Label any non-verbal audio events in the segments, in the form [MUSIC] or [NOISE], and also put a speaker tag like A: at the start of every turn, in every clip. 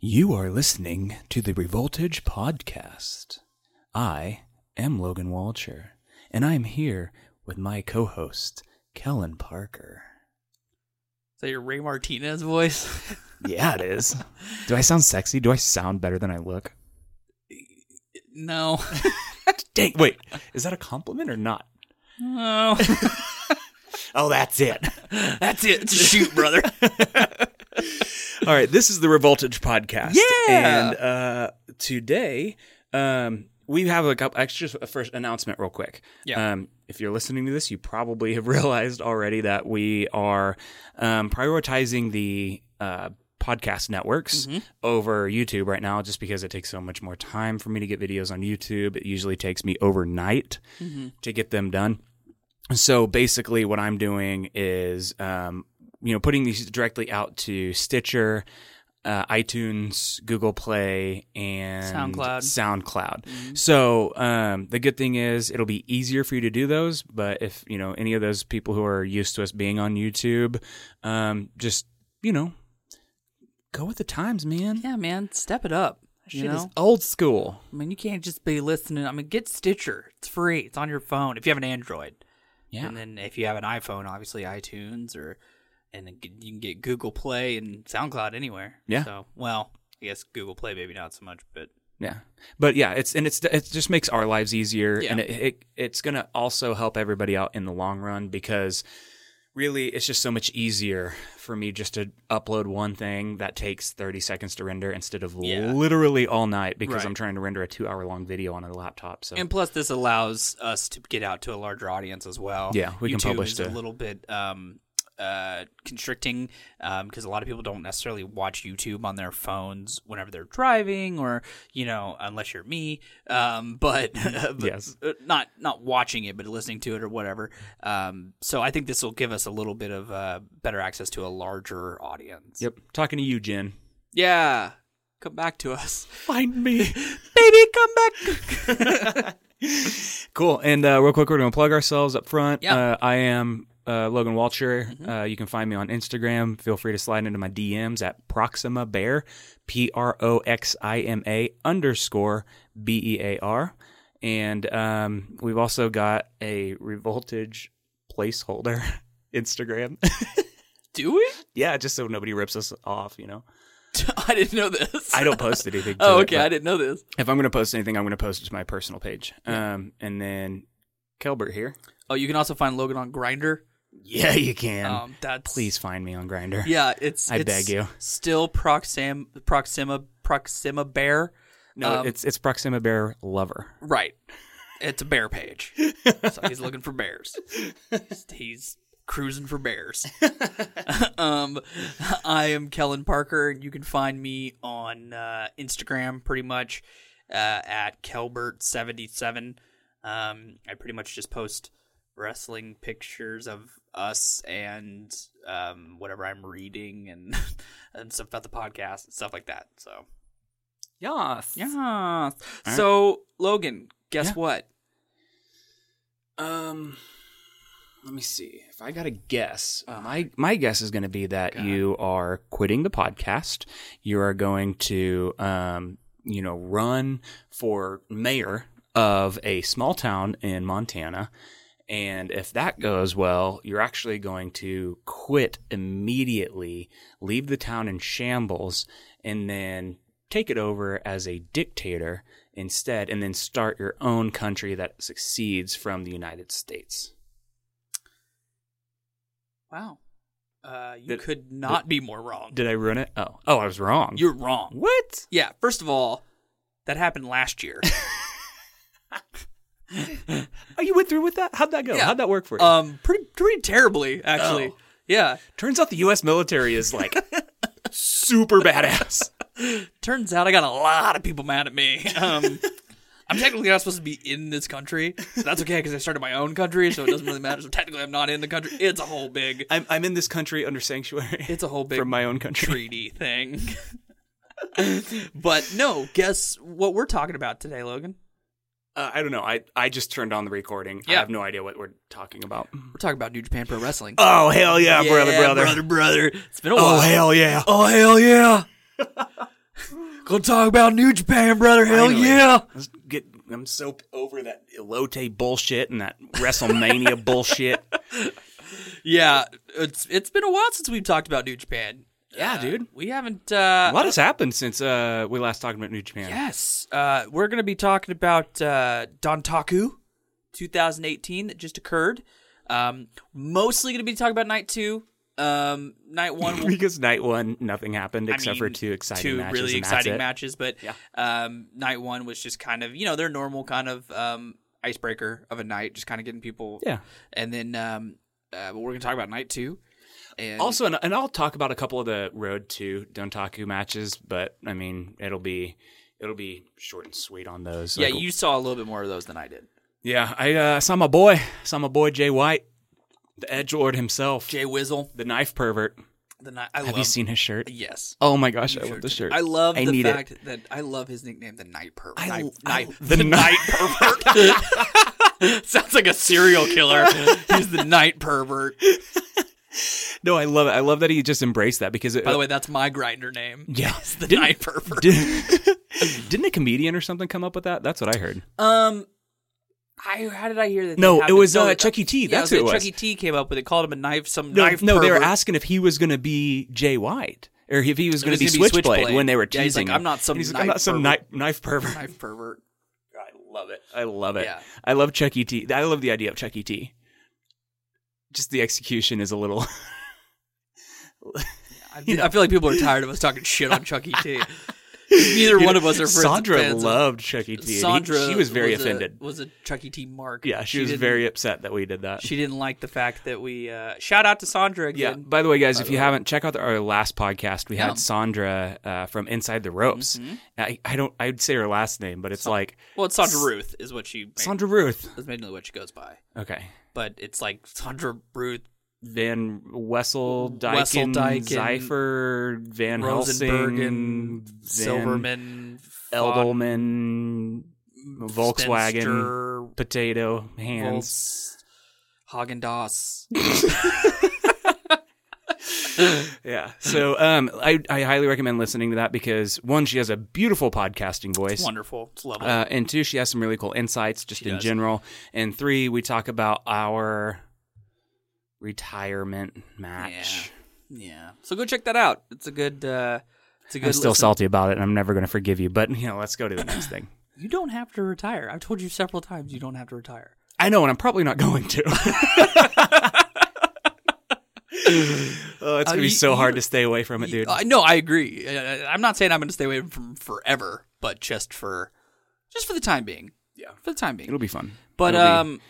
A: You are listening to the Revoltage Podcast. I am Logan Walcher, and I'm here with my co host, Kellen Parker.
B: Is that your Ray Martinez voice? [LAUGHS]
A: Yeah, it is. Do I sound sexy? Do I sound better than I look?
B: no.
A: Dang, wait, is that a compliment or not?
B: No.
A: Oh, that's it.
B: [LAUGHS] That's it. Shoot, brother. [LAUGHS]
A: All right, this is the Revoltage podcast.
B: Yeah!
A: and uh, today um, we have a couple extra first announcement, real quick.
B: Yeah.
A: Um, if you're listening to this, you probably have [LAUGHS] realized already that we are um, prioritizing the uh, podcast networks
B: Mm-hmm.
A: over YouTube right now, just because it takes so much more time for me to get videos on YouTube. It usually takes me overnight
B: Mm-hmm.
A: to get them done. So basically, what I'm doing is, um, you know, putting these directly out to Stitcher, uh, iTunes, Google Play, and
B: SoundCloud.
A: SoundCloud. So um, the good thing is it'll be easier for you to do those. But if you know any of those people who are used to us being on YouTube, um, just you know, go with the times, man.
B: Yeah, man. Step it up. That
A: You
B: Shit
A: know,
B: is,
A: old school.
B: I mean, you can't just be listening. I mean, get Stitcher. It's free. It's on your phone if you have an Android.
A: Yeah.
B: And then if you have an iPhone, obviously iTunes or, and then you can get Google Play and SoundCloud anywhere.
A: Yeah.
B: So, well, I guess Google Play maybe not so much, but
A: Yeah, but yeah, it's and it's it just makes our lives easier,
B: Yeah.
A: and it, it it's gonna also help everybody out in the long run because really it's just so much easier for me just to upload one thing that takes 30 seconds to render instead of
B: Yeah.
A: literally all night because
B: Right.
A: I'm trying to render a 2 hour long video on a laptop so
B: And plus, this allows us to get out to a larger audience as well.
A: Yeah, we can
B: YouTube
A: publish
B: is
A: to-
B: a little bit um, uh, constricting because a lot of people don't necessarily watch YouTube on their phones whenever they're driving, or you know, unless you're me.
A: [LAUGHS]
B: Um, [LAUGHS] but but
A: Yes.
B: uh, not not watching it, but listening to it or whatever. Um, so I think this will give us a little bit of uh, better access to a larger audience.
A: yep talking to you Jen
B: Yeah. Come back to us, [LAUGHS]
A: find me
B: baby. Come back.
A: [LAUGHS] Cool. And uh, real quick, we're going to plug ourselves up front.
B: Yeah. Mm-hmm.
A: Uh, I am uh, Logan Walcher. Uh, you can find me on Instagram. Feel free to slide into my DMs at Proxima Bear, P R O X I M A underscore B E A R. And um, we've also got a Revoltage placeholder [LAUGHS] Instagram. [LAUGHS]
B: Do it.
A: yeah, just so nobody rips us off, you know.
B: [LAUGHS] I didn't know this.
A: I don't post anything. To
B: [LAUGHS] Oh,
A: it,
B: okay.
A: but-
B: I didn't know this.
A: If I'm going to post anything, I'm going to post it to my personal page. Um, and then Kelbert here.
B: Oh, you can also find Logan on Grinder.
A: [LAUGHS] Yeah, you can.
B: Um, that's
A: please find me on Grinder.
B: Yeah, it's.
A: I
B: it's
A: beg you.
B: Still Proxim Proxima Proxima Bear.
A: No,
B: Um,
A: it's it's Proxima Bear Lover.
B: Right. It's a bear page. so he's looking for bears. He's, he's cruising for bears. um, I am Kellen Parker, and you can find me on uh, Instagram pretty much uh, at Kelbert77. Um, I pretty much just post wrestling pictures of us and um, whatever I'm reading and, [LAUGHS] and stuff about the podcast and stuff like that. So.
A: Yes.
B: Yeah. So Logan, guess
A: Yeah.
B: what?
A: Um let me see. If I got to guess, uh, my my guess is going to be that you are quitting the podcast. You are going to um you know run for mayor of a small town in Montana. And if that goes well, you're actually going to quit immediately, leave the town in shambles, and then take it over as a dictator instead, and then start your own country that succeeds from the United States.
B: Wow. Uh, you
A: Did-
B: could not be more wrong.
A: Did I ruin it? Oh, oh, I was wrong.
B: You're wrong.
A: what?
B: Yeah. First of all, that happened
A: [LAUGHS]
B: last year.
A: Oh, you went through with that? How'd that go?
B: Yeah.
A: How'd that work for you?
B: um, pretty pretty terribly actually.
A: Oh.
B: Yeah.
A: Turns out the U.S. military is [LAUGHS] like super badass.
B: Turns out I got a lot of people mad
A: [LAUGHS]
B: at me. Um, I'm technically not supposed to be in this country. So that's okay because I started my own country, so it doesn't really matter. So technically, I'm not in the country. It's a whole big.
A: I'm, I'm in this country under sanctuary
B: It's a whole
A: [LAUGHS]
B: big
A: from my own country.
B: treaty thing. [LAUGHS] but no, guess what we're talking about today, Logan?
A: Uh, I don't know. I, I just turned on the recording. I
B: Yeah.
A: have no idea what we're talking about.
B: We're talking about New Japan Pro Wrestling.
A: Oh, hell yeah, brother, Oh, brother.
B: Oh, brother, brother. It's been a
A: Oh,
B: while. [LAUGHS]
A: hell yeah.
B: Oh hell yeah! Go talk about New Japan, brother. Hell
A: Finally.
B: yeah.
A: Let's get. I'm so over that elote bullshit and that
B: [LAUGHS]
A: WrestleMania bullshit.
B: Yeah. It's it's been a while since we've talked about New Japan.
A: Yeah, dude.
B: We haven't uh
A: A lot has happened since uh, we last talked about New Japan.
B: Yes. Uh we're gonna be talking about uh Dontaku two thousand eighteen that just occurred. Um mostly gonna be talking about night two. Um night [CLEARS THROAT] one will
A: because night one, nothing happened
B: I
A: except for
B: mean,
A: two exciting
B: two
A: matches.
B: really
A: and that's
B: exciting
A: it.
B: matches. But
A: Yeah.
B: um, night one was just kind of you know their normal kind of um, icebreaker of a night, just kind of getting people.
A: Yeah.
B: And then um, uh, but we're gonna talk about night two. And
A: Also, and, and I'll talk about a couple of the Road to Dontaku matches, but I mean, it'll be it'll be short and sweet on those.
B: yeah,
A: Like,
B: you saw a little bit more of those than I did.
A: yeah. I uh, saw my boy, saw my boy Jay White, the Edge Lord himself,
B: Jay Wizzle,
A: the knife pervert.
B: the night. I
A: Have
B: love,
A: you seen his shirt?
B: Yes.
A: Oh my gosh, I love the shirt.
B: I love
A: I
B: the
A: need it.
B: fact that I love his nickname, the Night Pervert.
A: I-
B: Night,
A: I-
B: Night-
A: the
B: Night Pervert. [LAUGHS] Sounds like a serial
A: [LAUGHS]
B: killer. He's the Night Pervert.
A: [LAUGHS] No, I love it. I love that he just embraced that because it, uh,
B: By the way, that's my grinder name.
A: [LAUGHS] yeah.
B: It's the
A: Didn't-
B: Night Pervert.
A: Did, [LAUGHS] didn't a comedian or something come up with that? That's what I heard.
B: Um, I how did I hear that?
A: No,
B: that
A: it
B: happened?
A: was, uh,
B: that-
A: Chuck E. T.
B: yeah,
A: That's
B: I
A: who it
B: gonna-
A: was.
B: Chuck E. T. came up with it, called him a knife, some
A: No,
B: knife.
A: no, they were
B: pervert.
A: asking if he was going to be Jay White or if he was
B: It
A: going
B: was
A: to be
B: gonna be
A: Switchblade,
B: Switchblade.
A: when they were
B: Yeah, he's
A: teasing
B: like,
A: him.
B: "I'm not some
A: And he's like,
B: knife
A: I'm not some
B: pervert."
A: knife, knife pervert.
B: knife pervert.
A: I love it. I love it.
B: Yeah.
A: I love Chuck E. T. I love the idea of Chuck E. T. Just the execution is a little.
B: I, I feel like people are tired of us talking shit on Chuck E. T. [LAUGHS] Neither one of us are friends.
A: Sandra
B: fans of-
A: loved Chuck E. T. and he-
B: Sandra,
A: she was very
B: a-
A: offended.
B: was a Chuck E. T. mark.
A: yeah, she, was
B: didn't-
A: very upset that we did that.
B: She didn't like the fact that we uh, shout out to Sandra
A: Yeah.
B: again.
A: By the way, guys, if you haven't, check out our last podcast. We
B: Yeah. Mm-hmm.
A: had Sandra uh, from Inside the Ropes. I, I don't. I'd say her last name, but it's like
B: Well, it's Sandra Ruth is what she. Made,
A: Sandra Ruth.
B: is mainly what she goes by,
A: Okay.
B: but it's like Sandra Ruth
A: Van Wessel,
B: Wessel,
A: Dyken,
B: Dyken,
A: Zeifer, Van Helsing,
B: Rosenbergen,
A: Van
B: Silverman, Fox,
A: Eldelman, Volkswagen,
B: Spencer,
A: Potato, Hands.
B: Hagen Dazs.
A: Yeah. So um, I, I highly recommend listening to that because one, she has a beautiful podcasting voice.
B: Wonderful. It's lovely.
A: Uh, and two, she has some really cool insights just
B: She
A: in
B: does.
A: general. And three, we talk about our retirement match.
B: yeah. So go check that out. It's a good. Uh, it's a good.
A: I'm still
B: listen.
A: salty about it, and I'm never going to forgive you. But you know, let's go to the next thing.
B: You don't have to retire. I've told you several times you don't have to retire.
A: I know, and I'm probably not going
B: [LAUGHS]
A: to. [LAUGHS] oh, it's
B: Uh,
A: gonna be
B: you-
A: so
B: you-
A: hard to stay away from it,
B: You-
A: dude.
B: I no, I agree. Uh, I'm not saying I'm going to stay away from forever, but just for, just for the time being. Yeah. For the time being.
A: It'll be fun,
B: But
A: It'll be-
B: um,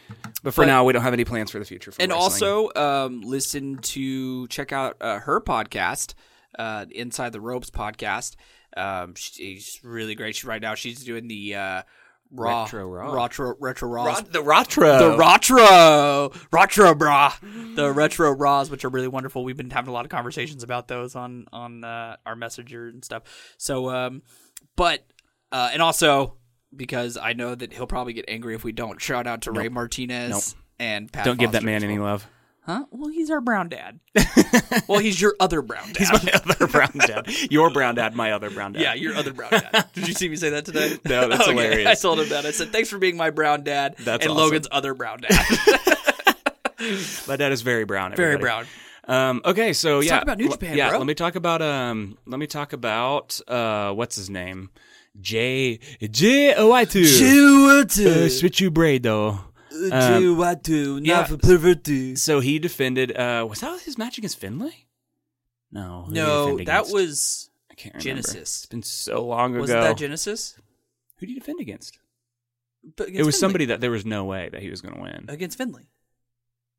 A: but for
B: but-
A: now, we don't have any plans for the future. For
B: and
A: wrestling.
B: also um, listen to check out uh, her podcast uh, inside the ropes podcast um, she's really great she right now she's doing the uh, raw
A: Retro Raw.
B: retro retro raws
A: Rod- the Rotro,
B: the retro retro bra the retro raws which are really wonderful we've been having a lot of conversations about those on on uh, our messenger and stuff so um but uh and also because i know that he'll probably get angry if we don't shout out to ray martinez and Pat
A: don't give that
B: Foster
A: man
B: as
A: any
B: well.
A: love.
B: huh "Uh, well he's our brown dad well he's your other brown dad
A: [LAUGHS]
B: [LAUGHS]
A: My other brown dad, your brown dad, my other brown dad.
B: yeah, your other brown dad. Did you see me say that today?
A: [LAUGHS] No, that's
B: [LAUGHS] Okay,
A: hilarious.
B: I told him that. I said, "Thanks for being my brown dad."
A: That's
B: and
A: awesome.
B: Logan's other brown dad,
A: [LAUGHS] my dad is very brown.
B: very
A: everybody.
B: brown.
A: Um, okay, so yeah,
B: talk about New
A: l-
B: Japan,
A: yeah,
B: bro.
A: let me talk about um, let me talk about uh, what's his name, J J O I two. Uh, switch you braid though. Uh, yeah. So he defended. Uh, was that his match against Finlay? No, who did he
B: No,
A: defend
B: that
A: against?
B: was
A: I can't remember. It's
B: Genesis.
A: been so long ago.
B: Wasn't that Genesis?
A: who did he defend against?
B: But
A: it was somebody that there was no way that he was going to win. Are
B: against Finley.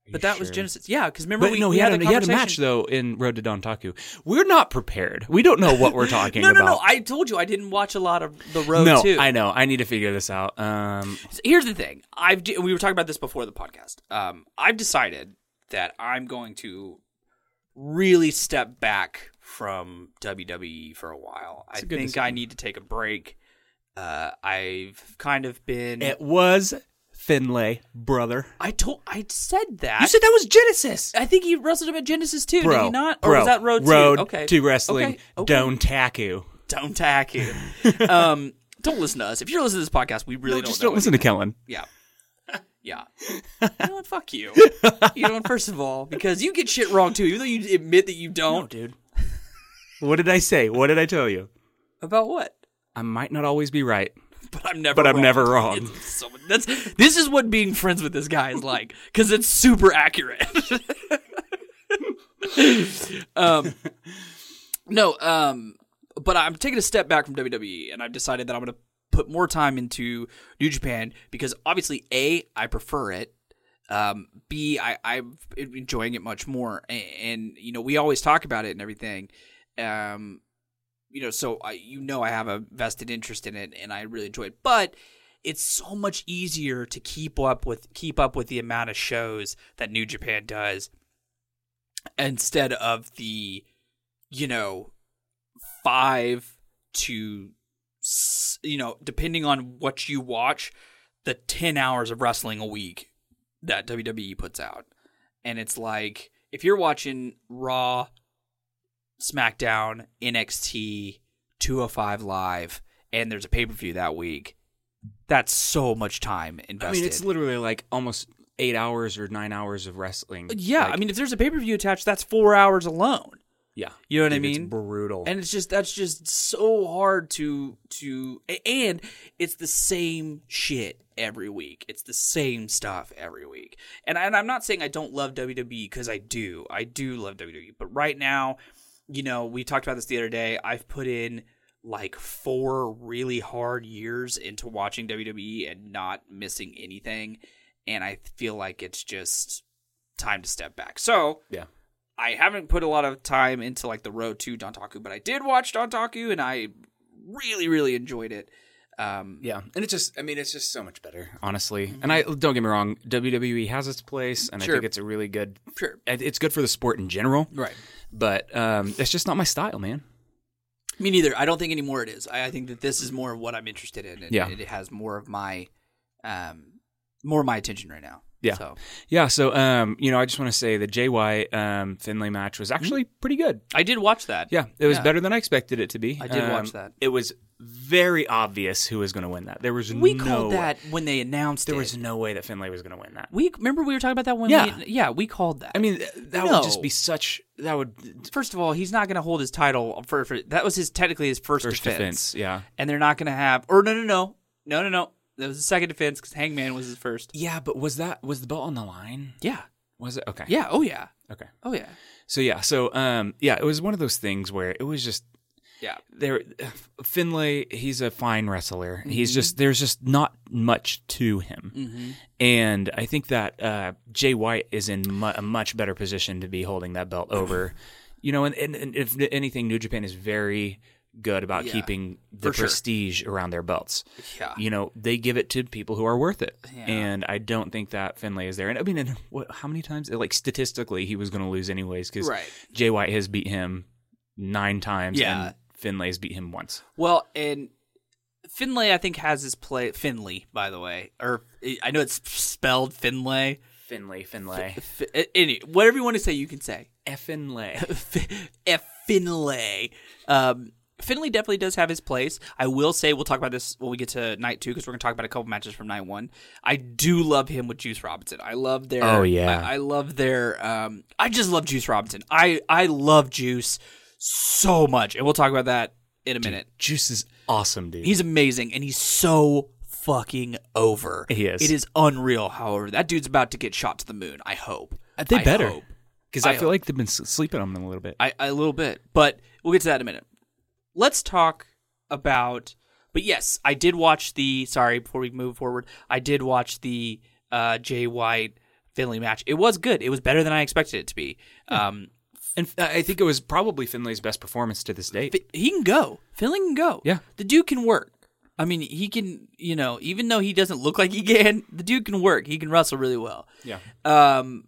A: you
B: Uh, But that was
A: sure?
B: Genesis. Yeah, because remember
A: But
B: we,
A: no,
B: we
A: he had,
B: had
A: a,
B: the
A: he had a match
B: conversation-
A: though in Road to Dontaku. We're not prepared. We don't know
B: [LAUGHS]
A: what we're talking
B: No, no,
A: about.
B: no. I told you I didn't watch a lot of the road
A: no,
B: too.
A: I know. I need to figure this out. Um,
B: So here's the thing. I've de- we were talking about this before the podcast. Um, I've decided that I'm going to really step back from WWE for a while. I
A: It's a
B: think
A: good
B: I
A: decision.
B: need to take a break. Uh, I've kind of been.
A: it was Finlay, brother.
B: I told. I said that.
A: You said that was Genesis.
B: I think he wrestled him at Genesis too.
A: Bro,
B: did he not? Or
A: bro,
B: was that Road,
A: Road
B: Two? Okay.
A: to Wrestling
B: Okay. okay.
A: Dontaku.
B: don't
A: [LAUGHS]
B: attack him. um, don't listen to us. If you're listening to this podcast, we really
A: No,
B: don't
A: just
B: know
A: don't listen to Kellen.
B: [LAUGHS] Yeah. Yeah. you know what? Fuck [LAUGHS] you. You know what? First of all, because you get shit wrong too, even though you admit that you don't.
A: dude. What did I say? What did I tell you?
B: About what?
A: I might not always be right,
B: But I'm never
A: but I'm
B: wrong.
A: never wrong.
B: It's [LAUGHS] so- that's, this is what being friends with this guy is like, because it's super accurate. [LAUGHS] um, no, um, but I'm taking a step back from WWE, and I've decided that I'm going to put more time into New Japan because obviously, a, I prefer it. Um, B, I, I'm enjoying it much more, and, and you know, we always talk about it and everything. Um, you know, so I, you know, I have a vested interest in it, and I really enjoy it. But it's so much easier to keep up with keep up with the amount of shows that New Japan does instead of the, you know, five to, s- you know, depending on what you watch, the ten hours of wrestling a week that WWE puts out, and it's like if you're watching Raw, SmackDown, NXT, 205 Live, and there's a pay per view that week. That's so much time
A: I
B: invested.
A: mean, it's literally like almost eight hours or nine hours of wrestling.
B: Uh, yeah, I mean, if there's a pay per view attached, that's four hours alone.
A: yeah.
B: You know what I
A: Dude, it's
B: mean?
A: brutal.
B: And it's just that's just so hard to to a- and it's the same shit every week. It's the same stuff every week. And and I'm not saying I don't love WWE cuz I do. I do love WWE, but right now, you know, we talked about this the other day. I've put in like four really hard years into watching WWE and not missing anything, and I feel like it's just time to step back. So,
A: yeah.
B: I haven't put a lot of time into like the road to Dontaku, but I did watch Dontaku and I really, really enjoyed it. Um,
A: Yeah, and it's just—I mean, it's just so much better, honestly. And I don't get me wrong, WWE has its place, and
B: Mm-hmm. Sure.
A: I think it's a really good.
B: Sure.
A: it- It's good for the sport in general,
B: Right.
A: but um, it's just not my style, man.
B: Me neither. I don't think anymore it is. I, I think that this is more of what I'm interested in. And
A: Yeah.
B: It has more of my, um, more of my attention right now.
A: Yeah.
B: So
A: Yeah, so um, you know, I just want to say the JY um, Finley match was actually pretty good.
B: I did watch that.
A: Yeah, it was
B: Mm-hmm. Yeah.
A: better than I expected it to be.
B: I did
A: Um,
B: watch that.
A: It was very obvious who was going to win that. There was
B: We
A: no
B: called
A: way-
B: that when they announced
A: There
B: it.
A: was no way that Finlay was going to win that.
B: we remember we were talking about that when
A: Yeah.
B: we yeah we called that.
A: I mean, th- that
B: No.
A: would just be such. That would
B: first of all, he's not going to hold his title for, for that was his technically his first,
A: first
B: defense.
A: defense. Yeah.
B: and they're not going to have. Or no, no, no, no, no, no. That was the second defense because Hangman was his first.
A: Yeah, but was that was the belt on the line?
B: Yeah,
A: Was it okay?
B: yeah, oh yeah,
A: Okay.
B: oh yeah,
A: So yeah, so um, yeah, it was one of those things where it was just
B: yeah.
A: there. [SIGHS] Finlay, he's a fine wrestler.
B: Mm-hmm.
A: He's just there's just not much to him, and I think that uh, Jay White is in mu- a much better position to be holding that belt
B: [CLEARS THROAT]
A: over. you know, and, and, and if anything, New Japan is very good about
B: Yeah.
A: keeping the
B: For sure.
A: prestige around their belts.
B: Yeah.
A: You know, they give it to people who are worth it.
B: Yeah.
A: And I don't think that Finlay is there. And I mean, and what, how many times, like statistically, he was going to lose anyways because
B: Right.
A: Jay White has beat him nine times
B: Yeah.
A: and Finlay's beat him once.
B: Well, and Finlay, I think, has his play. Finley, by the way, or I know it's spelled Finlay.
A: Finlay, Finlay.
B: F- any, whatever you want to say, you can say.
A: F Finlay. [LAUGHS]
B: F- F- Finlay. Um, Finlay definitely does have his place. I will say we'll talk about this when we get to night two because we're going to talk about a couple matches from night one. I do love him with Juice Robinson. I love their.
A: Oh, yeah.
B: I, I love their. Um, I just love Juice Robinson. I I love Juice so much, and we'll talk about that in a minute.
A: Juice is awesome, dude.
B: He's amazing, and he's so fucking over.
A: He is.
B: It is unreal. However, that dude's about to get shot to the moon. I hope.
A: they
B: I
A: better.
B: hope.
A: Because I,
B: I
A: feel like they've been s- sleeping on him a little bit.
B: I, I- a little bit, but we'll get to that in a minute. Let's talk about. But yes, I did watch the. Sorry, before we move forward, I did watch the uh, Jay White Finley match. It was good. It was better than I expected it to be. Um,
A: and f- I think it was probably Finlay's best performance to this date.
B: Fi- he can go. Finley can go.
A: Yeah.
B: the dude can work. I mean, he can. You know, even [LAUGHS] though he doesn't look like he can, the dude can work. He can wrestle really well.
A: yeah.
B: Um,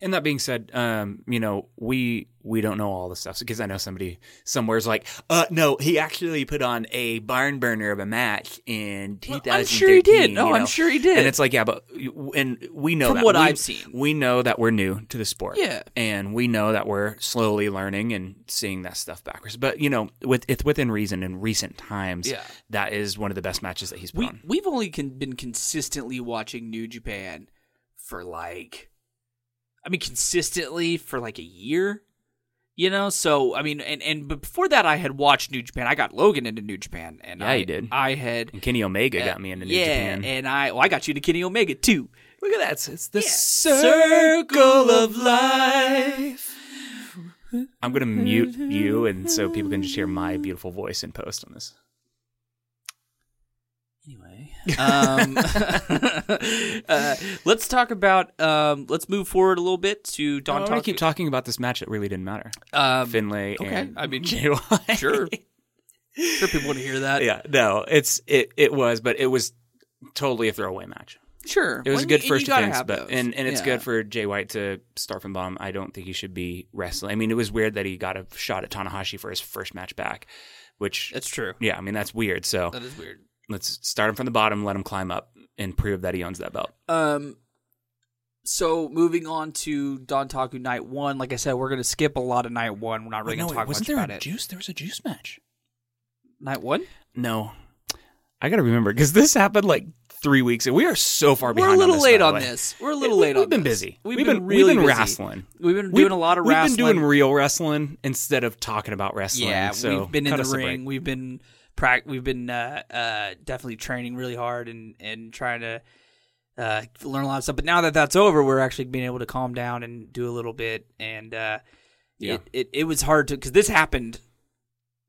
A: And that being said, um, you know, we we don't know all the stuff because I know somebody somewhere's like, uh, no, he actually put on a barn burner of a match in 2013.
B: I'm sure he did.
A: you
B: No, I'm
A: know?
B: sure he did.
A: And it's like, yeah, but you- and we know
B: From
A: that.
B: what
A: we,
B: I've seen.
A: we know that we're new to the sport.
B: Yeah.
A: and we know that we're slowly learning and seeing that stuff backwards. But you know, with it's within reason in recent times.
B: Yeah.
A: that is one of the best matches that he's put
B: we
A: on.
B: we've only con- been consistently watching New Japan for like, I mean, consistently for like a year, you know. So I mean, and and but before that, I had watched New Japan. I got Logan into New Japan, and
A: Yeah,
B: I
A: you did.
B: I had
A: And Kenny Omega got me into New
B: yeah,
A: Japan.
B: and I well, I got you to Kenny Omega too.
A: Look at that. It's- It's the
B: Yeah.
A: circle of life. I'm going to mute you and so people can just hear my beautiful voice in post on this.
B: Anyway, um, [LAUGHS] uh, let's talk about. Um, let's move forward a little bit to
A: Don't I
B: Don.
A: want to Oh, keep talking about this match. It really didn't matter.
B: Um,
A: Finlay
B: okay,
A: and
B: I mean,
A: JY.
B: sure. sure, people want to hear
A: [LAUGHS]
B: that.
A: yeah, no, it's it, it was, but it was totally a throwaway match.
B: Sure,
A: It was
B: Well,
A: a
B: and
A: good
B: you- and
A: first
B: you gotta
A: defense,
B: have
A: but
B: those.
A: and, and it's
B: Yeah.
A: good for Jay White to start from the bottom. I don't think he should be wrestling. I mean, it was weird that he got a shot at Tanahashi for his first match back, which
B: That's true.
A: yeah, I mean that's weird. So
B: That is weird.
A: let's start him from the bottom, let him climb up, and prove that he owns that belt.
B: Um, so moving on to Don Taku Night One. Like I said, we're gonna skip a lot of Night One. We're not really gonna talk much about it.
A: juice? There was a juice match.
B: Night One.
A: No, I gotta remember because this happened like three weeks, and we are so far
B: We're
A: behind.
B: a little
A: this, by
B: late
A: the
B: on
A: way.
B: this. We're a little
A: We-
B: late on
A: We've been
B: this.
A: busy.
B: We've,
A: We've
B: been,
A: been- we've
B: really
A: been
B: busy.
A: wrestling.
B: We've been
A: We've-
B: doing a lot of wrestling.
A: We've been doing real wrestling instead of talking about wrestling.
B: yeah,
A: so
B: we've been in
A: cut
B: the
A: us a break.
B: ring. We've been prac. We've been uh, uh, definitely training really hard and and trying to uh, learn a lot of stuff. But now that that's over, we're actually being able to calm down and do a little bit. And uh,
A: Yeah.
B: it, it it was hard to because this happened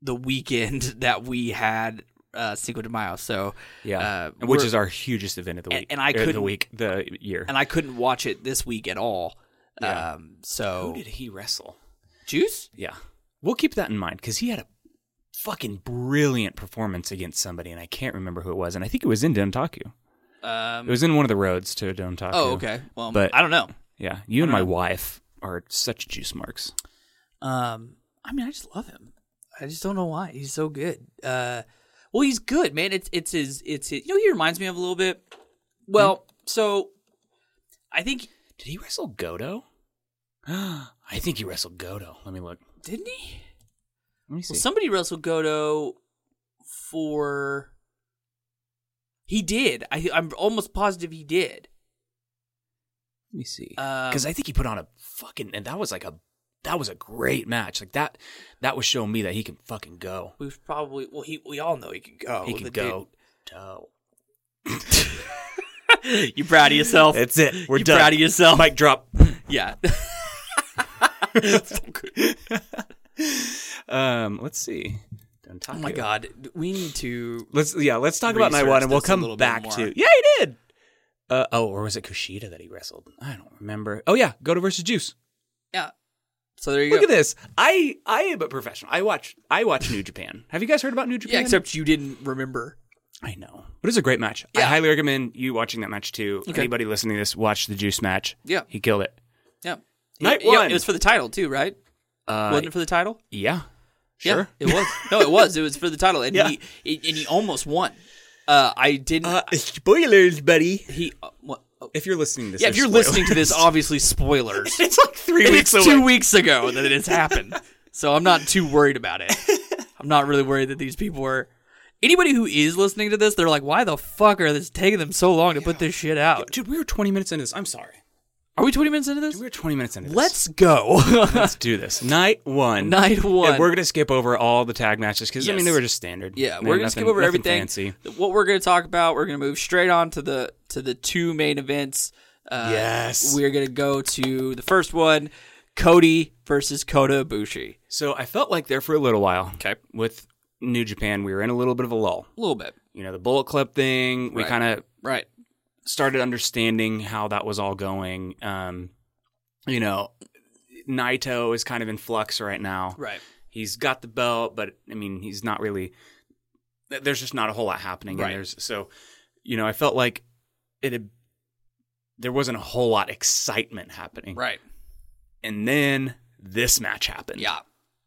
B: the weekend [LAUGHS] that we had uh, Cinco de Mayo. So
A: Yeah,
B: uh,
A: And which
B: we're-
A: is our hugest event of the
B: And-
A: week,
B: and I
A: or the
B: couldn't-
A: week, the year.
B: and I couldn't watch it this week at all.
A: Yeah.
B: Um, so
A: Who did he wrestle?
B: juice.
A: Yeah. We'll keep that in mind because he had a fucking brilliant performance against somebody, and I can't remember who it was. And I think it was in Dontaku.
B: Um,
A: It was in one of the roads to Dontaku.
B: oh, okay. Well,
A: But-
B: I don't know.
A: Yeah. You and
B: I
A: my
B: don't know.
A: wife are such juice marks.
B: Um, I mean, I just love him. I just don't know why he's so good. Uh, well, he's good, man. It's it's his it's his, you know he reminds me of a little bit. Well,
A: Hmm?
B: so I think
A: Did he wrestle Godo? [GASPS] I think he wrestled Godo. Let me look.
B: didn't he?
A: Let me
B: Well,
A: see.
B: somebody wrestled Godo for. He did. I I'm almost positive he did.
A: Let me see.
B: Um,
A: Because I think he put on a fucking, and that was like a, that was a great match. Like that, that was showing me that he can fucking go.
B: We've probably well he we all know he can go.
A: he can
B: Oh, The [LAUGHS]
A: go. Toe.
B: dude- you proud of yourself?
A: That's it. We're
B: you
A: done.
B: proud of yourself?
A: Mic drop. [LAUGHS]
B: yeah. [LAUGHS]
A: [LAUGHS] um, let's see.
B: Oh my god, we need to.
A: Let's yeah, let's talk about night
B: Research
A: one, and we'll
B: this a
A: come
B: little bit
A: back
B: more.
A: to yeah, he did. Uh, oh, or was it Kushida that he wrestled? I don't remember. Oh yeah, Goto versus Juice.
B: Yeah. So there you
A: Look
B: go.
A: at this. I I am a professional. I watch I watch New Japan. Have you guys heard about New Japan?
B: Yeah, except you didn't remember.
A: I know, but it's a great match. I
B: Yeah.
A: highly recommend you watching that match too.
B: Okay.
A: Anybody listening to this, watch the Juice match.
B: Yeah.
A: he killed it.
B: Yeah.
A: Night
B: Yeah,
A: one.
B: It was for the title too, right?
A: Uh,
B: Wasn't it for the title?
A: yeah, sure.
B: Yeah, it was. No, it was. It was for the title, and
A: Yeah.
B: he it, and he almost won. Uh, I didn't.
A: spoilers, buddy.
B: he. Uh, what? Oh.
A: If you're listening to this,
B: Yeah, if you're
A: there's [LAUGHS]
B: listening to
A: spoilers.
B: this, obviously spoilers.
A: it's like three
B: And
A: weeks
B: it's
A: away.
B: two weeks ago that it's happened. so I'm not too worried about
A: [LAUGHS]
B: it. I'm not really worried that these people are. Anybody who is listening to this, they're like, "Why the fuck are this taking them so long to put this shit out?"
A: Dude, we were 20 minutes into this. I'm sorry.
B: Are we 20 minutes into this?
A: We were 20 minutes into this. [LAUGHS]
B: Let's go.
A: Let's do this. Night one.
B: [LAUGHS] Night one.
A: And we're going to skip over all the tag matches because, I mean,
B: Yes.
A: they were just standard.
B: yeah,
A: They
B: we're
A: were
B: gonna
A: nothing-
B: skip over
A: nothing
B: everything.
A: Fancy.
B: What we're gonna talk about, we're gonna move straight on to the to the two main events. Uh,
A: Yes.
B: we're gonna go to the first one, Cody versus Kota Ibushi.
A: So I felt like there for a little while.
B: Okay.
A: With New Japan, we were in a little bit of a lull.
B: A little bit,
A: You know, the Bullet Club thing, we
B: Right.
A: kind of
B: right?
A: started understanding how that was all going. Um, you know, Naito is kind of in flux right now.
B: Right.
A: he's got the belt, but I mean, he's not really. th- There's just not a whole lot happening,
B: Right.
A: and there's so, you know, I felt like it had. There wasn't a whole lot excitement happening,
B: Right.
A: And then this match happened.
B: Yeah.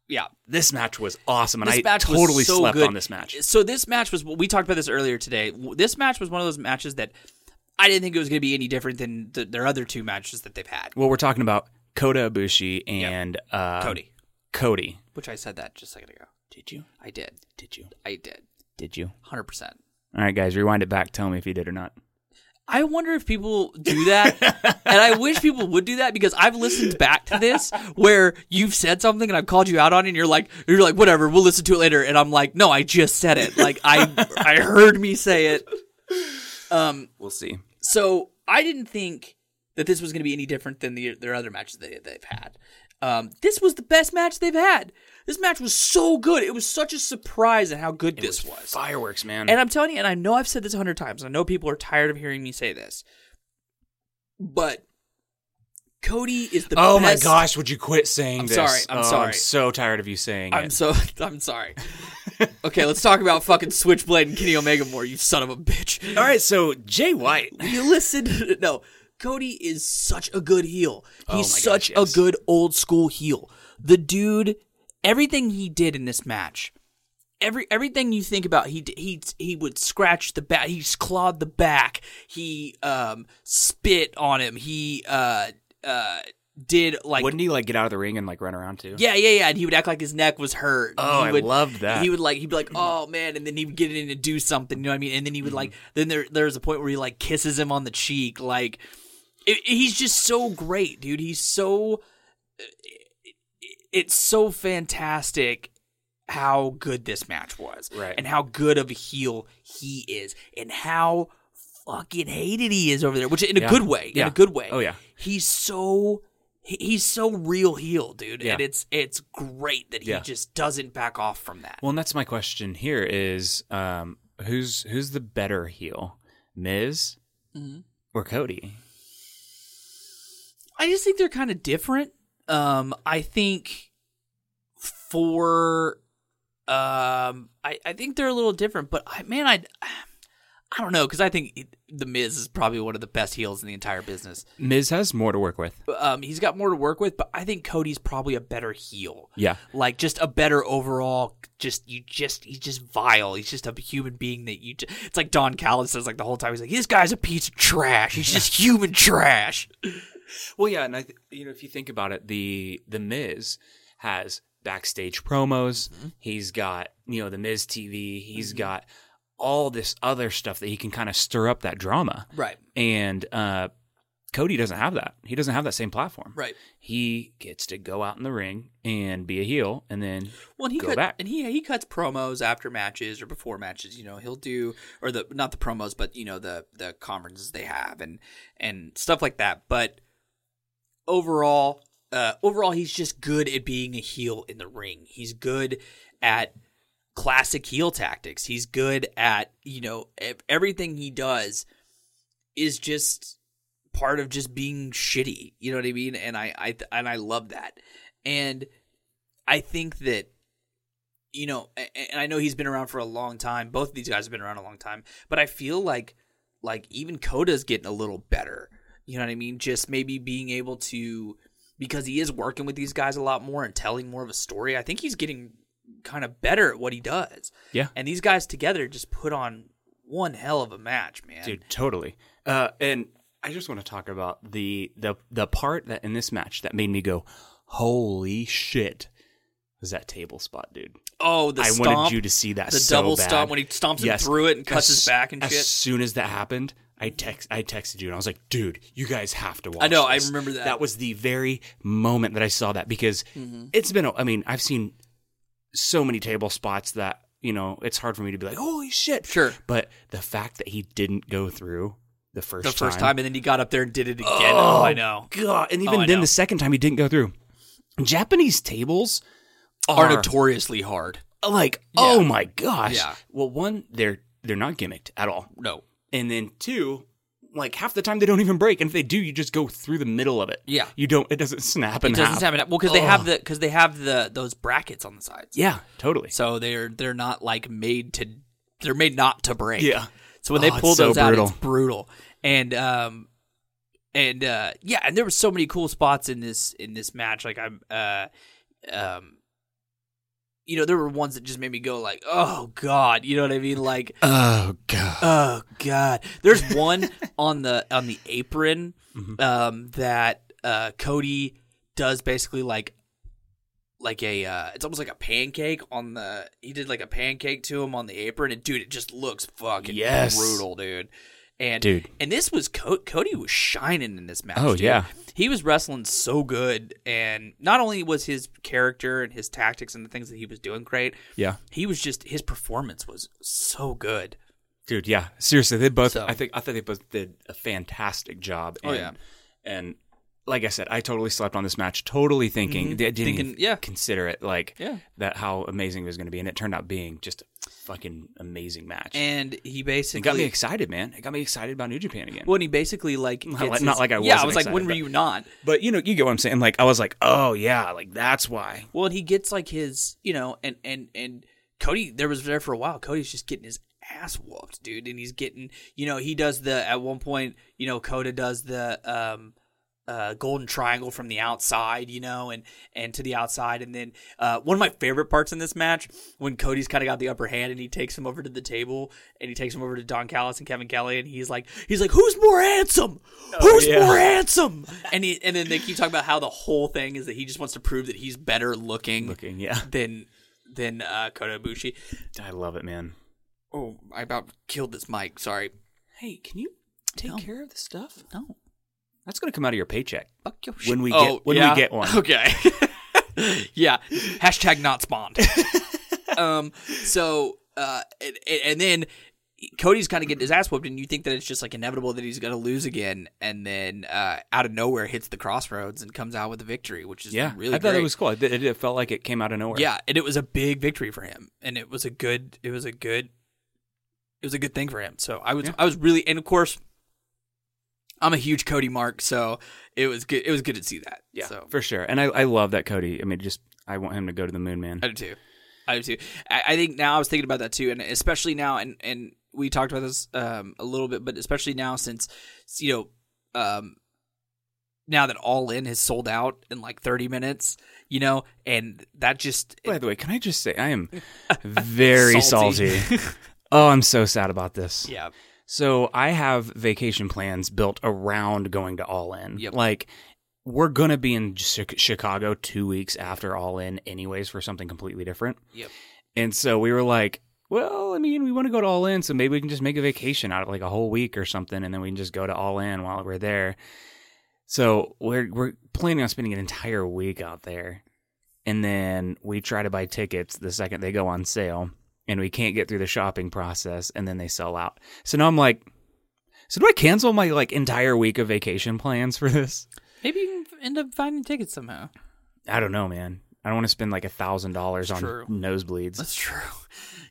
B: Yeah.
A: This match was awesome. And
B: This
A: I
B: match was
A: totally
B: so
A: slept
B: good.
A: on this match.
B: So this match was we talked about this earlier today. W- This match was one of those matches that I didn't think it was going to be any different than the, their other two matches that they've had.
A: Well, we're talking about Kota Ibushi and uh,
B: Cody,
A: Cody.
B: which I said that just a second ago.
A: Did you?
B: I did.
A: Did you?
B: I did.
A: Did you?
B: 100%.
A: All right, guys, rewind it back. Tell me if you did or not.
B: I wonder if people do that. and I wish people would do that because I've listened back to this where you've said something and I've called you out on it and you're like you're like whatever, we'll listen to it later and I'm like no, I just said it. Like I I heard me say it.
A: We'll see.
B: So I didn't think that this was going to be any different than the, their other matches they, they've had. Um, this was the best match they've had. This match was so good. It was such a surprise at how good this was.
A: Fireworks, man.
B: And I'm telling you, and I know I've said this a hundred times. and I know people are tired of hearing me say this, but Cody is the
A: oh
B: best.
A: my gosh, would you quit saying this?
B: sorry, I'm
A: Oh,
B: sorry.
A: I'm so tired of you saying
B: I'm
A: it.
B: so [LAUGHS] I'm sorry. okay, let's talk about fucking Switchblade and Kenny Omega more. You son of a bitch.
A: All right, so Jay White.
B: you listen [LAUGHS] no cody is such a good heel
A: Oh my
B: he's
A: gosh,
B: such
A: yes.
B: a good old school heel the dude everything he did in this match every everything you think about he d- he he would scratch the back he clawed the back he um spit on him he uh uh did like
A: Wouldn't he like get out of the ring and like run around too?
B: yeah, yeah, yeah. And he would act like his neck was hurt.
A: Oh,
B: he
A: I
B: would,
A: loved that.
B: He would like he'd
A: [LAUGHS]
B: be like, "Oh man," and then he would get in and do something. You know what I mean? And then he
A: Mm-hmm.
B: would like then there there's a point where he like kisses him on the cheek. Like it, he's just so great, dude. He's so uh, it's so fantastic how good this match was,
A: Right.
B: And how good of a heel he is, and how fucking hated he is over there, which in a
A: Yeah.
B: good way, in
A: Yeah.
B: a good way.
A: Oh, yeah.
B: he's so he- he's so real heel, dude,
A: Yeah.
B: and it's it's great that he
A: Yeah.
B: just doesn't back off from that.
A: Well, and that's my question here is um, who's who's the better heel, Miz or Cody?
B: I just think they're kind of different. Um, I think for um, I, I think they're a little different, but I man, I [SIGHS] I don't know because I think it- the Miz is probably one of the best heels in the entire business.
A: Miz has more to work with.
B: Um, he's got more to work with, but I think Cody's probably a better heel.
A: Yeah.
B: Like just a better overall, just you just he's just vile. He's just a human being that you. Just, it's like Don Callis says like the whole time. He's like, this guy's a piece of trash. He's just [LAUGHS] human trash.
A: Well, yeah, and I th- you know if you think about it, the the Miz has backstage promos. He's got you know the Miz TV. He's got all this other stuff that he can kind of stir up that drama.
B: Right.
A: And uh, Cody doesn't have that. He doesn't have that same platform.
B: Right.
A: He gets to go out in the ring and be a heel, and then
B: Well, and he
A: Go
B: cut,
A: back.
B: and he he cuts promos after matches or before matches. You know, he'll do or the not the promos, but you know the the conferences they have and and stuff like that. But overall, uh, overall, he's just good at being a heel in the ring. He's good at classic heel tactics. He's good at you know ev- everything he does is just part of just being shitty. You know what I mean? And I I and I love that. And I think that you know, a- a- and I know he's been around for a long time. Both of these guys have been around a long time, but I feel like like even Coda's getting a little better. You know what I mean? Just maybe being able to because he is working with these guys a lot more and telling more of a story. I think he's getting kind of better at what he does.
A: Yeah.
B: And these guys together just put on one hell of a match, man.
A: Dude, totally. Uh, and I just want to talk about the the the part that in this match that made me go, "Holy shit!" Was that table spot, dude?
B: Oh, the
A: I
B: stomp,
A: wanted you to see that
B: the
A: so
B: double
A: bad.
B: stomp when he stomps
A: Yes.
B: him through it and cuts
A: As-
B: his back and
A: as
B: shit.
A: soon as that happened, I text I texted you and I was like, "Dude, you guys have to watch."
B: know, I
A: this."
B: remember that. Mm-hmm.
A: That was the very moment that I saw that because it's been. a- I mean, I've seen so many table spots that you know it's hard for me to be like, "Holy shit!"
B: Sure.
A: but the fact that he didn't go through the first
B: the first time, and then he got up there and did it again. oh I know.
A: God, and
B: Oh,
A: even
B: I
A: then,
B: know.
A: the second time he didn't go through. Japanese tables
B: are
A: are
B: notoriously hard.
A: like, oh my gosh.
B: Yeah.
A: Well, one, they're they're not gimmicked at all,
B: No.
A: and then two, like half the time they don't even break, and if they do, you just go through the middle of it.
B: Yeah.
A: you don't. It doesn't snap in
B: It doesn't
A: half.
B: happen. Well, because they have the because they have the those brackets on the sides.
A: Yeah, totally.
B: So they're they're not like made to they're made not to break.
A: Yeah.
B: So when they
A: Oh, it's
B: pull
A: so
B: those out,
A: brutal.
B: it's brutal. And um, and uh, yeah, and there were so many cool spots in this in this match. Like I'm, uh, um, you know, there were ones that just made me go like, oh god, you know what I mean? Like,
A: Oh god.
B: oh god.
A: [LAUGHS]
B: There's one on the on the apron
A: Mm-hmm.
B: um, that uh, Cody does basically like like a uh, it's almost like a pancake on the he did like a pancake to him on the apron and dude it just looks fucking
A: Yes.
B: brutal dude and
A: Dude.
B: and this was Co- Cody was shining in this match
A: Oh,
B: dude.
A: yeah.
B: he was wrestling so good and not only was his character and his tactics and the things that he was doing great
A: Yeah.
B: he was just his performance was so good
A: Dude, yeah. Seriously, they both
B: So-
A: I think I thought they both did a fantastic job.
B: Oh,
A: and,
B: yeah.
A: And like I said, I totally slept on this match, totally thinking they didn't
B: Mm-hmm. Thinking-
A: even
B: yeah.
A: consider it like
B: Yeah.
A: that how amazing it was gonna be. And it turned out being just a fucking amazing match.
B: and he
A: it got me
B: basically
A: excited, man. It got me excited about New Japan again.
B: when he basically like
A: Not
B: gets
A: like- not
B: his-
A: like I
B: yeah I
A: wasn't
B: was like when
A: excited,
B: were
A: but-
B: you not
A: But you know, you get what I'm saying. Like I was like, oh yeah, like that's why.
B: Well, and he gets like his, you know, and and and Cody there was there for a while. Cody's just getting his ass whooped, dude, and he's getting, you know, he does the at one point, you know, Coda does the um uh, golden triangle from the outside, you know, and and to the outside, and then uh, one of my favorite parts in this match when Cody's kind of got the upper hand and he takes him over to the table and he takes him over to Don Callis and Kevin Kelly and he's like he's like who's more handsome, who's
A: yeah.
B: more handsome, and he and then they keep talking about how the whole thing is that he just wants to prove that he's better looking,
A: Looking, yeah,
B: than than uh, Kota Ibushi.
A: [LAUGHS] I love it, man.
B: Oh, I about killed this mic. Sorry.
A: Hey, can you take
B: No.
A: care of the stuff?
B: No,
A: That's gonna come out of your paycheck.
B: fuck your
A: When we
B: shit.
A: get- when we get one.
B: [LAUGHS] Okay. [LAUGHS] yeah. Hashtag
A: [LAUGHS]
B: not spawned. um. So uh, and, and then Cody's kind of getting his ass whooped, and you think that it's just like inevitable that he's gonna lose again, and then uh, out of nowhere hits the crossroads and comes out with a victory, which is
A: Yeah,
B: really
A: I thought
B: great.
A: it was cool. It, it, it felt like it came out of nowhere.
B: Yeah, and it was a big victory for him, and it was a good, it was a good, it was a good thing for him. So I was,
A: Yeah.
B: I was really, and of course, I'm a huge Cody mark, so it was good. It was good to see that.
A: yeah,
B: so
A: for sure. And I, I love that Cody. I mean, just I want him to go to the moon, man.
B: I do too. I do too. I, I think now I was thinking about that too, and especially now, and and we talked about this um, a little bit, but especially now since you know, um, now that All In has sold out in like 30 minutes, you know, and that just
A: By the way, can I just say I [LAUGHS] am very
B: Salty.
A: salty. [LAUGHS] oh, I'm so sad about this.
B: yeah,
A: So I have vacation plans built around going to All In.
B: Yep.
A: Like we're gonna be in Chi- Chicago two weeks after All In, anyways, for something completely different.
B: Yep.
A: And so we were like, well, I mean, we want to go to All In, so maybe we can just make a vacation out of like a whole week or something, and then we can just go to All In while we're there. So we're we're planning on spending an entire week out there, and then we try to buy tickets the second they go on sale, and we can't get through the shopping process, and then they sell out. So now I'm like, so do I cancel my like entire week of vacation plans for this?
B: maybe you can end up finding tickets somehow.
A: I don't know, man. I don't want to spend like a thousand dollars on
B: True.
A: nosebleeds.
B: [LAUGHS] That's true.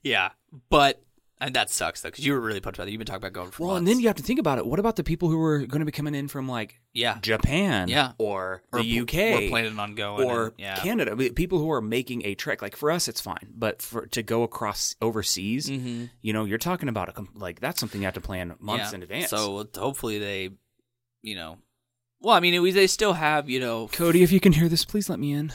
B: Yeah, but and that sucks though because you were really pumped about that. You've been talking about going for
A: well,
B: months.
A: and then you have to think about it. What about the people who are going to be coming in from like
B: yeah,
A: Japan,
B: Yeah.
A: or,
B: Or
A: the
B: pl-
A: UK,
B: we're planning on going
A: or
B: and- yeah.
A: Canada? I mean, People who are making a trek. Like for us, it's fine, but for to go across overseas,
B: Mm.
A: you know, you're talking about a com- like that's something you have to plan months
B: Mm-hmm. Yeah.
A: in advance.
B: So hopefully they, you know, well, I mean, it was, they still have you know.
A: Cody, if you can hear this, please let me in.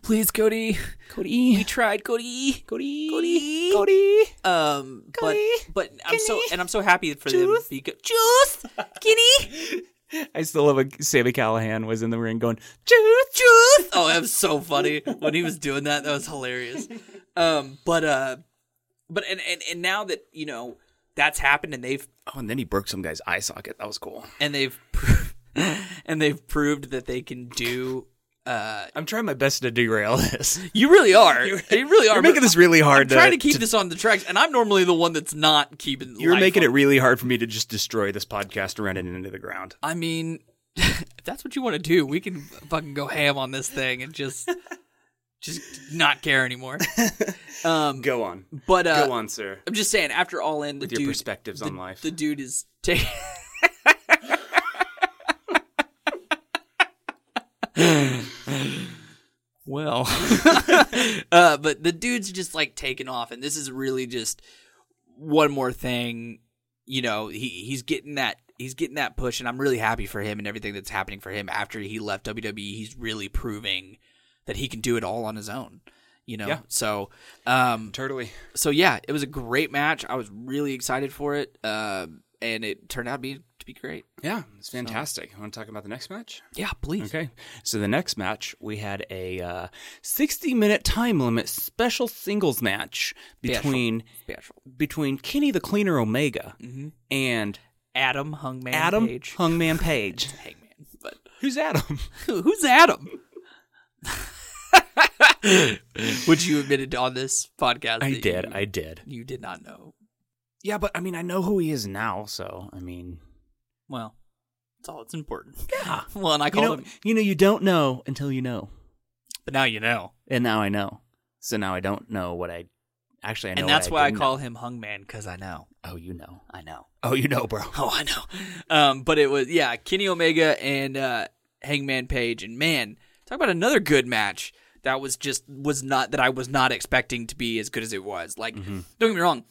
B: Please, Cody. We
A: Cody,
B: tried, Cody.
A: Cody,
B: Cody.
A: Cody.
B: Um, but
A: Cody.
B: but I'm so
A: Kenny.
B: and I'm so happy for
A: Juice.
B: them. Because, [LAUGHS] Juice, Kenny.
A: I still love when Sammy Callahan was in the ring going, Juice,
B: juice. Oh, that was so funny when he was doing that. That was hilarious. Um, but uh, but and and and now that you know that's happened and they've
A: Oh, and then he broke some guy's eye socket. That was cool.
B: and they've [LAUGHS] pro- and they've proved that they can do. Uh,
A: I'm trying my best to derail this.
B: you really are. You really
A: [LAUGHS]
B: are.
A: You're making this really hard.
B: trying to keep this on the tracks, and I'm normally the one that's not keeping.
A: You're
B: life
A: making
B: on-
A: it really hard for me to just destroy this podcast and run it into the ground.
B: I mean, [LAUGHS] if that's what you want to do, we can fucking go ham on this thing and just just not
A: [LAUGHS]
B: care anymore. Um,
A: Go on.
B: but uh,
A: Go on, sir.
B: I'm just saying. After all in, the
A: With your
B: dude
A: perspectives on life.
B: the dude is taking. well, uh, but the dude's just like taking off, and this is really just one more thing. You know, he he's getting that. he's getting that push, and I'm really happy for him and everything that's happening for him after he left WWE. He's really proving that he can do it all on his own. You know,
A: Yeah.
B: so um,
A: [LAUGHS] Totally.
B: so yeah, it was a great match. I was really excited for it, uh, and it turned out be, to be great.
A: Yeah, it's fantastic. want to talk about the next match?
B: Yeah, please.
A: Okay. So the next match, we had a uh, 60 minute time limit special singles match between
B: Special.
A: between Kenny the Cleaner Omega and
B: Adam Hungman
A: Mm-hmm. Adam
B: Page.
A: Hungman Page.
B: Hangman. But
A: [LAUGHS] Who's Adam?
B: who-
A: [LAUGHS]
B: who's Adam? Would you admitted on this podcast?
A: I
B: that
A: did.
B: You,
A: I did.
B: you did not know.
A: Yeah, but I mean, I know who he is now, so I mean,
B: Well, that's all that's important. Yeah. [LAUGHS] Well, and I
A: you
B: called
A: know,
B: him,
A: you know, you don't know until you know,
B: but now you know.
A: and now I know. So now I don't know what I actually. I know
B: and that's
A: what
B: why I,
A: didn't
B: call him Hungman because I know.
A: know. Oh, you know.
B: I know.
A: Oh, you know, bro.
B: [LAUGHS] Oh, I know. Um, but it was yeah, Kenny Omega and uh, Hangman Page, and man, talk about another good match. That was just was not that I was not expecting to be as good as it was. Like,
A: Mm-hmm.
B: don't get me wrong,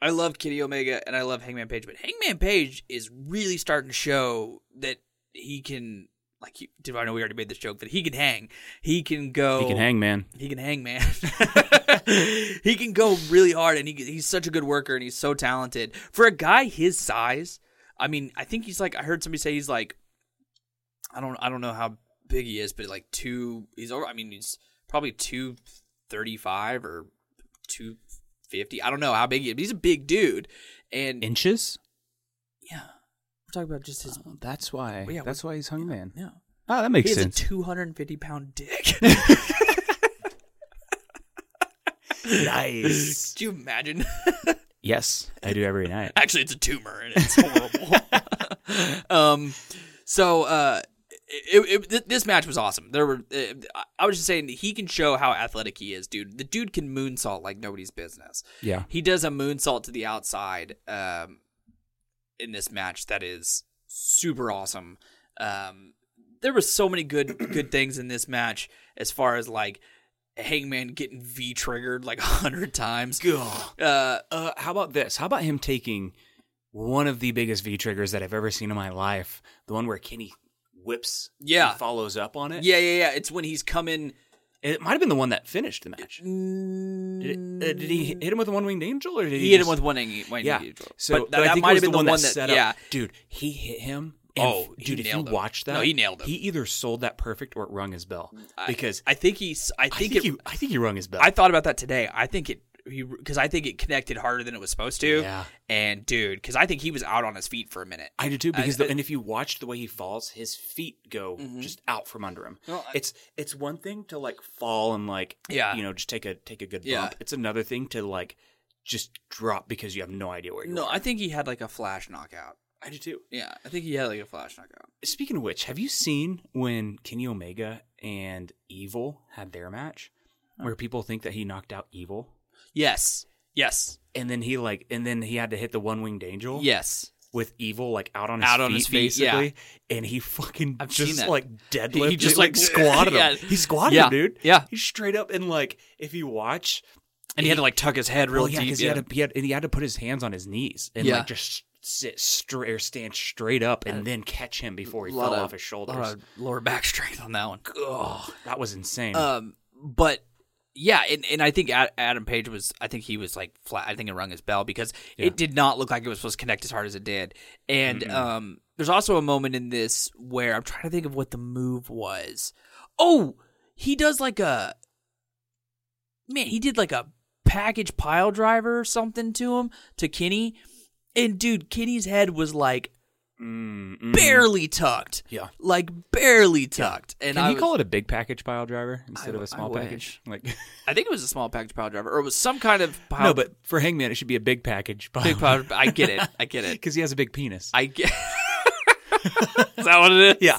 B: I love Kenny Omega and I love Hangman Page, but Hangman Page is really starting to show that he can. Like, he, did I know we already made this joke, but he can hang. He can go.
A: He can hang, man.
B: He can hang, man. [LAUGHS] he can go really hard, and he, he's such a good worker, and he's so talented for a guy his size. I mean, I think he's like I heard somebody say he's like, I don't, I don't know how big he is, but like two. He's over. I mean, he's probably two thirty five or two fifty. I don't know how big he is. But he's a big dude, and
A: Inches.
B: yeah, we're talking about just his.
A: Oh, that's why.
B: yeah,
A: that's why he's hung, man.
B: Yeah,
A: Oh, that
B: he
A: makes
B: has
A: sense.
B: a two hundred and fifty
A: [LAUGHS]
B: pound dick. [LAUGHS]
A: nice.
B: Could you imagine?
A: [LAUGHS] yes, I do every night.
B: Actually, it's a tumor and it's horrible. [LAUGHS] um, so uh, it, it, th- this match was awesome. There were, uh, I- I was just saying that he can show how athletic he is, dude. The dude can moonsault like nobody's business.
A: Yeah.
B: He does a moonsault to the outside um, in this match that is super awesome. Um, there were so many good [CLEARS THROAT] good things in this match as far as like Hangman getting V triggered like [LAUGHS] a hundred times. Uh,
A: Uh, how about this? How about him taking one of the biggest V triggers that I've ever seen in my life, the one where Kenny whips,
B: Yeah.
A: and follows up on it.
B: yeah, yeah, yeah. It's when he's coming.
A: it might have been the one that finished the match. Did, it, uh, did he hit him with the one winged angel, or did he,
B: Mm. He hit him
A: just-
B: with one angle. one
A: Yeah,
B: angle.
A: so
B: but
A: but I
B: that, that
A: think it
B: might
A: was
B: have been the one, that,
A: set up.
B: yeah,
A: dude, he hit him. and-
B: Oh, he
A: dude, if you
B: nailed him.
A: watched that,
B: No, he nailed him.
A: He either sold that perfect or it rung his bell because
B: I think he's. I think,
A: I think
B: it.
A: he, I think he rung his bell.
B: I thought about that today. I think it. Because I think it connected harder than it was supposed to.
A: Yeah.
B: And dude, because I think he was out on his feet for a minute.
A: I Mm-hmm. do too because the, and if you watch the way he falls, his feet go just out from under him.
B: Well, I-
A: it's it's one thing to like fall and like
B: Yeah.
A: you know just take a take a good bump.
B: Yeah.
A: It's another thing to like just drop because you have no idea where you
B: No,
A: are.
B: I think he had like a flash knockout.
A: I do too.
B: Yeah, I think he had like a flash knockout.
A: Speaking of which, have you seen when Kenny Omega and Evil had their match where people think that he knocked out Evil
B: Yes. Yes.
A: and then he like and then he had to hit the one winged angel?
B: Yes.
A: with evil like out on his
B: Out
A: feet,
B: on his feet, yeah.
A: basically, and he fucking
B: I've seen
A: just
B: that.
A: like deadlifted.
B: He just,
A: it,
B: like, [LAUGHS]
A: squatted
B: yeah.
A: him. He squatted
B: Yeah.
A: him, dude.
B: Yeah.
A: he straight up and like if you watch,
B: And he, had to like tuck his head real
A: well, yeah,
B: deep.
A: because he had to, he had, and he had to put his hands on his knees and
B: Yeah. Uh,
A: like just sit straight or stand straight up and then catch him before he
B: Lot
A: fell
B: of-
A: off his shoulders.
B: lot of
A: [LAUGHS]
B: lower back strength on that one.
A: Ugh, that was insane.
B: Um, but yeah, and, and I think Ad- Adam Page was, I think he was like flat. I think it rung his bell because it did not look like it was supposed to connect as hard as it did. And um, there's also a moment in this where I'm trying to think of what the move was. Oh, he does like a man. He did like a package pile driver or something to him to Kenny, and dude, Kenny's head was like
A: Mm, mm.
B: barely tucked.
A: Yeah.
B: like barely tucked. And
A: Can
B: I
A: you
B: was-
A: call it a big package pile driver instead
B: I-
A: of
B: I
A: a small package? Like [LAUGHS]
B: I think it was a small package pile driver, or it was some kind of pile.
A: no, but for Hangman, it should be a big package pile
B: big pile. I
A: [LAUGHS]
B: get it. I get it.
A: because he has a big penis.
B: I [LAUGHS] get. is that what it is? Yeah.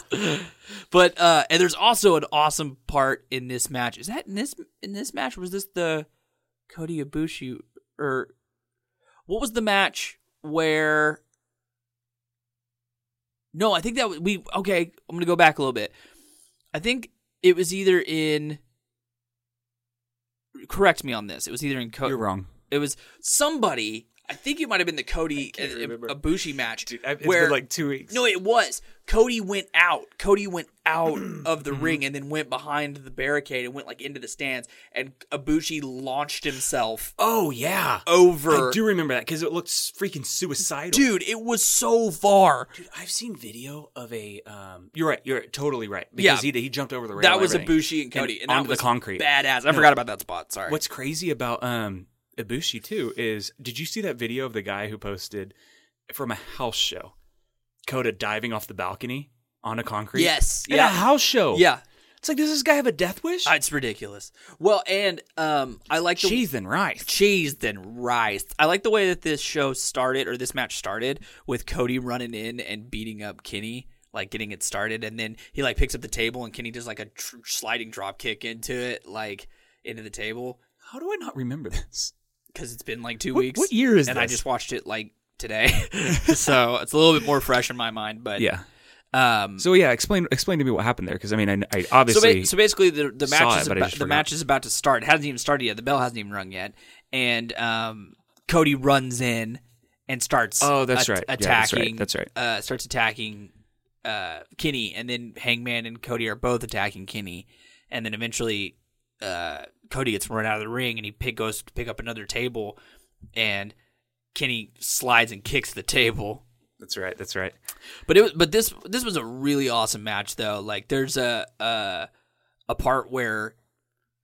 B: But uh, and there's also an awesome part in this match. Is that in this in this match? Was this the Cody Ibushi or what was the match where? No, I think that was, we okay. I'm gonna go back a little bit. I think it was either in. Correct me on this. It was either in Cody.
A: You're wrong.
B: It was somebody. I think it might have been the Cody
A: can't remember.
B: Abushi match
A: Dude, I've- uh, it's
B: where
A: been like two weeks.
B: no, it was Cody went out. Cody went
A: [CLEARS THROAT]
B: out of the
A: Mm-hmm.
B: ring and then went behind the barricade and went like into the stands. And Abushi launched himself
A: Oh yeah,
B: over.
A: I do remember that because it looked s- freaking suicidal.
B: Dude, it was so far.
A: Dude, I've seen video of a. Um, you're right. You're totally right.
B: Yeah.
A: Because he he jumped over the rail.
B: that
A: and
B: was
A: everything.
B: Ibushi and Cody, and, that
A: onto the
B: was
A: concrete.
B: Badass. I forgot about that spot. Sorry.
A: What's crazy about um Ibushi too is did you see that video of the guy who posted from a house show, Coda diving off the balcony on a concrete?
B: Yes,
A: At
B: yeah.
A: a house show.
B: yeah,
A: It's like does this guy have a death wish?
B: it's ridiculous. Well, and um, I like the
A: Cheese and rice.
B: cheese then rice. I like the way that this show started or this match started with Cody running in and beating up Kenny, like getting it started, and then he like picks up the table and Kenny does like a tr- sliding drop kick into it, like into the table
A: How do I not remember this?
B: because it's been like two
A: What-
B: weeks.
A: what year is
B: and I
A: this?
B: just watched it like today, [LAUGHS] so it's a little bit more fresh in my mind. But
A: Yeah.
B: um,
A: So yeah, explain explain to me what happened there because I mean I, I obviously
B: So, ba- so basically, the the
A: saw
B: match
A: it,
B: is
A: but I
B: about,
A: just
B: the
A: forgot.
B: match is about to start. It hasn't even started yet. The bell hasn't even rung yet, and um, Cody runs in and starts.
A: Oh, that's right. Yeah, that's right.
B: Attacking.
A: That's right.
B: Uh, starts attacking uh, Kenny, and then Hangman and Cody are both attacking Kenny, and then eventually uh, Cody gets run out of the ring, and he pick, goes to pick up another table, and Kenny slides and kicks the table.
A: that's right. That's right.
B: But it was, but this this was a really awesome match though. Like there's a a, a part where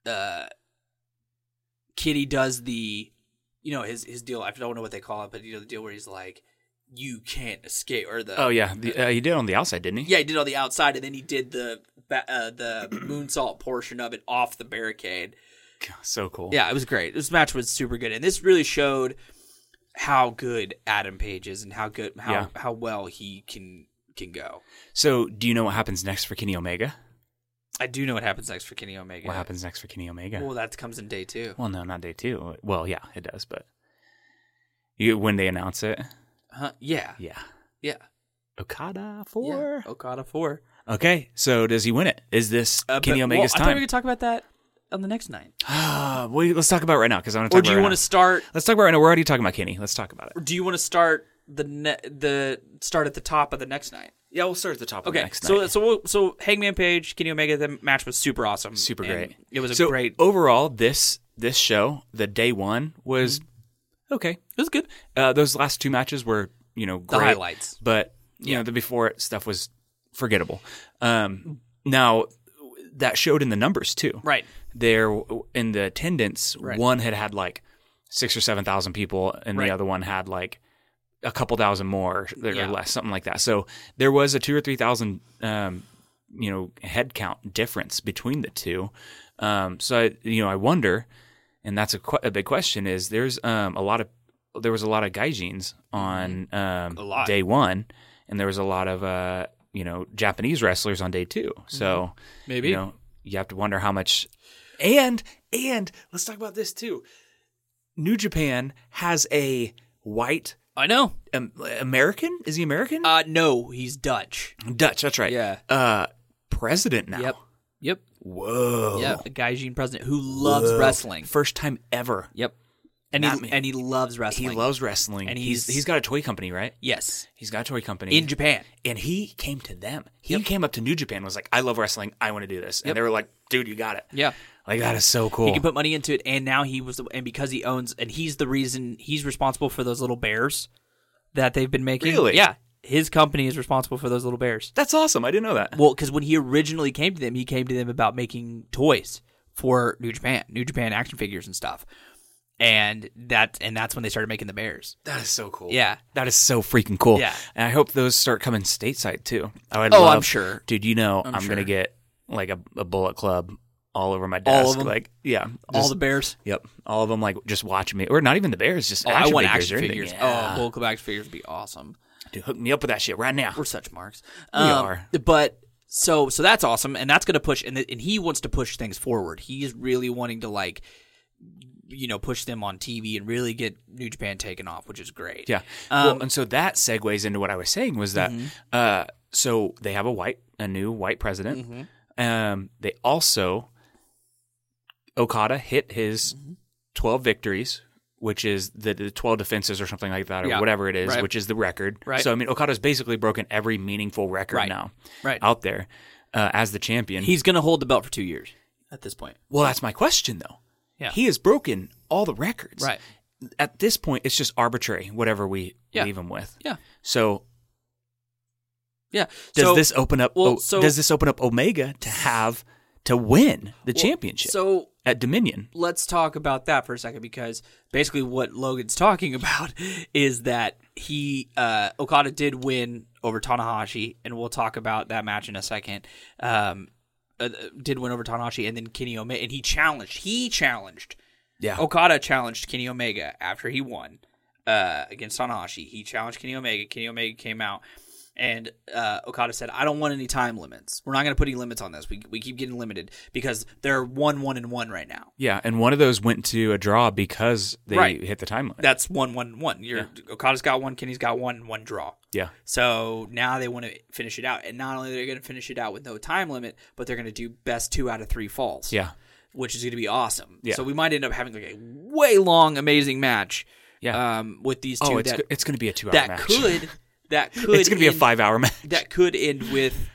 B: uh Kitty does the you know his his deal. I don't know what they call it, but you know the deal where he's like you can't escape or the
A: Oh yeah, the, uh, he did it on the outside, didn't he?
B: yeah, he did all the outside, and then he did the ba- uh, the [CLEARS THROAT] moonsault portion of it off the barricade.
A: So cool.
B: Yeah, it was great. This match was super good, and this really showed how good Adam Page is and how good how
A: Yeah.
B: how well he can can go.
A: So do you know what happens next for Kenny Omega?
B: I do know what happens next for Kenny Omega.
A: What happens next for Kenny Omega?
B: Well, that comes in day two.
A: Well, no, not day two. Well, yeah, it does, but you when they announce it,
B: Huh? Yeah.
A: yeah,
B: Yeah.
A: Okada
B: yeah. Oh,
A: four.
B: Okada four.
A: Okay, so does he win it? Is this
B: Uh,
A: Kenny
B: but-
A: Omega's
B: well, I thought we
A: time?
B: could talk about that on the next night.
A: Ah, [GASPS] wait, let's talk about it right now because I want to.
B: Or do you want to start?
A: Let's talk about it right now. We're already talking about Kenny. Let's talk about it.
B: Or do you want to start the ne- the start at the top of the next night?
A: Yeah, we'll start at the top.
B: Okay. so so we'll, so Hangman Page, Kenny Omega, the match was super awesome.
A: super
B: and
A: great.
B: It was a
A: So
B: great. It
A: overall. This this show, the day one was
B: Mm-hmm.
A: okay.
B: was good.
A: Uh, those last two matches were you know
B: The
A: great.
B: highlights.
A: but you know the before it stuff was forgettable. Um, now that showed in the numbers too.
B: Right.
A: There in the attendance,
B: Right.
A: one had had like six or seven thousand people, and
B: Right.
A: the other one had like a couple thousand more or
B: Yeah.
A: less, something like that. So there was a two or three thousand, um, you know, head count difference between the two. Um, so I, you know, I wonder, and that's a, que- a big question. Is there's um, a lot of there was a lot of gaijins on um,
B: Mm-hmm. A lot.
A: day one, and there was a lot of uh, you know Japanese wrestlers on day two. So
B: Mm-hmm. Maybe.
A: you know you have to wonder how much. And and let's talk about this too. New Japan has a white
B: I know.
A: um, American. Is he American?
B: Uh no, he's Dutch.
A: Dutch. That's right.
B: yeah.
A: Uh, president now.
B: Yep. Yep.
A: Whoa.
B: Yeah. A Gaijin president who loves wrestling.
A: First time ever.
B: Yep. And
A: Not
B: he,
A: me.
B: and he loves wrestling.
A: He loves wrestling,
B: And he's-
A: he's got a toy company, right?
B: Yes.
A: He's got a toy company
B: In Japan.
A: and he came to them. He came up to New Japan, and was like, "I love wrestling. I want to do this," and they were like, "Dude, you got it."
B: Yeah.
A: Like that is so cool.
B: He can put money into it, and now he was, the, and because he owns, and he's the reason he's responsible for those little bears that they've been making.
A: Really?
B: Yeah, his company is responsible for those little bears.
A: That's awesome. I didn't know that.
B: Well, because when he originally came to them, he came to them about making toys for New Japan, New Japan action figures and stuff, and that, and that's when they started making the bears.
A: That is so cool.
B: Yeah.
A: That is so freaking cool.
B: Yeah.
A: And I hope those start coming stateside too. I would
B: Oh,
A: love-
B: I'm sure.
A: Dude, you know I'm,
B: sure.
A: gonna get like a, a bullet club all over my
B: All
A: desk.
B: of them?
A: Like yeah.
B: All
A: just-
B: the bears.
A: Yep. All of them like just watching me. Or not even the bears, just
B: Oh, I
A: action
B: want
A: figures or
B: action
A: anything.
B: figures.
A: Yeah.
B: Oh, Bulk of action figures would be awesome.
A: Dude, hook me up with that shit right now.
B: We're such marks. Um,
A: We are.
B: But so so that's awesome, and that's going to push, and th- and he wants to push things forward. He's really wanting to like, you know, push them on TV and really get New Japan taken off, which is great.
A: Yeah.
B: Um,
A: well, and so that segues into what I was saying was that
B: Mm-hmm.
A: uh, so they have a white, a new white president.
B: Mm-hmm.
A: Um, they
B: Mm-hmm.
A: also Okada hit his twelve victories which is the, the 12 defenses or something like that, or
B: Yeah.
A: whatever it is,
B: Right.
A: which is the record.
B: Right.
A: So, I mean, Okada's basically broken every meaningful record
B: Right.
A: now
B: Right.
A: out there uh, as the champion.
C: He's going to hold the belt for two years.
B: at this point.
A: well, that's my question, though.
B: Yeah.
A: He has broken all the records.
B: Right.
A: At this point, it's just arbitrary, whatever we
B: Yeah.
A: leave him with.
B: Yeah.
A: So,
B: Yeah.
A: does
B: So-
A: this open up?
B: well,
A: oh,
B: so-
A: does this open up Omega to have to win the
B: well,
A: championship
B: So
A: at Dominion?
B: let's talk about that for a second because basically what Logan's talking [LAUGHS] about is that he uh, Okada did win over Tanahashi, and we'll talk about that match in a second. Um, uh, did win over Tanahashi, and then Kenny Omega, and he challenged. He challenged.
A: Yeah.
B: Okada challenged Kenny Omega after he won uh, against Tanahashi. He challenged Kenny Omega. Kenny Omega came out, and uh, Okada said, "I don't want any time limits. We're not going to put any limits on this. We we keep getting limited because they're one one and one right now."
A: Yeah, and one of those went to a draw because they
B: Right.
A: hit the time limit.
B: That's one, one, one. You're, Okada's got one, Kenny's got one, one draw.
A: yeah.
B: So now they want to finish it out, and not only they're going to finish it out with no time limit, but they're going to do best two out of three falls.
A: Yeah.
B: which is going to be awesome.
A: Yeah.
B: So we might end up having like a way long, amazing match.
A: Yeah.
B: Um, with these two
A: Oh, it's
B: that
A: go- it's going to be a 2-hour
B: that
A: match.
B: could that could
A: [LAUGHS] it's going to be a
B: end-
A: 5-hour match.
B: that could end with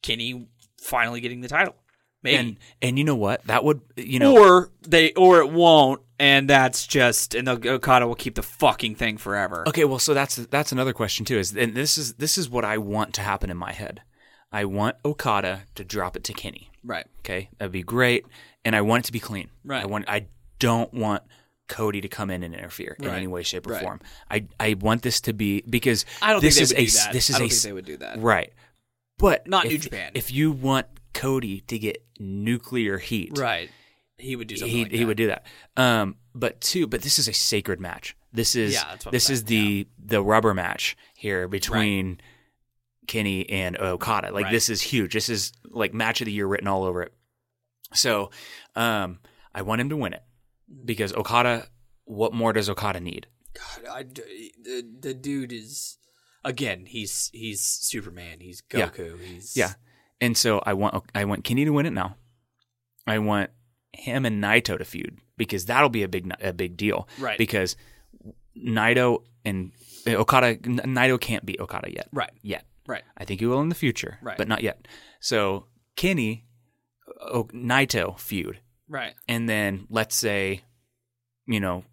B: Kenny finally getting the title, maybe.
A: and and you know what? That would you know
B: Or they, or it won't, and that's just, and the Okada will keep the fucking thing forever.
A: Okay, well, so that's that's another question too. Is and this is this is what I want to happen in my head. I want Okada to drop it to Kenny.
B: Right.
A: Okay, that'd be great, and I want it to be clean.
B: Right.
A: I want. I don't want Cody to come in and interfere in
B: Right.
A: any way, shape, or
B: Right.
A: form. I I want this to be because
B: I don't
A: this
B: think
A: is
B: they would
A: a
B: do that.
A: this is
B: I don't
A: a
B: think they would do that.
A: right. But
B: Not
A: if,
B: New Japan.
A: If you want Cody to get nuclear heat,
B: Right. He would do something
A: he
B: like
A: he
B: that.
A: would do that. Um, but two, but this is a sacred match. This is
B: Yeah, that's what I'm
A: this
B: saying,
A: is the the rubber match here between Kenny and Okada. Like
B: Right.
A: this is huge. This is like match of the year written all over it. So, um, I want him to win it because Okada. What more does Okada need?
B: God, I d- the, the dude is again. He's he's Superman. He's
A: Yeah.
B: Goku. He's
A: Yeah, and so I want I want Kenny to win it now. I want him and Naito to feud because that'll be a big a big deal.
B: Right.
A: Because Naito and uh, Okada, N- Naito can't beat Okada yet.
B: Right.
A: Yet.
B: Right.
A: I think he will in the future.
B: Right.
A: But not yet. So Kenny, o- Naito feud,
B: Right.
A: and then let's say, you know.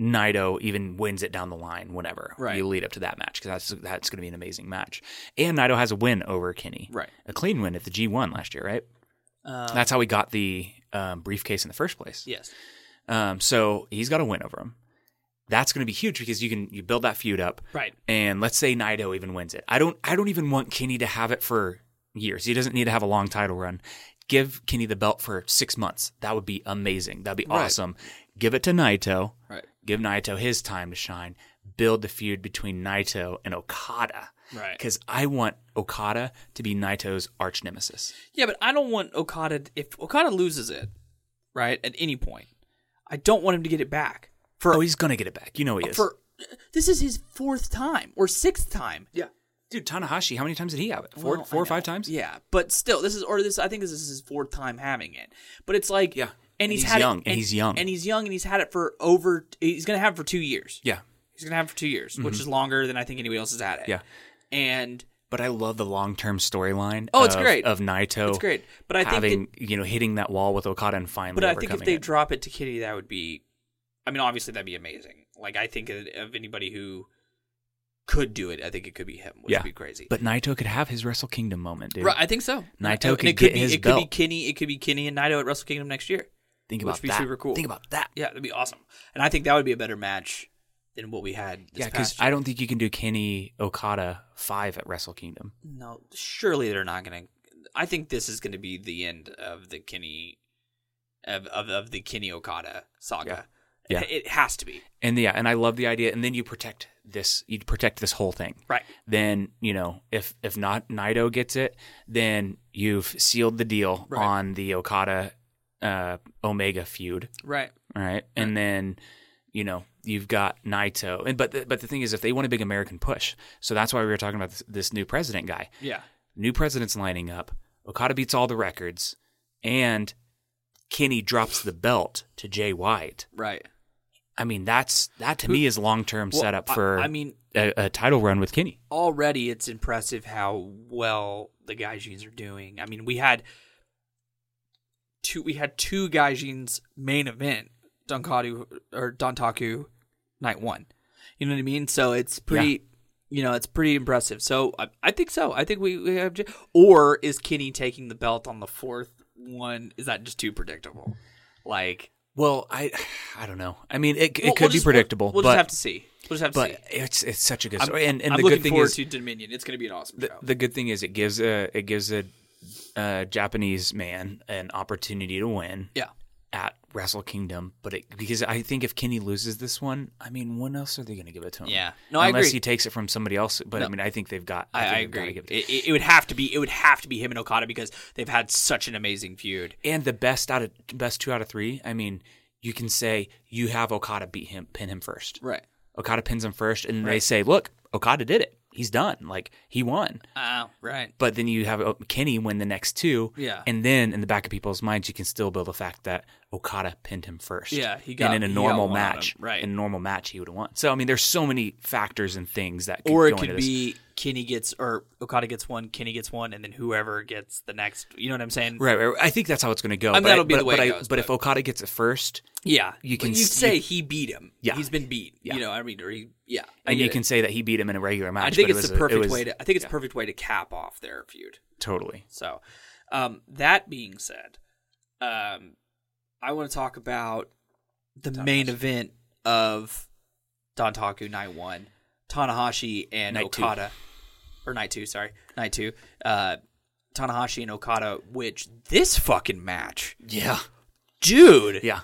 A: Naito even wins it down the line whenever
B: Right.
A: you lead up to that match because that's that's going to be an amazing match. And Naito has a win over Kenny
B: Right.
A: a clean win at the G1 last year, right?
B: Uh,
A: That's how he got the um, briefcase in the first place.
B: yes.
A: Um, so he's got a win over him. That's going to be huge because you can you build that feud up,
B: Right.
A: and let's say Naito even wins it. I don't I don't even want Kenny to have it for years. He doesn't need to have a long title run. Give Kenny the belt for six months. That would be amazing. That'd be
B: Right.
A: awesome. Give it to Naito.
B: Right.
A: Give Naito his time to shine. Build the feud between Naito and Okada.
B: Right.
A: Because I want Okada to be Naito's arch nemesis.
B: Yeah, but I don't want Okada. If Okada loses it, right at any point, I don't want him to get it back for
A: Oh, he's gonna get it back. You know he is.
B: for. This is his fourth time or sixth time. Yeah.
A: Dude, Tanahashi, how many times did he have it? Four,
B: Well,
A: four
B: I
A: or five
B: know.
A: times.
B: Yeah, but still, this is or this. I think this is his fourth time having it. But it's like,
A: Yeah.
B: and
A: And
B: he's,
A: he's
B: had
A: young,
B: it,
A: and he's young.
B: and he's young, and he's had it for over. He's gonna have it for two years.
A: Yeah.
B: He's gonna have it for two years, which is longer than I think anybody else has had it.
A: Mm-hmm. Yeah.
B: and
A: But I love the long-term storyline.
B: Oh, it's
A: of-
B: great.
A: of Naito.
B: it's great. But I think,
A: Oh, having
B: that,
A: you know hitting that wall with Okada and finally.
B: but I think if
A: overcoming
B: they
A: it.
B: drop it to Kitty, that would be. I mean, obviously, that'd be amazing. Like, I think of of anybody who could do it. I think it could be him, which
A: Yeah.
B: would be crazy.
A: but Naito could have his Wrestle Kingdom moment, dude.
B: Right, I think so.
A: Naito
B: And
A: could
B: it
A: get
B: be,
A: his
B: It could
A: belt.
B: be Kenny. It could be Kenny and Naito at Wrestle Kingdom next year.
A: Think
B: which
A: about
B: would be
A: that.
B: super cool.
A: Think about that.
B: Yeah, that'd be awesome. And I think that would be a better match than what we had. This
A: Yeah, because
B: past
A: I
B: year.
A: don't think you can do Kenny Okada five at Wrestle Kingdom.
B: no, surely they're not gonna. I think this is gonna be the end of the Kenny, of of, of the Kenny Okada saga.
A: Yeah. Yeah.
B: It, it has to be
A: And yeah, and I love the idea. And then you protect this. You protect this whole thing.
B: right.
A: then you know if if not Naito gets it, then you've sealed the deal
B: Right.
A: on the Okada uh, Omega feud,
B: Right.
A: all right? And then you know you've got Naito, and but the, but the thing is, if they want a big American push, so that's why we were talking about this, this new president guy.
B: Yeah.
A: New president's lining up. Okada beats all the records, and Kenny drops the belt to Jay White.
B: Right.
A: I mean, that's that to me is long term
B: Well,
A: setup
B: I-
A: for
B: I mean,
A: a, a title run with Kenny.
B: already it's impressive how well the Gaijins are doing. I mean, we had two we had two Gaijins main event, Donkadu or Dontaku night one. You know what I mean? So it's pretty you know, it's pretty impressive. So I, I think so. I think we, we have j- or is Kenny taking the belt on the fourth one? Is that just too predictable? Like
A: Well, I [SIGHS] I don't know. I mean, it, it
B: we'll-
A: could
B: we'll
A: be
B: just- we'll-
A: predictable,
B: We'll,
A: but
B: just have to see. We'll just have to see.
A: but it's it's such a good story. and and
B: I'm
A: the
B: looking
A: good thing
B: forward
A: is
B: to Dominion. It's going to be an awesome
A: the,
B: show.
A: the good thing is it gives a it gives a, a Japanese man an opportunity to win
B: yeah.
A: at Wrestle Kingdom, but it because I think if Kenny loses this one, I mean, when else are they going to give it to him?
B: Yeah. No, I
A: unless
B: agree.
A: he takes it from somebody else. But I mean, I think they've got.
B: I,
A: think
B: I
A: they've gotta
B: agree.
A: give it
B: It,
A: to-
B: it it would have to be it would have to be him and Okada because they've had such an amazing feud.
A: and the best out of best two out of three. I mean, you can say you have Okada beat him, pin him first.
B: Right.
A: Okada pins him first, and they say, "Look, Okada did it. He's done. Like he won."
B: Uh, right.
A: But then you have uh, Kenny win the next two,
B: Yeah.
A: and then in the back of people's minds, you can still build the fact that Okada pinned him first.
B: Yeah, he got-
A: and in a
B: he got
A: normal
B: one on him,
A: match,
B: right.
A: In a normal match, he would have won. So I mean, there's so many factors and things that could
B: Or
A: go
B: it could
A: into this.
B: be Kenny gets or Okada gets one, Kenny gets one, and then whoever gets the next. You know what I'm saying?
A: Right, right, right. I think that's how it's going to go.
B: mean,
A: but
B: that'll be
A: but,
B: the way
A: but
B: it
A: I-
B: goes,
A: but, if Okada gets it first,
B: Yeah.
A: You
B: But
A: can
B: you
A: s-
B: say he beat him.
A: Yeah.
B: He's been beat.
A: Yeah.
B: You know. I mean, or he, yeah. I
A: and
B: get
A: you
B: it.
A: can say that he beat him in a regular match.
B: I think
A: but it
B: it's
A: was
B: the
A: a- it
B: perfect
A: was-
B: way to. I think it's a perfect way to cap off their feud.
A: Totally.
B: So, um, that being said, um, I want to talk about the main event of Dontaku Night One, Tanahashi and
A: Night two.
B: Okada, or Night Two, sorry, Night Two, uh, Tanahashi and Okada. Which this fucking match,
A: Yeah.
B: dude,
A: Yeah.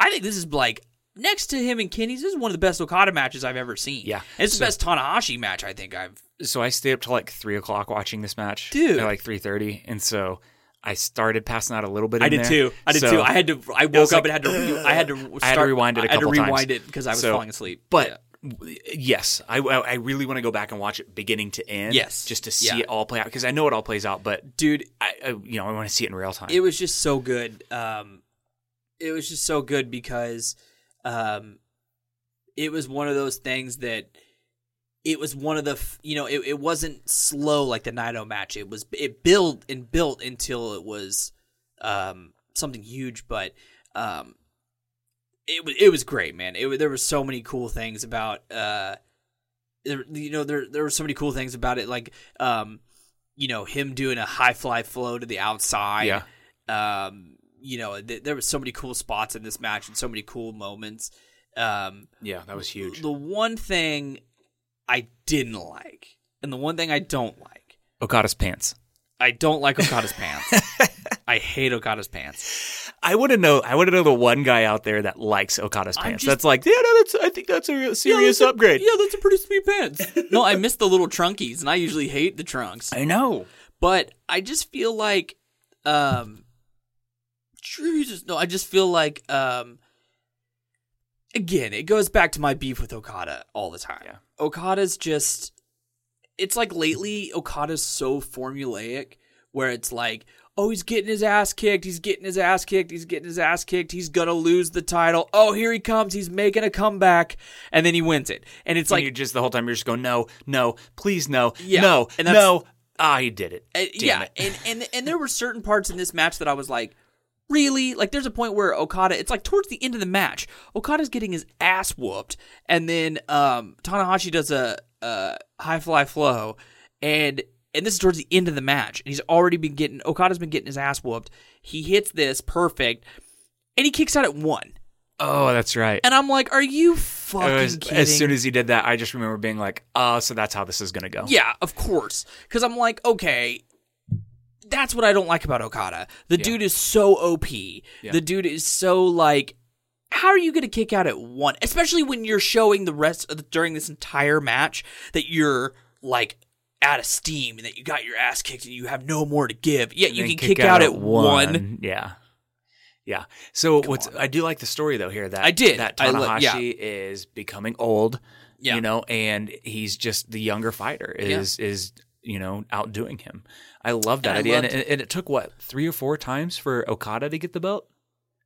B: I think this is like. Next to him and Kenny's, this is one of the best Okada matches I've ever seen.
A: Yeah.
B: And it's
A: So-
B: the best Tanahashi match I think I've.
A: So I stayed up till like three o'clock watching this match,
B: Dude.
A: at like three thirty, and so I started passing out a little bit.
B: I
A: in
B: did
A: there.
B: too. I did
A: So-
B: too. I had to. I woke
A: was
B: up
A: like,
B: and had to. Re-
A: [GASPS]
B: I had to. Start,
A: I had to rewind it a
B: I had to
A: couple times.
B: rewind it because I was
A: So-
B: falling asleep.
A: But w- yes, I, I I really want to go back and watch it beginning to end.
B: Yes.
A: just to see
B: Yeah.
A: it all play out because I know it all plays out, but
B: dude,
A: I, I you know I want to see it in real time.
B: it was just so good. Um, it was just so good because, um, it was one of those things that it was one of the f- you know it, it wasn't slow like the Naito match. It was it built and built until it was um something huge, but um. It was it was great, man. It wa- there were so many cool things about uh, there, you know there there were so many cool things about it, like um, you know him doing a high fly flow to the outside,
A: yeah,
B: um, you know, th- there was so many cool spots in this match and so many cool moments. Um,
A: yeah, that was huge.
B: the one thing I didn't like, and the one thing I don't like,
A: Okada's pants.
B: I don't like
A: [LAUGHS]
B: Okada's pants. I hate Okada's pants.
A: I want to know. I want to know the one guy out there that likes Okada's
B: I'm
A: pants.
B: just-
A: that's like, yeah, no, that's. I think that's a real serious
B: that's a-
A: upgrade.
B: Yeah, that's a pretty sweet pants. no, I miss the little trunkies, and I usually hate the trunks.
A: I know.
B: but I just feel like, um, Jesus, no, I just feel like, um, again, it goes back to my beef with Okada all the time.
A: Yeah.
B: Okada's just, it's like lately Okada's so formulaic where it's like, oh, he's getting his ass kicked, he's getting his ass kicked, he's getting his ass kicked, he's gonna lose the title. Oh, here he comes, he's making a comeback, and then he wins it, and it's
A: It's like
B: like.
A: you just the whole time you're just going, no, no, please, no,
B: Yeah,
A: no,
B: and that's-
A: no. Ah, he did it.
B: Uh,
A: Damn
B: yeah,
A: it.
B: and and and there were certain parts in this match that I was like, really? Like, there's a point where Okada, it's like towards the end of the match, Okada's getting his ass whooped, and then um, Tanahashi does a, a high fly flow, and and this is towards the end of the match, and he's already been getting Okada's been getting his ass whooped. He hits this perfect, and he kicks out at one,
A: Oh, that's right.
B: and I'm like, are you
A: It
B: fucking
A: was-
B: kidding?
A: Uh, as soon as he did that, I just remember being like, oh, so that's how this is gonna go.
B: Yeah, of course. Because I'm like, okay, that's what I don't like about Okada. The dude is so OP. The dude is so like, how are you going to kick out at one? Especially when you're showing the rest of the, during this entire match that you're like out of steam and that you got your ass kicked and you have no more to give. Yet you
A: Then
B: can kick, out, at one.
A: Yeah. Yeah. So what's I do like the story though here that
B: I did.
A: that
B: I
A: Tanahashi
B: li- yeah.
A: is becoming old.
B: Yeah.
A: You know, and he's just the younger fighter is is you know outdoing him. I love that
B: And I
A: idea, and
B: loved-
A: it, and it took what three or four times for Okada to get the belt.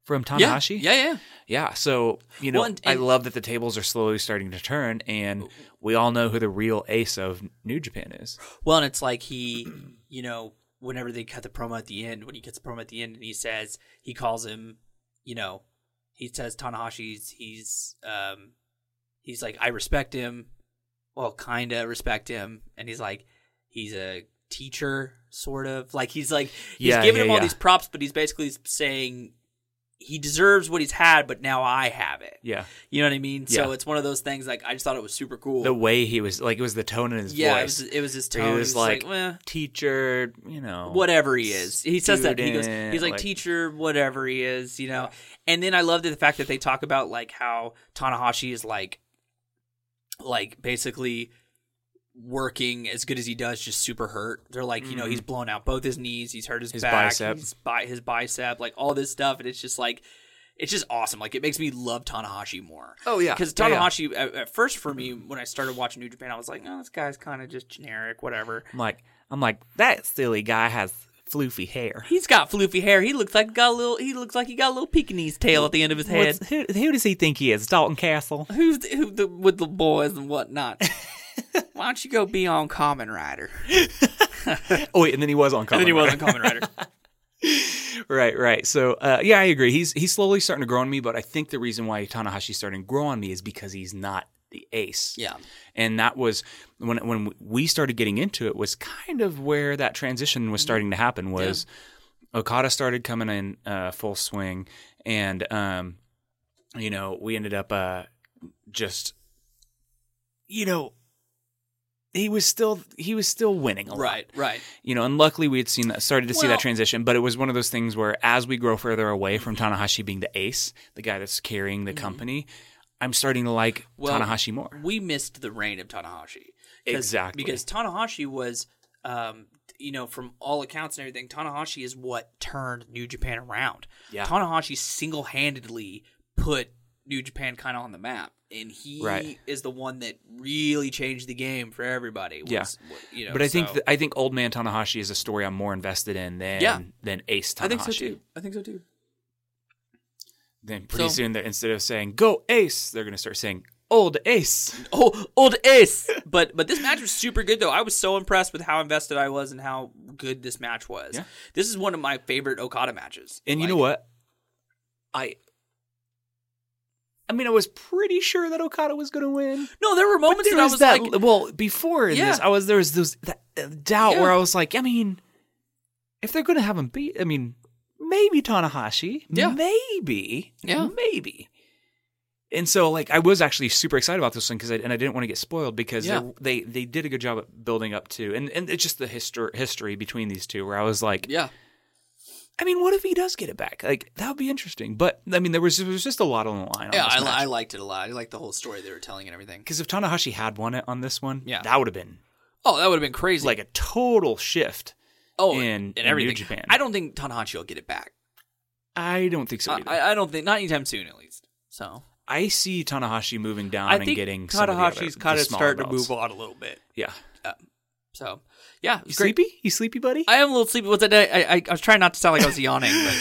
A: from
B: Yeah,
A: Tanahashi.
B: yeah, yeah.
A: Yeah, so you know,
B: Well, and-
A: I
B: and-
A: love that the tables are slowly starting to turn, and we all know who the real ace of New Japan is.
B: Well, and it's like he, you know, whenever they cut the promo at the end, when he gets the promo at the end, and he says he calls him, you know, he says Tanahashi's he's um he's like I respect him, well, kinda respect him, and he's like he's a teacher sort of like he's like he's
A: Yeah,
B: giving
A: yeah,
B: him all
A: yeah.
B: these props, but he's basically saying he deserves what he's had, but now I have it.
A: Yeah,
B: You know what I mean? So
A: Yeah.
B: it's one of those things. Like I just thought it was super cool.
A: the way he was like it was the tone in his
B: yeah, it
A: voice.
B: was, it was his
A: Where
B: tone.
A: he
B: It
A: was
B: was like,
A: like,
B: "Meh."
A: Teacher, you know,
B: whatever he is. He says that he goes. He's
A: student,
B: like,
A: like-
B: teacher, whatever he is, you know. And then I love the fact that they talk about like how Tanahashi is like, like basically working as good as he does, just super hurt. They're like, you know, he's blown out both his knees, he's hurt his,
A: Mm-hmm. His
B: back,
A: bicep.
B: His, bi- his bicep, like all this stuff, and it's just like. It's just awesome. Like it makes me love Tanahashi more.
A: Oh, yeah.
B: because
A: Yeah, yeah.
B: Tanahashi at, at first for me when I started watching New Japan, I was like, "Oh, this guy's kind of just generic, whatever."
A: I'm like, I'm like that silly guy has floofy hair.
B: He's got floofy hair. He looks like he got a little. He looks like he got a little Pekingese tail at the end of his head.
A: What's- Who, who does he think he is? Dalton Castle.
B: Who's who the, with the boys and whatnot? Why don't you go be on Common Rider?
A: Oh wait, and then he was on. Common
B: And then he
A: Rider.
B: was on Common Rider.
A: Right, right. So, uh, yeah, I agree. He's he's slowly starting to grow on me, but I think the reason why Tanahashi's starting to grow on me is because he's not the ace.
B: [LAUGHS] Yeah.
A: and that was when when we started getting into it was kind of where that transition was starting to happen. Was Okada started coming in uh, full swing, and um, you know we ended up uh, just you know he was still he was still winning a lot
B: right, right.
A: you know, and luckily we had seen that, started to see
B: Well-
A: that transition, but it was one of those things where as we grow further away from Tanahashi being the ace, the guy that's carrying the company, I'm starting to like
B: Mm-hmm. Well,
A: Tanahashi more.
B: We missed the reign of Tanahashi. 'Cause-
A: Exactly.
B: Because Tanahashi was, um, you know, from all accounts and everything, Tanahashi is what turned New Japan around.
A: Yeah.
B: Tanahashi single handedly put New Japan kind of on the map. And he
A: Right.
B: is the one that really changed the game for everybody.
A: Yeah.
B: Was- You know,
A: But I think
B: so-
A: that I think Old Man Tanahashi is a story I'm more invested in than
B: Yeah.
A: than Ace Tanahashi.
B: I think so too. I think so too.
A: Then pretty
B: So-
A: soon, they're- instead of saying "Go Ace," they're going to start saying "Old Ace."
B: Oh, old ace. But but this match was super good though. I was so impressed with how invested I was and how good this match was.
A: Yeah.
B: This is one of my favorite Okada matches.
A: And you
B: Like,
A: know what? I I mean, I was pretty sure that Okada was going to win.
B: No, there were moments
A: there
B: that I
A: was
B: was
A: that
B: like,
A: well before in
B: Yeah.
A: this I was there was those that uh, doubt
B: Yeah.
A: where I was like I mean if they're gonna have him beat I mean maybe Tanahashi
B: Yeah.
A: maybe
B: Yeah.
A: maybe and so like I was actually super excited about this one because I, and I didn't want to get spoiled because
B: Yeah.
A: they're- they they did a good job at building up to and and it's just the history history between these two where I was like
B: yeah,
A: I mean what if he does get it back like that would be interesting but I mean there was there was just a lot on the line on
B: yeah.
A: this
B: I, li-
A: match.
B: I liked it a lot. I liked the whole story they were telling and everything.
A: because if Tanahashi had won it on this one,
B: Yeah.
A: that would have been
B: Oh, that would have been crazy.
A: like a total shift.
B: oh,
A: in-
B: and,
A: in New
B: everything.
A: Japan.
B: I don't think Tanahashi will get it back.
A: I don't think so.
B: I,
A: Either. I,
B: I I don't think not anytime soon, at least. So
A: see Tanahashi moving down
B: I
A: and
B: think
A: getting
B: Tanahashi's
A: kind of
B: starting to move on a little bit.
A: Yeah,
B: So yeah, it
A: you
B: was great.
A: sleepy? You sleepy, buddy?
B: I am a little sleepy. What's that? I, I I was trying not to
A: [LAUGHS]
B: sound like I was yawning, but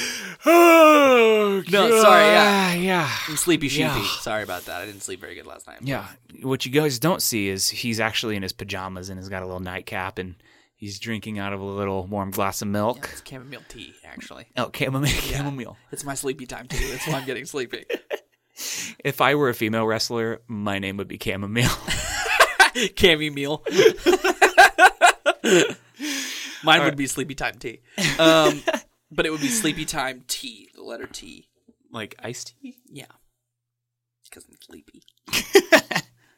A: oh,
B: [LAUGHS] No, sorry, yeah.
A: yeah,
B: I'm sleepy sheepy.
A: Yeah.
B: Sorry about that. I didn't sleep very good last night.
A: yeah. What you guys don't see is he's actually in his pajamas and has got a little nightcap and he's drinking out of a little warm glass of milk.
B: It's chamomile tea, actually.
A: Oh, chamomile, chamomile.
B: It's my sleepy time too. That's why I'm getting
A: [LAUGHS]
B: sleepy.
A: If I were a female wrestler, my name would be
B: [LAUGHS]
A: chamomile.
B: Cammy
A: [LAUGHS]
B: meal. Mine would be sleepy time tea. Um, [LAUGHS] but it would be sleepy time tea, the letter T.
A: like iced tea.
B: Yeah. Because I'm
A: [LAUGHS]
B: sleepy.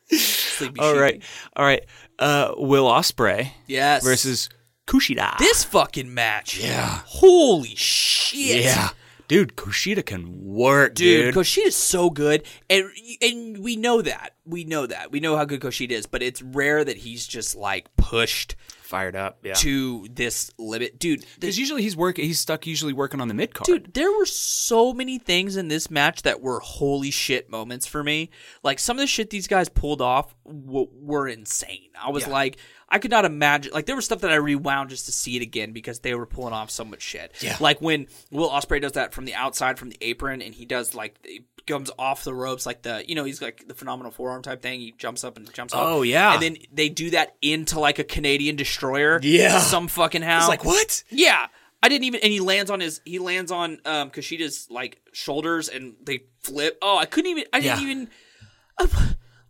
B: sleepy
A: All
B: sheepy.
A: right, all right. Uh, Will Osprey
B: Yes.
A: versus Kushida.
B: this fucking match.
A: Yeah.
B: Holy shit.
A: Yeah. Dude, Kushida can work,
B: dude,
A: dude.
B: because she is so good, and and we know that we know that. We know how good Koshida is, but it's rare that he's just like pushed
A: Fired up, yeah.
B: to this limit. Dude,
A: Because usually he's work he's stuck usually working on the mid card.
B: Dude, there were so many things in this match that were holy shit moments for me. Like some of the shit these guys pulled off w- were insane. I was like, I could not imagine. Like there was stuff that I rewound just to see it again because they were pulling off so much shit. Yeah. Like when Will Osprey does that from the outside from the apron, and he does like he comes off the ropes like the you know he's like the phenomenal forearm type thing. He jumps up and jumps.
A: Oh,
B: off.
A: yeah.
B: And then they do that into like a Canadian destroyer.
A: Yeah.
B: Some fucking how.
A: It's like what?
B: Yeah. I didn't even and he lands on his he lands on um Kushida's like shoulders and they flip. Oh, I couldn't even I didn't
A: Yeah.
B: even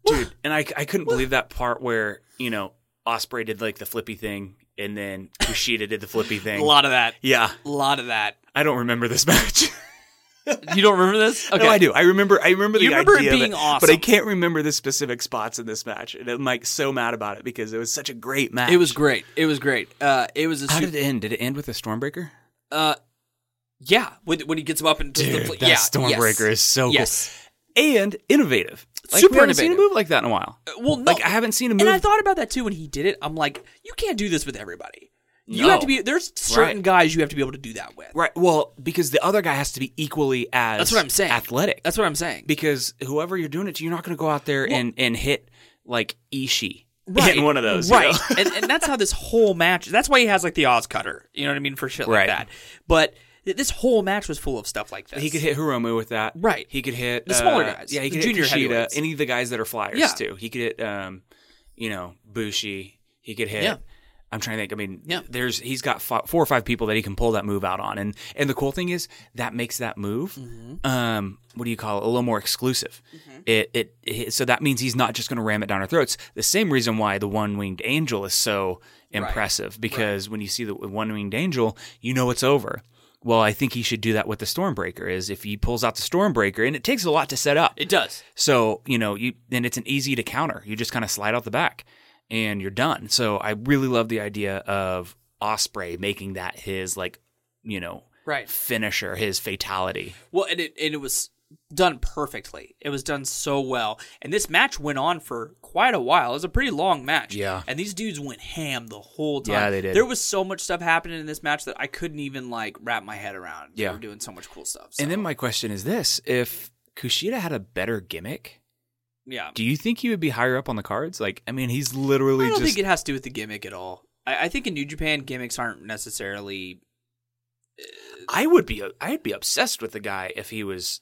A: Dude, and I I couldn't believe that part where, you know, Osprey did like the flippy thing and
B: [LAUGHS]
A: then Kushida did the flippy
B: a
A: thing.
B: lot of that.
A: Yeah.
B: A lot of that.
A: I don't remember this [LAUGHS] match.
B: You don't remember this?
A: [LAUGHS]
B: Okay.
A: No, I do. I remember. I remember the
B: You remember it
A: idea of
B: being
A: it,
B: awesome.
A: but I can't remember the specific spots in this match. And I'm like so mad about it because it was such a great match.
B: It was great. It was great. Uh it was a
A: How
B: su-
A: did it end? Did it end with a Stormbreaker?
B: uh yeah, when, when he gets him up and does the fl-
A: that
B: yeah,
A: Stormbreaker
B: yes.
A: is so cool.
B: Yes.
A: and innovative. Like,
B: Super
A: we haven't Seen a
B: innovative. Uh,
A: move like that in a while.
B: Well, no.
A: Like I haven't seen a move.
B: and I thought about that too when he did it. I'm like, you can't do this with everybody. You
A: No.
B: have to be there's certain
A: Right.
B: guys you have to be able to do that with.
A: right. Well, because the other guy has to be equally as
B: That's what I'm saying.
A: Athletic.
B: That's what I'm saying.
A: because whoever you're doing it to, you're not going to go out there and and hit like Ishii in one of those. you
B: Right.
A: know? [LAUGHS]
B: and, and that's how this whole match that's why he has like the Oz cutter. You know what I mean? For shit like
A: Right.
B: that. But th- this whole match was full of stuff like this.
A: He could hit Hiromu with that.
B: Right.
A: He could hit
B: The smaller
A: uh,
B: guys,
A: Yeah, he
B: the
A: could
B: junior
A: hit Kushida,
B: heavyweights.
A: any of the guys that are flyers
B: Yeah.
A: too. He could hit um, you know, Bushi. He could hit
B: Yeah.
A: I'm trying to think. I mean,
B: Yeah.
A: there's he's got fi- four or five people that he can pull that move out on, and and the cool thing is that makes that move, um, what do you call it, a little more exclusive. It, it it so that means he's not just going to ram it down our throats. The same reason why the one winged angel is so impressive because when you see the one winged angel, you know it's over. Well, I think he should do that with the Stormbreaker. Is if he pulls out the Stormbreaker, and it takes a lot to set up.
B: It does.
A: So, you know, you then it's an easy to counter. You just kind of slide out the back and you're done. So I really love the idea of Osprey making that his like, you know,
B: Right.
A: finisher, his fatality.
B: Well and it and it was done perfectly. It was done so well. And this match went on for quite a while. It was a pretty long match.
A: Yeah.
B: And these dudes went ham the whole time.
A: Yeah, they did.
B: There was so much stuff happening in this match that I couldn't even like wrap my head around. They
A: Yeah.
B: were doing so much cool stuff.
A: And
B: So,
A: then my question is this, if Kushida had a better gimmick,
B: yeah.
A: do you think he would be higher up on the cards? Like, I mean, he's literally
B: I don't
A: just
B: think it has to do with the gimmick at all. I, I think in New Japan, gimmicks aren't necessarily.
A: I would be I'd be obsessed with the guy if he was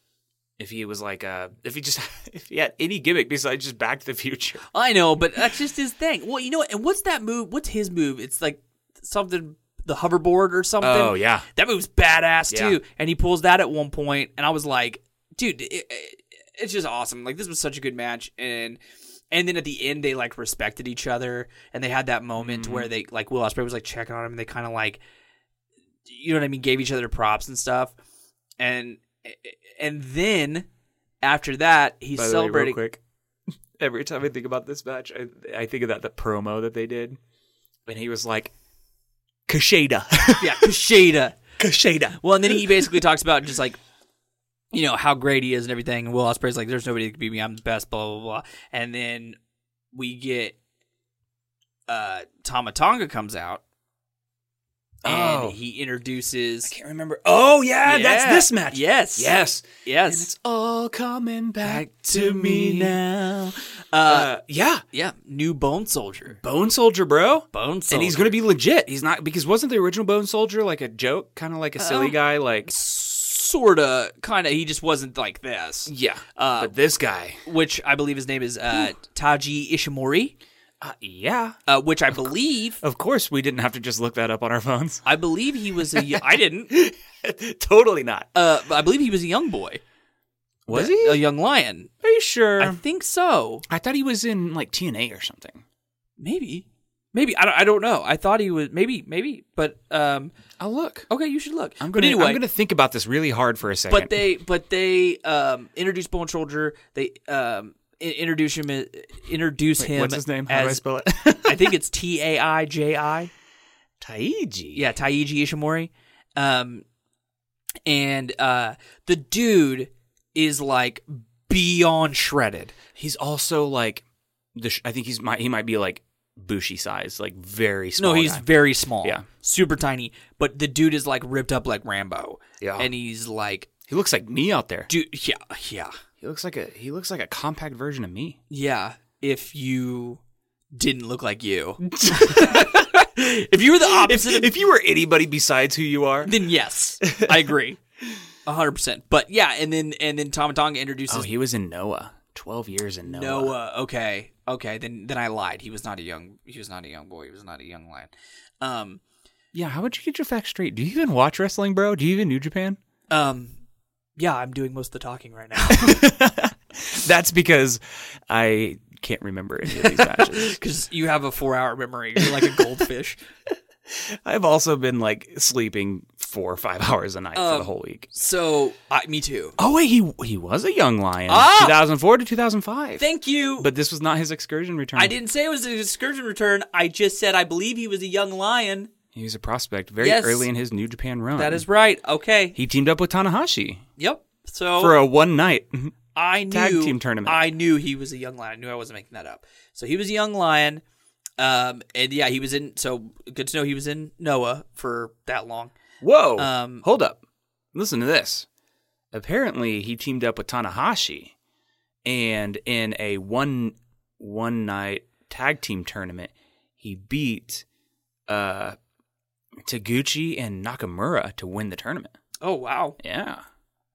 A: if he was like uh if he just [LAUGHS] if he had any gimmick besides just back to the future.
B: I know, but that's just his thing. Well, you know, what? and what's that move? What's his move? It's like something the hoverboard or something.
A: Oh yeah.
B: that move's badass
A: Yeah.
B: too. And he pulls that at one point, and I was like, dude, it, it, it's just awesome. Like this was such a good match, and and then at the end they like respected each other, and they had that moment
A: Mm-hmm.
B: where they like Will Ospreay was like checking on him, and they kind of like, you know what I mean, gave each other props and stuff, and and then after that he's
A: By the way, real
B: celebrating.
A: quick, every time I think about this match, I, I think of that the promo that they did, and he was like, "Kushida, [LAUGHS]
B: [LAUGHS] yeah, Kushida.
A: Kushida."
B: Well, and then he basically talks about just like, you know, how great he is and everything. And Will Ospreay's like, there's nobody that can beat me. I'm the best, blah, blah, blah. And then we get uh Tomatonga comes out and
A: Oh.
B: he introduces.
A: Can't remember. Oh yeah, that's
B: Yeah.
A: this match.
B: Yes.
A: yes, and
B: Yes.
A: it's all coming back to me now.
B: Uh,
A: Uh, yeah,
B: yeah. New Bone Soldier.
A: Bone Soldier, bro.
B: Bone Soldier.
A: And he's gonna be legit. He's not because wasn't the original Bone Soldier like a joke, kind of like a silly
B: Oh.
A: guy, like
B: sort of, kind of, he just wasn't like this.
A: yeah.
B: Uh,
A: but this guy,
B: Which I believe his name is uh, Taji Ishimori,
A: uh, yeah.
B: uh, which I believe.
A: Of course, we didn't have to just look that up on our [LAUGHS] phones.
B: I believe he was a. y- I didn't.
A: totally not.
B: Uh, but I believe he was a young boy.
A: Was
B: A-
A: he?
B: a young lion?
A: Are you sure? I,
B: I think so.
A: thought he was in like TNA or something.
B: Maybe. Maybe I don't. I don't know. I thought he was maybe maybe, but um.
A: I'll Oh, look.
B: Okay, you should look.
A: I'm
B: But
A: gonna.
B: anyway.
A: I'm gonna think about this really hard for a second.
B: but they but they um introduced Bone Soldier. They um i- introduce him i- introduce him.
A: What's his name? How
B: As,
A: do I [LAUGHS] spell it?
B: I think it's T A I J I.
A: Taiji.
B: Yeah, Taiji Ishimori. Um, and uh, the dude is like beyond shredded.
A: He's also like, the sh- I think he's might he might be like bushy sized, like very small.
B: No, he's
A: guy.
B: very small.
A: Yeah.
B: Super tiny. But the dude is like ripped up like Rambo.
A: Yeah.
B: And he's like,
A: he looks like me out there.
B: dude, yeah, yeah,
A: He looks like a he looks like a compact version of me.
B: yeah. If you didn't look
A: [LAUGHS]
B: like you, if you were the opposite of
A: If you were anybody besides who you are,
B: then yes, I agree, a hundred percent. But yeah, and then and then
A: [LAUGHS]
B: Tomatonga
A: oh,
B: introduces
A: he was in Noah. Twelve years in Noah.
B: Noah. Okay, okay. Then then I lied. He was not a young. He was not a young boy. He was not a young lion. Um,
A: Yeah, how would you get your facts straight? Do you even watch wrestling, bro? Do you even New Japan?
B: um, yeah. I'm doing most of the talking right now
A: That's because I can't remember any of these
B: [LAUGHS]
A: matches.
B: because you have a four hour memory. You're like a
A: [LAUGHS]
B: goldfish.
A: I've also been like sleeping four or five hours a night for the
B: Um,
A: whole week.
B: So I, me too.
A: Oh wait, he he was a young lion,
B: Ah!
A: 2004 to 2005.
B: Thank you.
A: but this was not his excursion return.
B: I didn't say it was a excursion return. I just said I believe he was a young lion.
A: He was a prospect very
B: Yes.
A: early in his New Japan run.
B: That is right. Okay.
A: He teamed up with Tanahashi
B: Yep. So
A: for a one night.
B: I knew
A: tag team tournament.
B: I knew he was a young lion. I knew I wasn't making that up. So he was a young lion. Um and yeah, he was in so good to know he was in Noah for that long.
A: Whoa!
B: Um,
A: Hold up! Listen to this. Apparently, he teamed up with Tanahashi, and in a one one night tag team tournament, he beat uh, Taguchi and Nakamura to win the tournament.
B: Oh wow.
A: Yeah,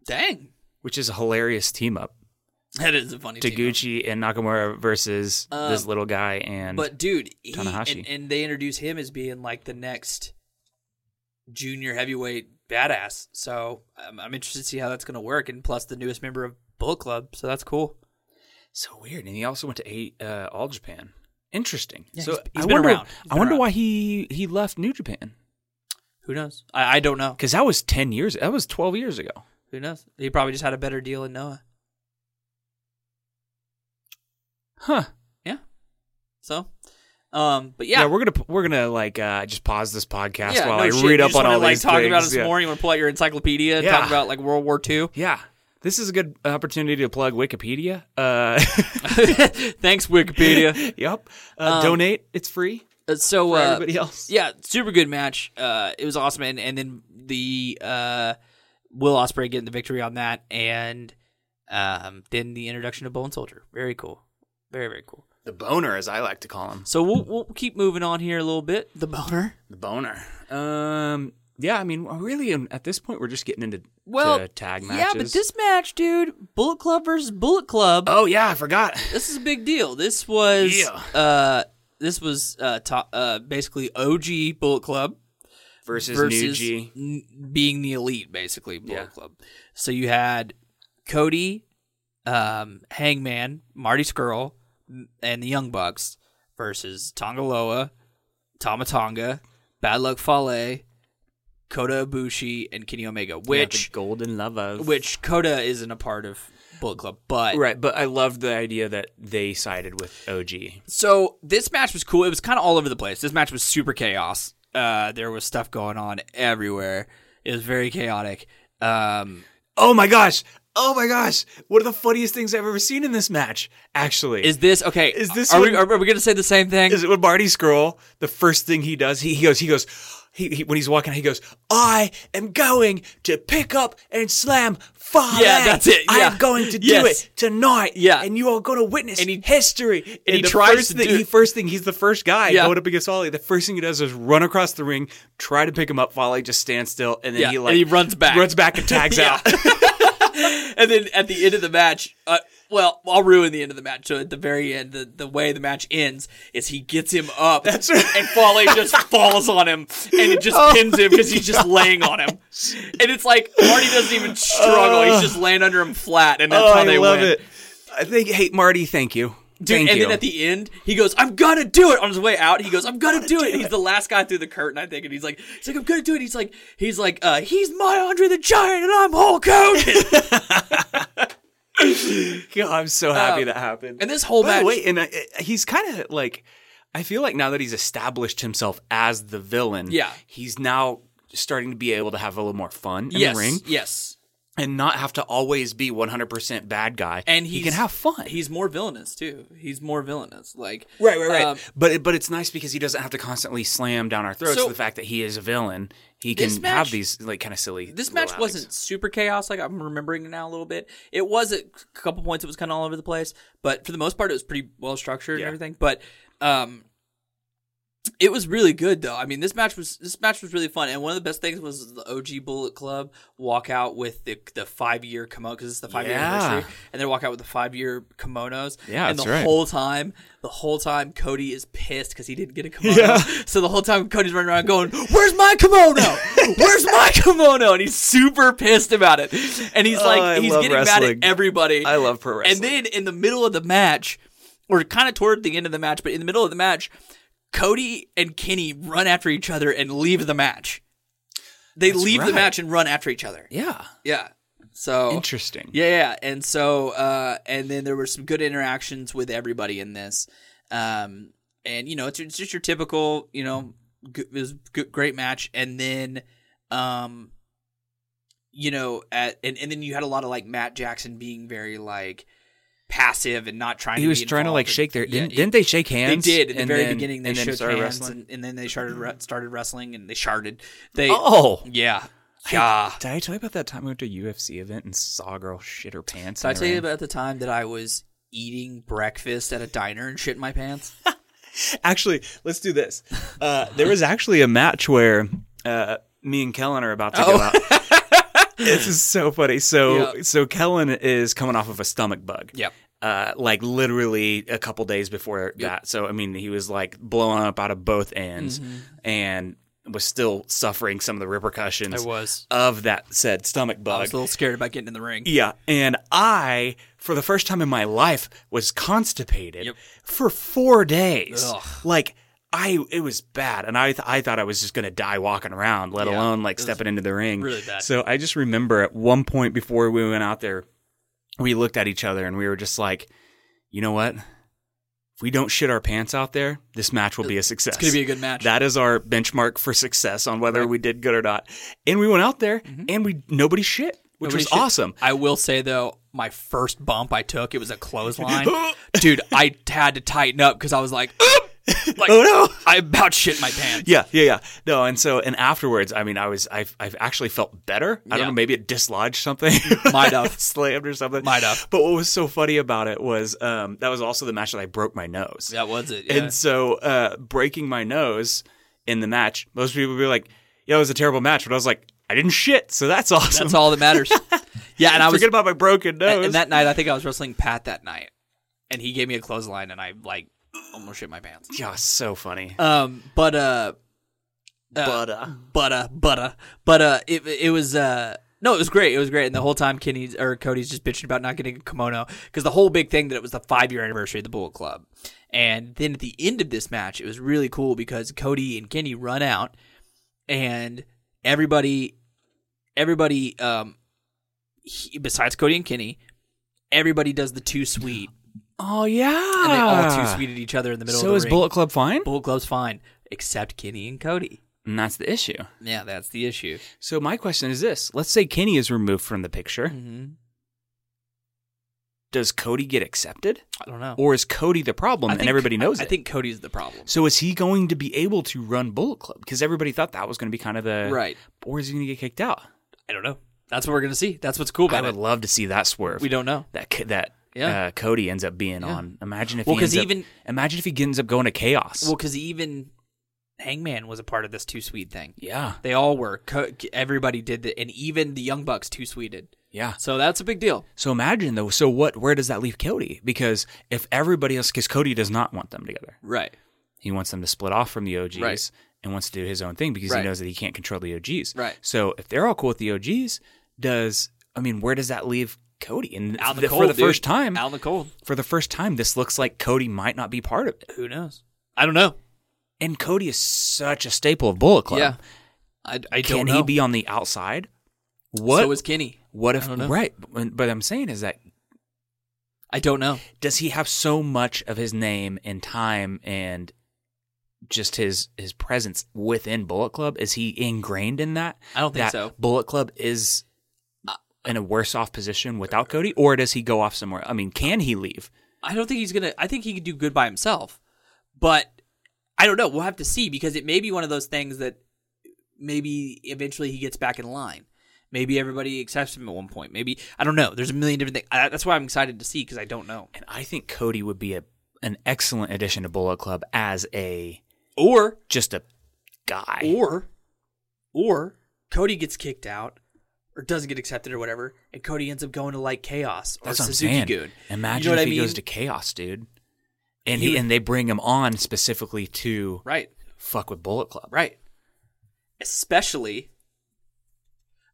B: Dang.
A: which is a hilarious team up.
B: That is a funny team.
A: Taguchi and Nakamura versus this
B: Um,
A: little guy and
B: But dude, he,
A: Tanahashi.
B: And, and they introduce him as being like the next junior heavyweight badass. So um, I'm interested to see how that's going to work. And plus, the newest member of Bullet Club, so that's cool.
A: So weird, and he also went to eight, uh, All Japan. Interesting.
B: Yeah,
A: so
B: he's- he's
A: I
B: been
A: wonder.
B: around. He's
A: I
B: been
A: wonder
B: around.
A: why he he left New Japan
B: Who knows? I, I don't know.
A: because that was ten years. That was twelve years ago.
B: Who knows? He probably just had a better deal in Noah.
A: Huh?
B: Yeah. So, um, but
A: Yeah.
B: yeah,
A: we're gonna p- we're gonna like uh, just pause this podcast
B: yeah,
A: while
B: no
A: I
B: shit.
A: read
B: You
A: up
B: just
A: on
B: wanna,
A: all
B: like
A: these
B: talking about it
A: things.
B: some
A: yeah.
B: more. You want to pull out your encyclopedia and
A: Yeah.
B: talk about like World War II?
A: Yeah. This is a good opportunity to plug Wikipedia. Uh,
B: [LAUGHS]
A: [LAUGHS]
B: Thanks, Wikipedia.
A: yep. Uh, donate. It's free
B: Uh, so,
A: for
B: uh,
A: everybody else.
B: yeah, super good match. Uh, it was awesome, and, and then the uh, Will Osprey getting the victory on that, and um, then the introduction of Bone Soldier. Very cool. Very very cool.
A: The boner, as I like to call him.
B: So we'll we'll keep moving on here a little bit. The boner.
A: The boner. Um. Yeah, I mean, really, um, at this point, we're just getting into
B: Well,
A: to tag matches.
B: yeah, but this match, dude, Bullet Club versus Bullet Club.
A: Oh yeah, I forgot.
B: this is a big deal. This was
A: Yeah.
B: uh this was uh, to- uh basically OG Bullet Club
A: Versus,
B: versus
A: Nuji.
B: n- being the elite basically Bullet
A: Yeah.
B: Club. So you had Cody, um, Hangman, Marty Skrull, m- and the Young Bucks versus Tongaloa, Tomatonga, Bad Luck Fale, Kota Ibushi, and Kenny Omega, which
A: golden lovers.
B: which Kota isn't a part of Bullet Club, but
A: right, but I love the idea that they sided with OG.
B: So this match was cool. It was kind of all over the place. This match was super chaos. Uh, there was stuff going on everywhere. It was very chaotic. Um,
A: Oh my gosh! Oh my gosh! One of the funniest things I've ever seen in this match, actually,
B: is this okay? Is
A: this
B: Are we
A: what-
B: are, we gonna say the same thing?
A: is it when Marty Scroll, the first thing he does, he, he goes, he goes, he, he, when he's walking out, he goes, I am going to pick up and slam Fale.
B: Yeah, that's it,
A: I am
B: yeah.
A: going to do
B: Yes.
A: it tonight.
B: Yeah.
A: And you are going to witness
B: And he-
A: history. And,
B: he
A: the
B: tries
A: first
B: to
A: thing,
B: do-
A: he, first thing, he's the first guy
B: Yeah.
A: going up against Fale. The first thing he does is run across the ring, try to pick him up. Fale just stands still. And then
B: Yeah,
A: he
B: and
A: like,
B: he runs back.
A: runs back and tags
B: [LAUGHS] Yeah.
A: out.
B: and then at the end of the match, uh, well, I'll ruin the end of the match. So at the very end, the, the way the match ends is he gets him up, That's
A: right. Oh
B: and
A: [LAUGHS]
B: Fale just falls on him, and it just pins him because he's just laying on him. And it's like Marty doesn't even struggle; he's just laying under him flat, and that's
A: Oh,
B: how
A: I
B: they
A: love
B: win.
A: it. I think, hey, Marty, thank you.
B: Dude,
A: thank
B: and
A: you.
B: then at the end, he goes, "I'm gonna do it." On his way out, he goes, "I'm gonna do it." He's the last guy through the curtain, I think, and he's like, "He's like, I'm gonna do it." He's like, "He's like, uh, he's my Andre the Giant, and I'm Hulk Hogan."
A: God, oh, I'm so happy that happened.
B: and this whole
A: By the
B: match-
A: way, [LAUGHS] Um, and I, I- he's kind of like, I feel like now that he's established himself as the villain,
B: Yeah.
A: he's now starting to be able to have a little more fun in
B: yes,
A: the ring.
B: yes,
A: and not have to always be 100% bad guy.
B: And
A: he
B: he's-
A: can have fun.
B: He's more villainous too. He's more villainous. Like
A: Right, right, right.
B: um,
A: but it, but it's nice because he doesn't have to constantly slam down our throats
B: So-
A: the fact that he is a villain. He can
B: This
A: have
B: match-
A: these like kind of silly.
B: this
A: little
B: match
A: outings.
B: wasn't super chaos like i'm remembering it now a little bit it was at a couple points it was kind of all over the place but for the most part it was pretty well structured
A: Yeah.
B: and everything but um it was really good though i mean this match was this match was really fun and one of the best things was the og bullet club walk out with the the five year kimono because it's the five year
A: Yeah.
B: anniversary and they walk out with the five year kimonos
A: Yeah,
B: and
A: that's
B: the
A: right.
B: whole time the whole time cody is pissed because he didn't get a kimono
A: Yeah.
B: so the whole time Cody's running around going, "Where's my kimono? Where's my [LAUGHS] kimono?" And he's super pissed about it. And he's
A: Oh,
B: like,
A: I
B: he's
A: love
B: getting mad
A: wrestling.
B: at everybody.
A: I love pro
B: And
A: wrestling.
B: then in the middle of the match, or kind of toward the end of the match, but in the middle of the match, Cody and Kenny run after each other and leave the match. They leave the
A: right.
B: match and run after each other.
A: yeah,
B: Yeah. So
A: Oh. interesting.
B: yeah, yeah. And so, uh, and then there were some good interactions with everybody in this. Um, and you know, it's, it's just your typical, you know, good, it was a good, great match. And then, um, you know, at and, and then you had a lot of like Matt Jackson being very like passive and not trying.
A: He
B: to
A: was
B: be
A: trying to like
B: involved.
A: shake their.
B: Yeah,
A: didn't,
B: he-
A: didn't they shake
B: they
A: hands?
B: did at the
A: and
B: very
A: then-
B: beginning. They
A: and then
B: shook
A: started
B: hands
A: wrestling? Mm-hmm.
B: and, and then they started re- started wrestling and they sharded. They
A: oh.
B: yeah yeah.
A: Did I tell you about that time we went to a UFC event and saw a girl shit her pants?
B: Did
A: in
B: I
A: the
B: tell you
A: ring?
B: about the time that I was eating breakfast at a diner and shit in
A: [LAUGHS]
B: my pants?
A: actually, let's do this. Uh, there was actually a match where uh, me and Kellen are about to go out. [LAUGHS] this is so funny. So,
B: Yeah.
A: so Kellen is coming off of a stomach bug.
B: Yep.
A: Uh, like literally a couple days before that. So, I mean, he was like blowing up out of both ends and was still suffering some of the repercussions
B: was.
A: of that said stomach bug.
B: I was a little scared about getting in the ring.
A: Yeah, and I, for the first time in my life, was constipated
B: Yep.
A: for four days.
B: Ugh.
A: Like I, it was bad, and I, th- I thought I was just gonna die walking around, let
B: Yeah,
A: alone like
B: it was
A: stepping into the ring.
B: really bad.
A: So I just remember at one point before we went out there, we looked at each other and we were just like, you know what? If we don't shit our pants out there, this match will be a success.
B: It's gonna be a good match.
A: That is our benchmark for success on whether we did good or not. And we went out there and we nobody shit, which
B: Mm-hmm. Nobody
A: was
B: shit.
A: awesome.
B: I will say though, my first bump I took, it was
A: [LAUGHS]
B: a clothesline. Dude, I had to tighten up because I was like, [LAUGHS] like
A: Oh, no. [LAUGHS]
B: I about shit my pants.
A: Yeah, yeah, yeah. No, and so and afterwards, I mean, I was I I actually felt better. I
B: Yeah.
A: don't know, maybe it dislodged
B: [LAUGHS]
A: something, [LAUGHS]
B: Might have.
A: slammed or something,
B: Might have.
A: But what was so funny about it was um, that was also the match that I broke my nose,
B: That was it. Yeah.
A: and so uh, breaking my nose in the match, most people would be like, "Yeah, it was a terrible match," but I was like, "I didn't shit, so that's awesome."
B: That's all
A: [LAUGHS]
B: that matters. yeah, and I was
A: Forget about my broken nose.
B: and, and that night I think I was wrestling Pat that night. And he gave me a clothesline and I like almost shit my pants.
A: yeah, so funny.
B: Um but uh
A: but uh,
B: but uh, but uh, but uh, it it was uh. No, it was great. It was great, and the whole time Kenny's or Cody's just bitching about not getting a kimono because the whole big thing that it was the five year anniversary of the Bullet Club, and then at the end of this match, it was really cool because Cody and Kenny run out, and everybody, everybody, um, he, besides Cody and Kenny, everybody does the two sweet,
A: oh yeah,
B: and they all two sweet at each other in the middle. of
A: So
B: the
A: is
B: ring.
A: Bullet Club fine?
B: Ah. Bullet Club's fine, except Kenny and Cody.
A: And that's the issue.
B: Yeah, that's the issue.
A: So my question is this: Let's say Kenny is removed from the picture.
B: Mm-hmm.
A: Does Cody get accepted,
B: I don't know.
A: or is Cody the problem
B: Oh. I
A: and
B: think-
A: everybody knows
B: I,
A: it?
B: I think Cody's the problem.
A: so. Is he going to be able to run Bullet Club because everybody thought that was going to be kind of the
B: Right.
A: or is he going to get kicked out?
B: I don't know. That's what we're gonna see. That's what's cool
A: I
B: about
A: would
B: it.
A: love to see that swerve.
B: We don't know.
A: that c- that
B: Yeah.
A: uh, Cody ends up being on. Imagine if
B: Well,
A: he ends
B: 'cause
A: up-
B: even-
A: imagine if he ends up going to chaos.
B: Well, because even Hangman was a part of this too sweet thing.
A: yeah,
B: They all were. Co- everybody did it, and even the Young Bucks too sweeted.
A: yeah.
B: So that's a big deal.
A: So imagine though. So what? Where does that leave Cody? Because if everybody else, because Cody does not want them together.
B: Right.
A: He wants them to split off from the OGs
B: Right.
A: and wants to do his own thing because
B: Right.
A: he knows that he can't control the OGs.
B: Right.
A: So if they're all cool with the OGs, does I mean where does that leave Cody? And
B: Out in the
A: th-
B: cold
A: for the
B: dude.
A: first time,
B: Out in the cold.
A: for the first time, this looks like Cody might not be part of it.
B: Who knows? I don't know.
A: And Cody is such a staple of Bullet Club.
B: Yeah. I, I
A: Can
B: don't know.
A: he be on the outside? What?
B: So is Kenny.
A: what if
B: I don't know.
A: right? But, but I'm saying is that
B: I don't know.
A: does he have so much of his name and time and just his his presence within Bullet Club? Is he ingrained in that?
B: I don't think
A: That
B: so.
A: Bullet Club is in a worse off position without Cody, or does he go off somewhere? I mean, can he leave?
B: I don't think he's gonna. I think he could do good by himself, but I don't know. We'll have to see because it may be one of those things that maybe eventually he gets back in line. Maybe everybody accepts him at one point. Maybe I don't know. There's a million different things. I, that's why I'm excited to see because I don't know.
A: And I think Cody would be a an excellent addition to Bullet Club as a
B: Or
A: just a guy.
B: or or Cody gets kicked out or doesn't get accepted or whatever, and Cody ends up going to like Chaos or
A: That's what I'm
B: Suzuki
A: saying.
B: Goon.
A: Imagine
B: you know what
A: if
B: I
A: he
B: mean?
A: goes to Chaos, dude. And
B: He
A: he
B: would-
A: and they bring him on specifically to
B: right,
A: fuck with Bullet Club.
B: right. Especially,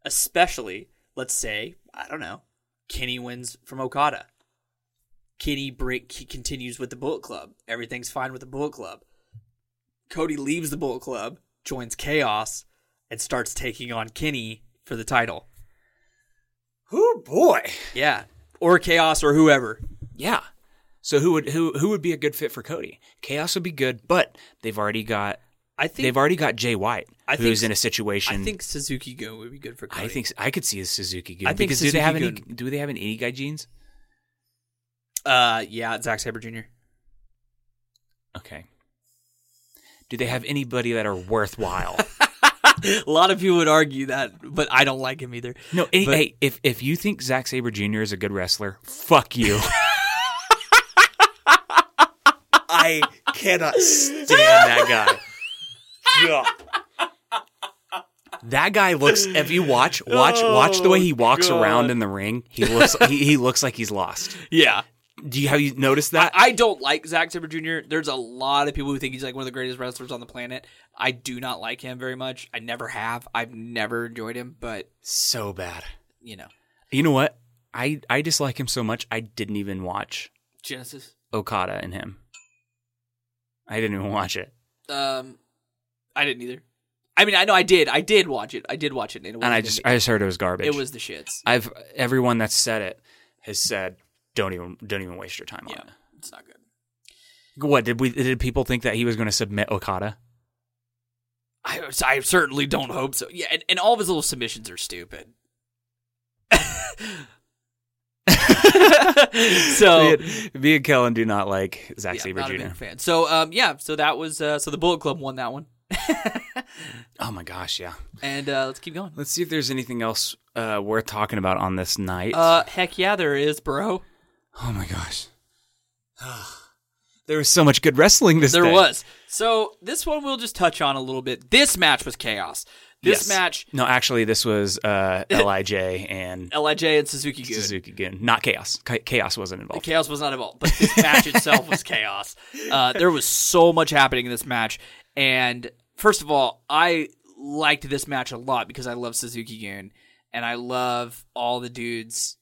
B: especially. Let's say I don't know. Kenny wins from Okada. Kenny break he continues with the Bullet Club. Everything's fine with the Bullet Club. Cody leaves the Bullet Club, joins Chaos, and starts taking on Kenny for the title.
A: Oh boy.
B: Yeah. Or Chaos or whoever.
A: Yeah. So who would who who would be a good fit for Cody? Chaos would be good, but they've already got
B: I think
A: they've already got Jay White,
B: I think
A: who's
B: s-
A: in a situation.
B: I think Suzuki Go would be good for Cody.
A: I think s- I could see a Suzuki Goon.
B: I think
A: because do they have
B: Suzuki
A: any do they have any guy jeans?
B: uh yeah, Zack Sabre Jr.
A: Okay. Do they have anybody that are worthwhile?
B: [LAUGHS] A lot of people would argue that, but I don't like him either.
A: No, any,
B: But-
A: hey, if if you think Zack Saber Jr. is a good wrestler, fuck you. [LAUGHS] I cannot stand that guy. That guy looks. If you watch, watch, watch the way he walks around in the ring. He looks. he, he looks like he's lost.
B: Yeah.
A: Do you have you noticed
B: I,
A: that?
B: I don't like Zack Sabre Jr. There's a lot of people who think he's like one of the greatest wrestlers on the planet. I do not like him very much. I never have. I've never enjoyed him, but
A: so bad.
B: you know.
A: You know what? I I dislike him so much. I didn't even watch
B: Genesis.
A: Okada and him. I didn't even watch it.
B: Um I didn't either. I mean I know I did. I did watch it. I did watch it and it was
A: and I just I just heard it was garbage.
B: it was the shits.
A: I've everyone that's said it has said don't even don't even waste your time
B: Yeah.
A: on it.
B: It's not good.
A: What did we did people think that he was going to submit Okada?
B: I, I certainly don't hope so. Yeah, and, and all of his little submissions are stupid. [LAUGHS] so
A: me, me and Kellen do Oh. not like Zack
B: yeah,
A: Saber
B: not a
A: Jr.
B: big fan. So um, yeah, so that was uh, so the Bullet Club won that one,
A: Oh my gosh, yeah.
B: and uh, let's keep going.
A: Let's see if there's anything else uh, worth talking about on this night.
B: Uh, heck yeah, there is, bro.
A: oh my gosh, [SIGHS] there was so much good wrestling this.
B: There
A: day.
B: was. So this one we'll just touch on a little bit. This match was chaos.
A: Yes.
B: This match,
A: No, actually, this was [LAUGHS] uh, Lij and
B: Lij and Suzuki Gun.
A: Suzuki Gun. Not chaos. Cha- Chaos wasn't involved.
B: Chaos was not involved, but this
A: [LAUGHS]
B: match itself was chaos. Uh, there was so much happening in this match, and first of all, I liked this match a lot because I love Suzuki Goon, and I love all the dudes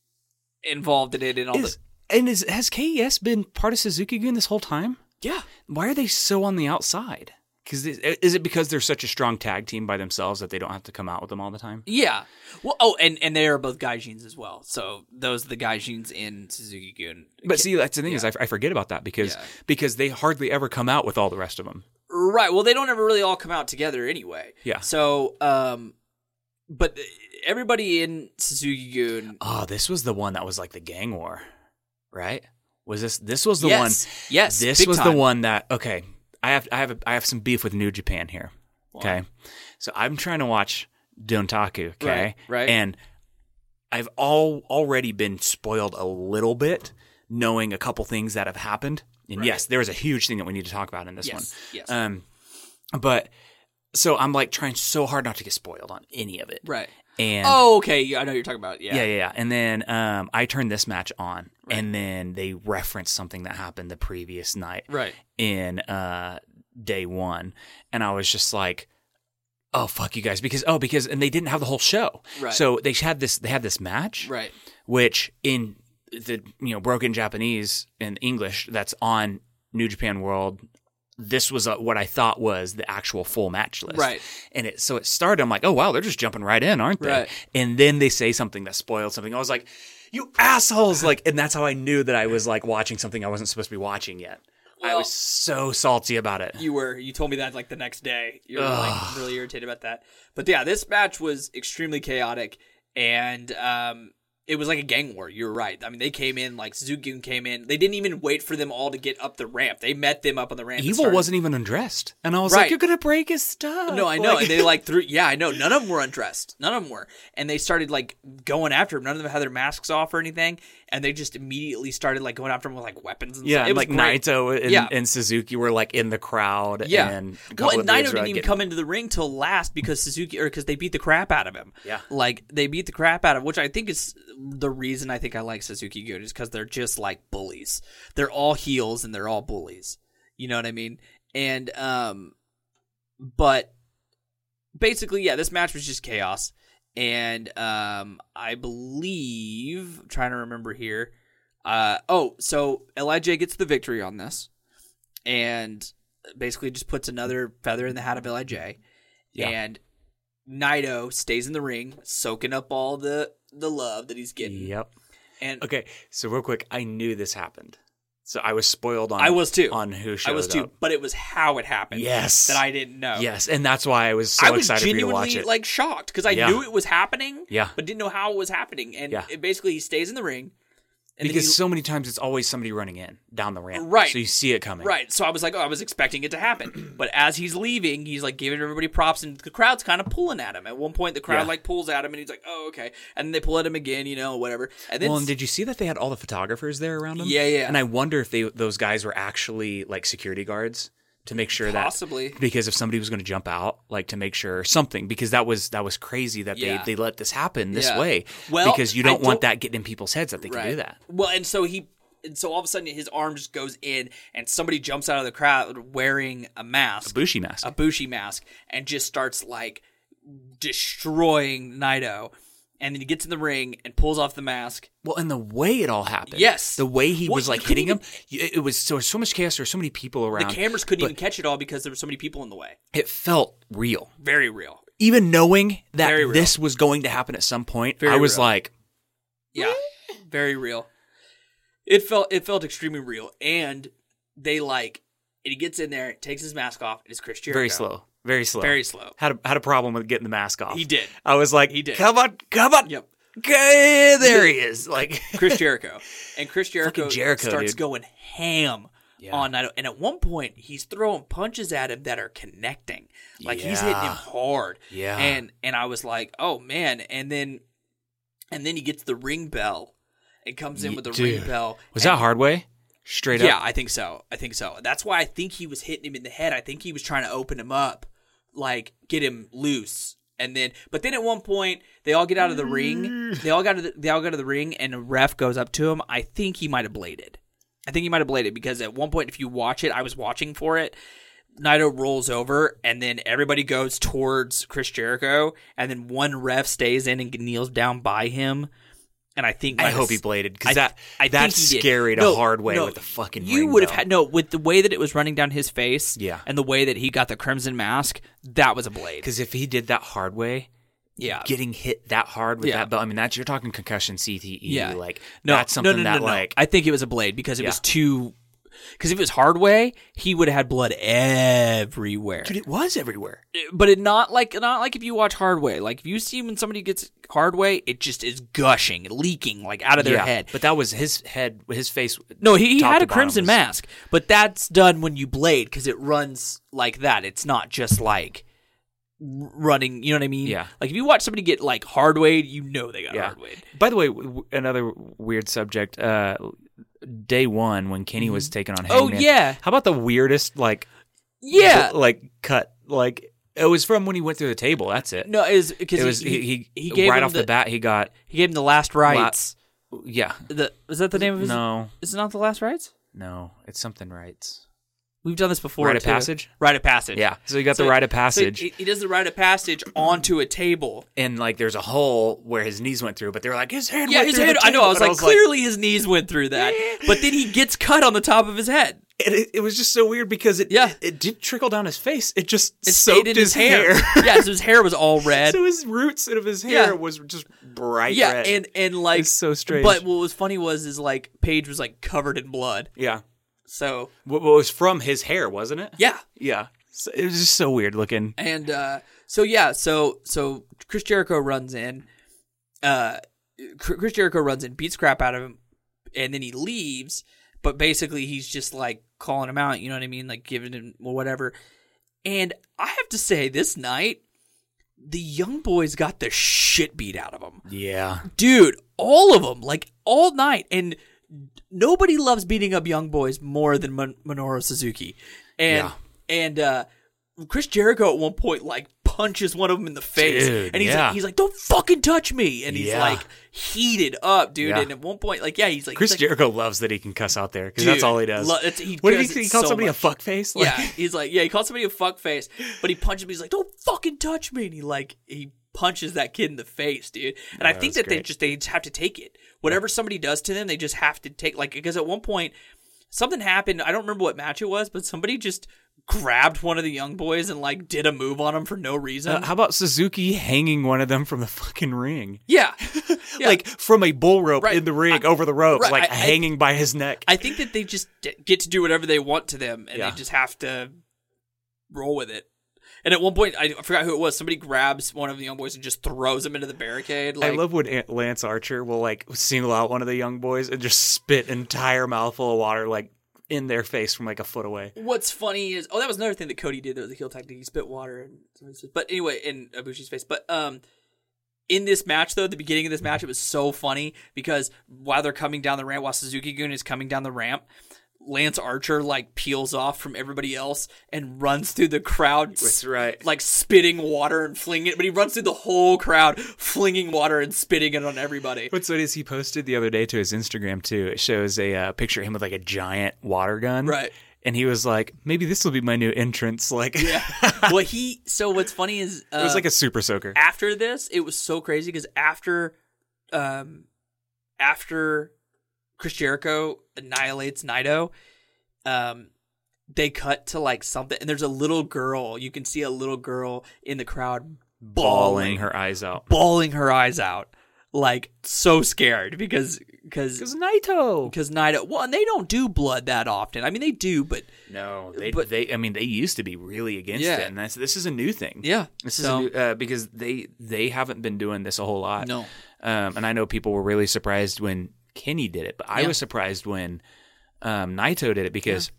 B: involved in it and all
A: Is- and is has KES been part of Suzuki Gun this whole time?
B: the yeah.
A: Why are they so on the outside? Because is it because they're such a strong tag team by themselves that they don't have to come out with them all the time?
B: Yeah. Well, oh, and, and they are both gaijins as well. So those are the gaijins in Suzuki Goon.
A: But see, that's the thing is I, I forget about that because
B: Yeah.
A: because they hardly ever come out with all the rest of them.
B: Right. Well, they don't ever really all come out together anyway.
A: Yeah.
B: So, um, but everybody in Suzuki Goon
A: Oh, this was the one that was like the gang war, right? Was this Oh, this was the
B: yes.
A: one?
B: Yes.
A: This
B: big
A: was
B: time.
A: the one that okay. I have I have a, I have some beef with New Japan here. Okay, so I'm trying to watch Dontaku. Okay,
B: Right, right.
A: and I've all already been spoiled a little bit, knowing a couple things that have happened. And
B: Right.
A: yes, there is a huge thing that we need to talk about in this
B: Yes,
A: one.
B: yes.
A: Um, but so I'm like trying so hard not to get spoiled on any of it.
B: Right.
A: And
B: Oh, okay. Yeah, I know what you're talking about. Yeah.
A: yeah, yeah, yeah. And then um, I turned this match on, and then they referenced something that happened the previous night
B: Right.
A: in uh, day one, and I was just like, "Oh fuck you guys!" Because oh, because and they didn't have the whole show,
B: Right.
A: so they had this they had this match,
B: Right.
A: which in the you know broken Japanese and English that's on New Japan World. This was uh what I thought was the actual full match list,
B: Right.
A: And it so it started. I'm like, oh wow, they're just jumping right in, aren't they?
B: Right.
A: And then they say something that spoiled something. I was like, you assholes! Like, and that's how I knew that I was like watching something I wasn't supposed to be watching yet. I
B: Well-
A: was so salty about it.
B: You were. You told me that like the next day. You were like really irritated about that. But yeah, this match was extremely chaotic, and um, It was like a gang war. You're right. I mean, they came in like Suzuki came in. They didn't even wait for them all to get up the ramp. They met them up on the ramp. and
A: Evil
B: started-
A: wasn't even undressed, and I was
B: Right.
A: like, "You're gonna break his stuff."
B: No, I know.
A: Like-
B: and they like threw. Yeah, I know. None of them were undressed. None of them were. And they started like going after him. None of them had their masks off or anything. And they just immediately started like going after him with like weapons. And
A: yeah,
B: stuff.
A: and
B: was
A: like
B: great.
A: Naito and,
B: Yeah.
A: and Suzuki were like in the crowd.
B: Yeah.
A: and a couple
B: well, and
A: of
B: Naito
A: dudes were,
B: didn't
A: like,
B: even
A: getting-
B: come into the ring till last because Suzuki or because they beat the crap out of him.
A: Yeah.
B: like they beat the crap out of, which I think is the reason I think I like Suzuki Good is because they're just like bullies. They're all heels and they're all bullies. You know what I mean? And um, but basically, yeah, this match was just chaos. And um, I believe I'm trying to remember here. Uh, oh, so Lij gets the victory on this, and basically just puts another feather in the hat of Lij.
A: Yeah.
B: And Naito stays in the ring, soaking up all the the love that he's getting.
A: Yep.
B: And
A: Okay, so real quick, I knew this happened, so I was spoiled on.
B: I was too.
A: on who shows
B: I was too,
A: up.
B: but it was how it happened.
A: Yes.
B: that I didn't know.
A: Yes, and that's why I was so
B: I was
A: excited for you to
B: genuinely
A: watch it.
B: like shocked because I
A: Yeah.
B: knew it was happening,
A: Yeah.
B: but didn't know how it was happening. And
A: Yeah.
B: it basically, he stays in the ring and then
A: because
B: he-
A: so many times it's always somebody running in down the ramp,
B: Right.
A: So you see it coming,
B: Right. So I was like, oh, I was expecting it to happen. [CLEARS THROAT] But as he's leaving, he's like giving everybody props, and the crowd's kind of pulling at him. At one point, the crowd
A: Yeah.
B: like pulls at him, and he's like, oh, okay. And then they pull at him again, you know, whatever. And then
A: Well, and did you see that they had all the photographers there around them?
B: Yeah, yeah.
A: And I wonder if they those guys were actually like security guards to make sure
B: Possibly.
A: that because if somebody was going to jump out, like to make sure or something because that was that was crazy that
B: Yeah.
A: they they let this happen this
B: Yeah.
A: way.
B: Well,
A: because you
B: I
A: don't, want
B: don't-
A: that getting in people's heads that they can do that.
B: Well, and so he, and so all of a sudden, his arm just goes in, and somebody jumps out of the crowd wearing a mask,
A: Bushi mask.
B: a Bushi mask, and just starts like destroying Naito. And then he gets in the ring and pulls off the mask.
A: Well, and the way it all happened.
B: Yes.
A: The way he
B: Well,
A: was
B: you
A: like
B: couldn't
A: hitting him, y- it was so so much chaos. There were so many people
B: The
A: around.
B: cameras couldn't
A: but
B: even catch it all because there were so many people in the way.
A: It felt real.
B: Very real.
A: Even knowing that
B: Very real.
A: this was going to happen at some point,
B: Very
A: I was
B: real.
A: like,
B: Yeah, very real. It felt it felt extremely real, and they like and he gets in there, takes his mask off, and it's Chris Jericho.
A: very slow, very slow,
B: very slow.
A: had a, had a problem with getting the mask off. [LAUGHS]
B: He did.
A: I was like,
B: He did.
A: Come on, come on.
B: Yep.
A: Okay, there he is. Like,
B: Chris Jericho, and Chris Jericho,
A: Fucking Jericho,
B: starts
A: dude.
B: going ham
A: [LAUGHS] Yeah.
B: on Naito, and at one point he's throwing punches at him that are connecting, like he's hitting him
A: Yeah.
B: hard.
A: Yeah.
B: and and I was like, oh man, and then and then he gets the ring bell and comes in
A: Ye-
B: with the ring
A: dude.
B: bell.
A: was
B: and
A: that hard way? Straight
B: Yeah,
A: up.
B: I think so. I think so. That's why I think he was hitting him in the head. I think he was trying to open him up, like get him loose. And then, but then at one point, they all get out of the ring.
A: Mm.
B: They all got to the, they all go to the ring, and a ref goes up to him. I think he might have bladed. I think he might have bladed because at one point, if you watch it, I was watching for it. Naito rolls over, and then everybody goes towards Chris Jericho, and then one ref stays in and kneels down by him. And I think
A: I
B: might have
A: hope he
B: s-
A: bladed
B: I
A: because that
B: I think
A: that's
B: he did.
A: scary to
B: No,
A: hard way
B: no,
A: with the fucking.
B: You
A: ring
B: would have
A: bell.
B: had no with the way that it was running down his face.
A: Yeah.
B: and the way that he got the crimson mask, that was a blade.
A: Because if he did that hard way,
B: Yeah,
A: getting hit that hard with
B: Yeah.
A: that belt, I mean, that's you're talking concussion, CTE.
B: Yeah.
A: Like,
B: no,
A: that's something
B: no, no, no,
A: that,
B: no.
A: like,
B: I think it was a blade because it
A: Yeah.
B: was too. Because if it was hard way, he would have had blood everywhere.
A: dude, it was everywhere.
B: But it not like not like if you watch hard way. Like if you see when somebody gets hard way, it just is gushing, leaking like out of their head.
A: But that was his head, his face.
B: No, he, he
A: top
B: had
A: to
B: a
A: bottom
B: crimson
A: was-
B: mask, but that's done when you blade because it runs like that. It's not just like r- running. You know what I mean?
A: Yeah.
B: Like if you watch somebody get like hard weighed, you know they got
A: Yeah.
B: hard weighed.
A: By the way, w- w- another weird subject. Uh, day one when Kenny was taken on.
B: Oh,
A: Hangman,
B: yeah.
A: How about the weirdest like
B: Yeah.
A: bl- like cut like it was from when he went through the table. That's it.
B: no, is
A: it
B: because
A: was
B: he, he, he gave
A: right
B: him
A: off the,
B: the,
A: bat he got
B: He gave him the last rites.
A: yeah.
B: The is that the name of his?
A: No,
B: Is it not the last rites?
A: no, it's something rights.
B: We've done this before.
A: Rite of
B: too.
A: passage?
B: Rite of passage.
A: Yeah, so he got the
B: So-
A: rite of
B: so
A: passage,
B: he, he does the rite of passage onto a table.
A: and like there's a hole where his knees went through, but they were like his head.
B: Yeah,
A: went
B: his
A: through
B: head.
A: the
B: I know. I
A: table.
B: was
A: And
B: like, clearly his knees went
A: [LAUGHS]
B: through that, but then he gets cut on the top of his head.
A: and it, it was just so weird because it
B: Yeah.
A: it, it didn't trickle down his face. It just
B: It
A: soaked
B: stayed in his, hair. [LAUGHS] yeah, so his hair was all
A: [LAUGHS]
B: red.
A: so his roots out of his hair
B: Yeah.
A: was just bright
B: yeah,
A: red.
B: and and like
A: It's so strange.
B: But what was funny was is like Paige was like covered in blood.
A: yeah,
B: So
A: what what was from his hair, wasn't it?
B: yeah,
A: yeah. So it was just so weird looking.
B: and uh, so yeah, so so Chris Jericho runs in. Uh, Chris Jericho runs in, beats crap out of him, and then he leaves. But basically, he's just like calling him out. You know what I mean? Like giving him whatever. And I have to say, this night, the young boys got the shit beat out of them,
A: Yeah.
B: dude. All of them, like all night, and nobody loves beating up young boys more than Mon- Minoru Suzuki. And
A: Yeah.
B: and uh, Chris Jericho at one point like punches one of them in the face,
A: Dude,
B: and he's
A: yeah.
B: like, he's like, "Don't fucking touch me!" And he's
A: Yeah.
B: like heated up, dude.
A: Yeah.
B: And at one point, like, yeah, he's like,
A: Chris
B: he's like,
A: Jericho loves that he can cuss out there because that's
B: Dude,
A: all he does.
B: lo- it's- he
A: what did
B: does
A: he,
B: it
A: he called
B: so
A: somebody
B: much.
A: a fuckface? Like,
B: yeah, he's [LAUGHS] like, yeah, he called somebody a fuckface, but he punches him. He's like, don't fucking touch me, and he like he punches that kid in the face, dude. And I think
A: that's
B: that they
A: great.
B: just they just have to take it. Whatever somebody does to them, they just have to take. Like because at one point something happened. I don't remember what match it was, but somebody just grabbed one of the young boys and like did a move on him for no reason.
A: Uh, how about Suzuki hanging one of them from the [LAUGHS] fucking ring? [LAUGHS]
B: yeah, Yeah.
A: Like from a bull rope
B: Right.
A: in the ring over the ropes,
B: right,
A: like
B: I- I-
A: hanging by his neck.
B: I think that they just d- get to do whatever they want to them, and
A: Yeah.
B: they just have to roll with it. And at one point, I forgot who it was. Somebody grabs one of the young boys and just throws him into the barricade. Like,
A: I love when Aunt Lance Archer will like single out one of the young boys and just spit entire mouthful of water like in their face from like a foot away.
B: What's funny is oh, that was another thing that Cody did. That was a heel tactic. He spit water and somebody's face- but anyway, in Ibushi's face. But um, in this match though, the beginning of this match, it was so funny because while they're coming down the ramp, while Suzuki Gun is coming down the ramp. Lance Archer like peels off from everybody else and runs through the crowd, s-
A: right.
B: like spitting water and flinging it. But he runs through the whole crowd, flinging water and spitting it
A: [LAUGHS]
B: on everybody.
A: What's funny is he posted the other day to his Instagram too. It shows a uh, picture of him with like a giant water gun.
B: Right.
A: And he was like, maybe this will be my new entrance. [LAUGHS] Like,
B: Yeah. well, he. So what's funny is
A: [LAUGHS]
B: uh,
A: it was like a super soaker.
B: after this, it was so crazy because after, um, after Chris Jericho annihilates Naito, um, they cut to like something, and there's a little girl. You can see a little girl in the crowd
A: Bawling
B: bawling,
A: her eyes out.
B: bawling her eyes out, like so scared because because
A: Naito.
B: because Naito. Well, and they don't do blood that often. I mean, they do, but
A: No, they
B: But-
A: they I mean they used to be really against
B: Yeah.
A: it, and that's this is a new thing.
B: yeah,
A: This
B: So-
A: is a new, uh, because they they haven't been doing this a whole lot.
B: No.
A: um, and I know people were really surprised when Kenny did it, but I
B: Yeah.
A: was surprised when um, Naito did it because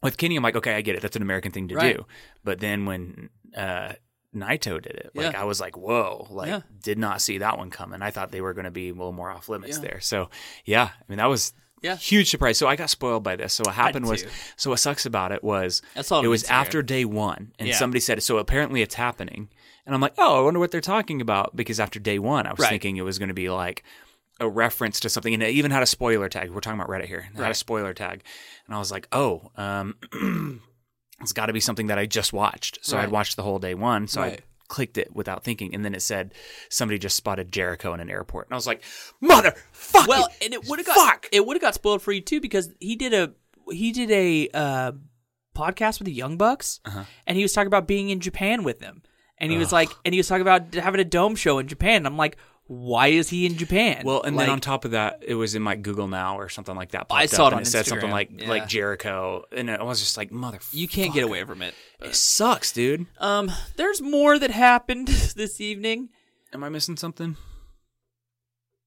A: with Kenny I'm like, okay, I get it, that's an American thing to
B: Right.
A: do. But then when uh, Naito did it, like
B: Yeah.
A: I was like, whoa, like
B: Yeah.
A: did not see that one coming. I thought they were going to be a little more off limits
B: Yeah.
A: there. So yeah, I mean that was.
B: Yeah.
A: Huge surprise. So I got spoiled by this. So what happened was,
B: too.
A: so what sucks about it was,
B: I saw it
A: it
B: on
A: was
B: Instagram.
A: after day one, and
B: Yeah.
A: somebody said, "So apparently it's happening." And I'm like, "Oh, I wonder what they're talking about." Because after day one, I was
B: Right.
A: thinking it was going to be like a reference to something, and it even had a spoiler tag. We're talking about Reddit here. It had a
B: Right.
A: spoiler tag, and I was like, "Oh, um, [CLEARS THROAT] it's got to be something that I just watched." So I'd
B: Right.
A: watched the whole day one, so I
B: Right.
A: clicked it without thinking, and then it said somebody just spotted Jericho in an airport, and I was like, "Motherfucker!"
B: Well, and it would have got
A: fuck.
B: it would have got spoiled for you too because he did a he did a uh, podcast with the Young Bucks,
A: Uh-huh.
B: and he was talking about being in Japan with them, and he was like, and he was talking about having a dome show in Japan. And I'm like, why is he in Japan?
A: Well, and
B: Like,
A: then on top of that, it was in like Google Now or something like that.
B: I
A: popped
B: saw
A: up and
B: it on
A: it said something
B: Instagram.
A: like
B: Yeah.
A: like Jericho, and I was just like, mother,
B: you can't get away from it.
A: It sucks, dude.
B: Um, there's more that happened [LAUGHS] this evening.
A: Am I missing something?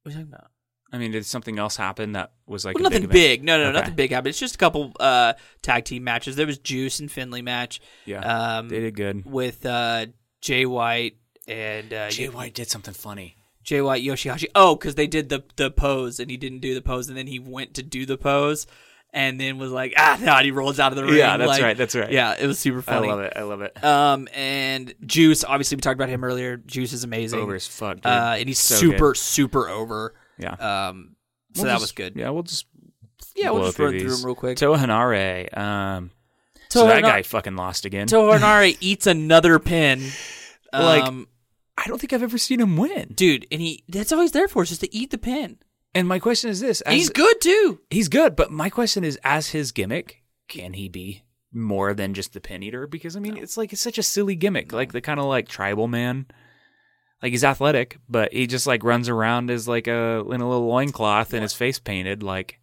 B: What are you talking about?
A: I mean, did something else happen that was like
B: Well,
A: a
B: nothing
A: big?
B: big.
A: event?
B: No, no,
A: Okay.
B: nothing big happened. It's just a couple uh, tag team matches. There was Juice and Finley match.
A: Yeah,
B: Um,
A: they did good.
B: with uh, Jay White and uh,
A: Jay White did something funny.
B: Jay White Yoshihashi. Oh, because they did the the pose and he didn't do the pose, and then he went to do the pose, and then was like, ah, no, and he rolls out of the ring.
A: Yeah, that's
B: like-
A: right, that's right.
B: Yeah, it was super funny.
A: I love it. I love it.
B: Um, and Juice. Obviously, we talked about him earlier. Juice is amazing.
A: Over as fuck, dude.
B: Uh, and he's
A: So
B: super
A: good.
B: super over.
A: Yeah.
B: Um, so
A: We'll
B: that
A: just-
B: was good.
A: Yeah, we'll just
B: Yeah, we'll
A: blow
B: just
A: through
B: run through
A: these.
B: them real quick.
A: Toa Hanare. Um, so that
B: Tohana-
A: guy fucking lost again.
B: Tohanari eats another pin.
A: Like-
B: Um,
A: I don't think I've ever seen him win.
B: dude, and he—that's all he's there for—is just to eat the pin.
A: And my question is this: as,
B: He's good too.
A: He's good, but my question is, as his gimmick, can he be more than just the pin eater? Because I mean, it's like it's such a silly gimmick, like the kind of like tribal man. Like he's athletic, but he just like runs around as like a in a little loincloth and his face painted. Like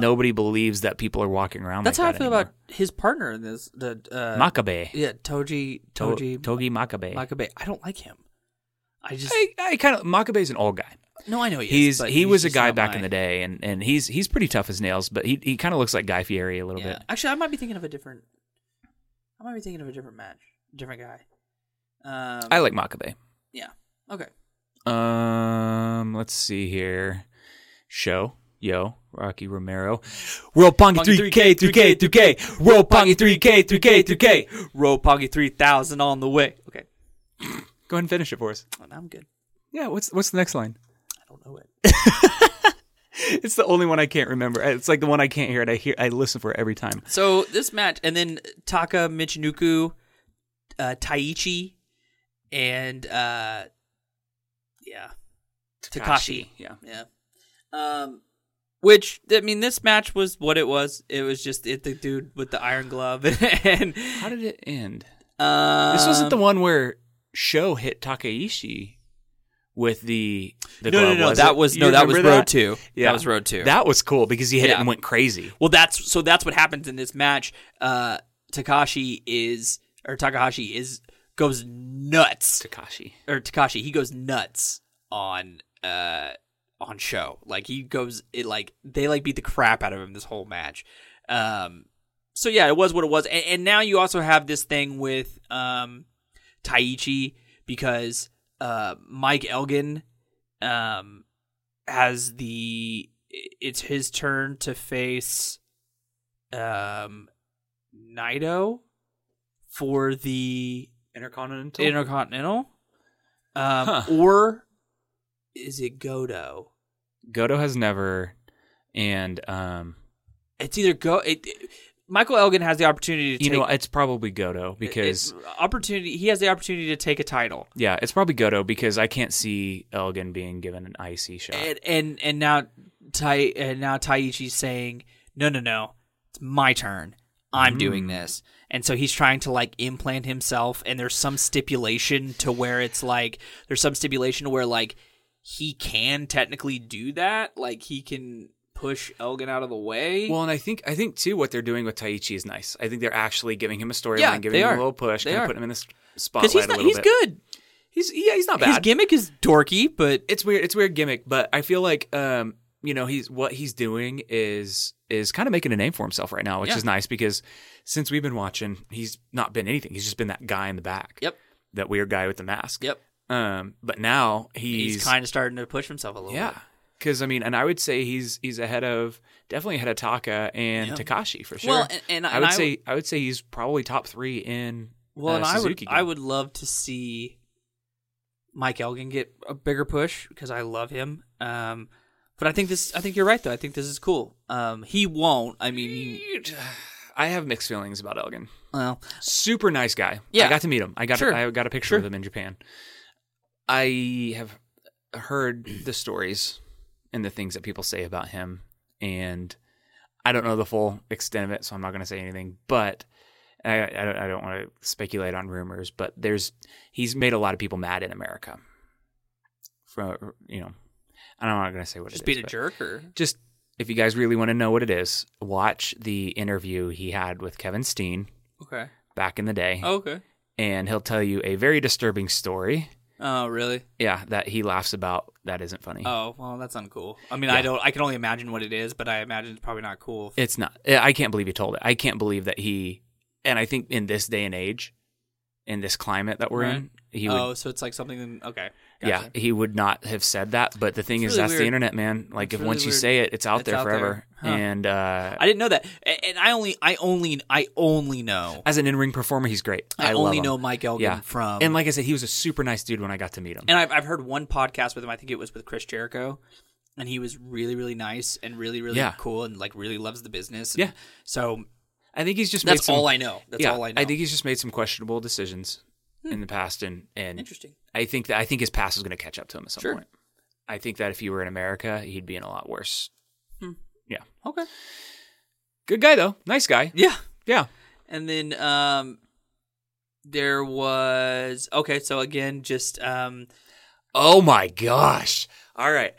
A: nobody believes that people are walking around.
B: Uh. That's
A: like
B: how I
A: that
B: feel
A: anymore.
B: about his partner in this. The uh,
A: Makabe,
B: yeah, Toji,
A: To-
B: Toji,
A: Togi Makabe.
B: Makabe. I don't like him. I just
A: I, I kind of Makabe's an old guy.
B: No, I know he is,
A: He's
B: but
A: he was a
B: just
A: guy
B: not
A: back
B: my-
A: in the day, and, and he's he's pretty tough as nails, but he he kind of looks like Guy Fieri a little
B: yeah.
A: bit.
B: Actually, I might be thinking of a different. I might be thinking of a different match, different guy. Um,
A: I like Makabe.
B: Yeah. Okay.
A: Um, let's see here. Show. Yo, Rocky Romero. Roll Pongy 3K, 3K, 3K. Roll Pongy 3K, 3K, 3K.
B: Roll Poggy three thousand on the way. Okay,
A: Go ahead and finish it for us.
B: Oh, now I'm good.
A: Yeah, what's what's the next line? [LAUGHS]
B: I don't know it.
A: It's the only one I can't remember. It's like the one I can't hear, and I hear I listen for it every time.
B: So this match, and then Taka Michinoku, uh, Taichi, and uh, yeah, Takashi.
A: Yeah.
B: Yeah. Um, which I mean, this match was what it was. It was just it the dude with the iron glove, [LAUGHS] and
A: How did it end?
B: um,
A: This wasn't the one where Show hit Takaishi with the the
B: No,
A: glove,
B: no, no.
A: was
B: that
A: it?
B: was
A: You
B: no, that was
A: remember
B: road two.
A: Yeah.
B: That was road two.
A: That was cool because he hit
B: Yeah.
A: it and went crazy.
B: Well, that's so that's what happens in this match. Uh, Takashi is or Takahashi is goes nuts
A: Takashi.
B: or Takashi he goes nuts on uh on show like he goes it like they like beat the crap out of him this whole match. Um, so yeah, it was what it was, and, and now you also have this thing with um Taichi because uh Mike Elgin um has the it's his turn to face um Naito for the
A: Intercontinental.
B: Intercontinental. Um
A: Huh.
B: or is it Godo?
A: Goto has never, and um,
B: It's either Go it, it- Michael Elgin has the opportunity to
A: you
B: take
A: know, it's probably Goto because
B: it's opportunity he has the opportunity to take a title.
A: yeah, it's probably Goto because I can't see Elgin being given an IC shot.
B: and and and now Tai and now Taichi's saying, "No, no, no, it's my turn.
A: Mm-hmm.
B: I'm doing this." And so he's trying to like implant himself, and there's some stipulation to where it's like there's some stipulation where like he can technically do that, like he can push Elgin out of the way.
A: well, and I think I think too what they're doing with Taichi is nice. I think they're actually giving him a storyline,
B: Yeah,
A: giving
B: they
A: him
B: are.
A: a little push,
B: They
A: kind
B: are.
A: of putting him in the s- spotlight
B: because he's
A: a
B: not,
A: little
B: he's
A: bit.
B: good.
A: He's yeah, he's not
B: His
A: bad.
B: gimmick is dorky, but
A: it's weird. It's a weird gimmick, but I feel like um, you know, he's what he's doing is is kind of making a name for himself right now, which
B: Yeah.
A: is nice because since we've been watching, he's not been anything. He's just been that guy in the back.
B: Yep.
A: That weird guy with the mask.
B: yep,
A: Um, but now
B: he's,
A: he's,
B: kind of starting to push himself a little.
A: yeah.
B: bit.
A: Because I mean, and I would say he's he's ahead of definitely ahead of Taka and
B: Yeah.
A: Takashi for sure.
B: Well, and, and
A: I
B: and
A: would
B: I-
A: say I would say he's probably top three in
B: Well,
A: uh,
B: and I would
A: Suzuki-gun.
B: I would love to see Mike Elgin get a bigger push because I love him. Um, but I think this I think you're right though. I think this is cool. Um, he won't. I mean, he,
A: I have mixed feelings about Elgin.
B: well,
A: super nice guy.
B: Yeah.
A: I got to meet him. I got
B: Sure.
A: I got a picture
B: Sure.
A: of him in Japan. I have heard [CLEARS THROAT] the stories and the things that people say about him, and I don't know the full extent of it, so I'm not going to say anything. But I, I don't, I don't want to speculate on rumors. But there's he's made a lot of people mad in America. From you know, I'm not going to say what
B: just
A: it
B: being
A: is,
B: a
A: but-
B: jerk or
A: just if you guys really want to know what it is, watch the interview he had with Kevin Steen
B: okay.
A: back in the day
B: Oh, okay.
A: and he'll tell you a very disturbing story.
B: Oh really?
A: Yeah, that he laughs about that isn't funny.
B: Oh well, that's uncool. I mean,
A: Yeah.
B: I don't. I can only imagine what it is, but I imagine it's probably not cool.
A: It's not. I can't believe he told it. I can't believe that he. And I think in this day and age, in this climate that we're in, he would.
B: oh, so it's like something. Okay.
A: Yeah, he would not have said that. But the thing
B: It's
A: is,
B: really
A: that's the
B: weird.
A: internet, man. Like,
B: It's
A: if
B: really
A: once you
B: weird.
A: say it, it's out
B: It's
A: there
B: out there.
A: forever.
B: Huh.
A: And uh,
B: I didn't know that, A- and I only, I only, I only know,
A: as an in-ring performer, he's great.
B: I,
A: I, love
B: only
A: him.
B: know Mike Elgin
A: Yeah.
B: from
A: and like I said, he was a super nice dude when I got to meet him.
B: And I've, I've heard one podcast with him. I think it was with Chris Jericho, and he was really, really nice and really, really
A: Yeah.
B: cool and like really loves the business.
A: Yeah.
B: So
A: I think he's just made
B: that's
A: some-
B: all I know. That's
A: yeah,
B: all I know. Hmm.
A: think he's just made some questionable decisions in the past, and and
B: interesting.
A: I think that I think his past is going to catch up to him at some
B: Sure.
A: point. I think that if he were in America, he'd be in a lot worse. Yeah,
B: Okay.
A: good guy though, nice guy.
B: Yeah.
A: Yeah,
B: And then um, there was okay. So again, just um,
A: Oh my gosh. All right.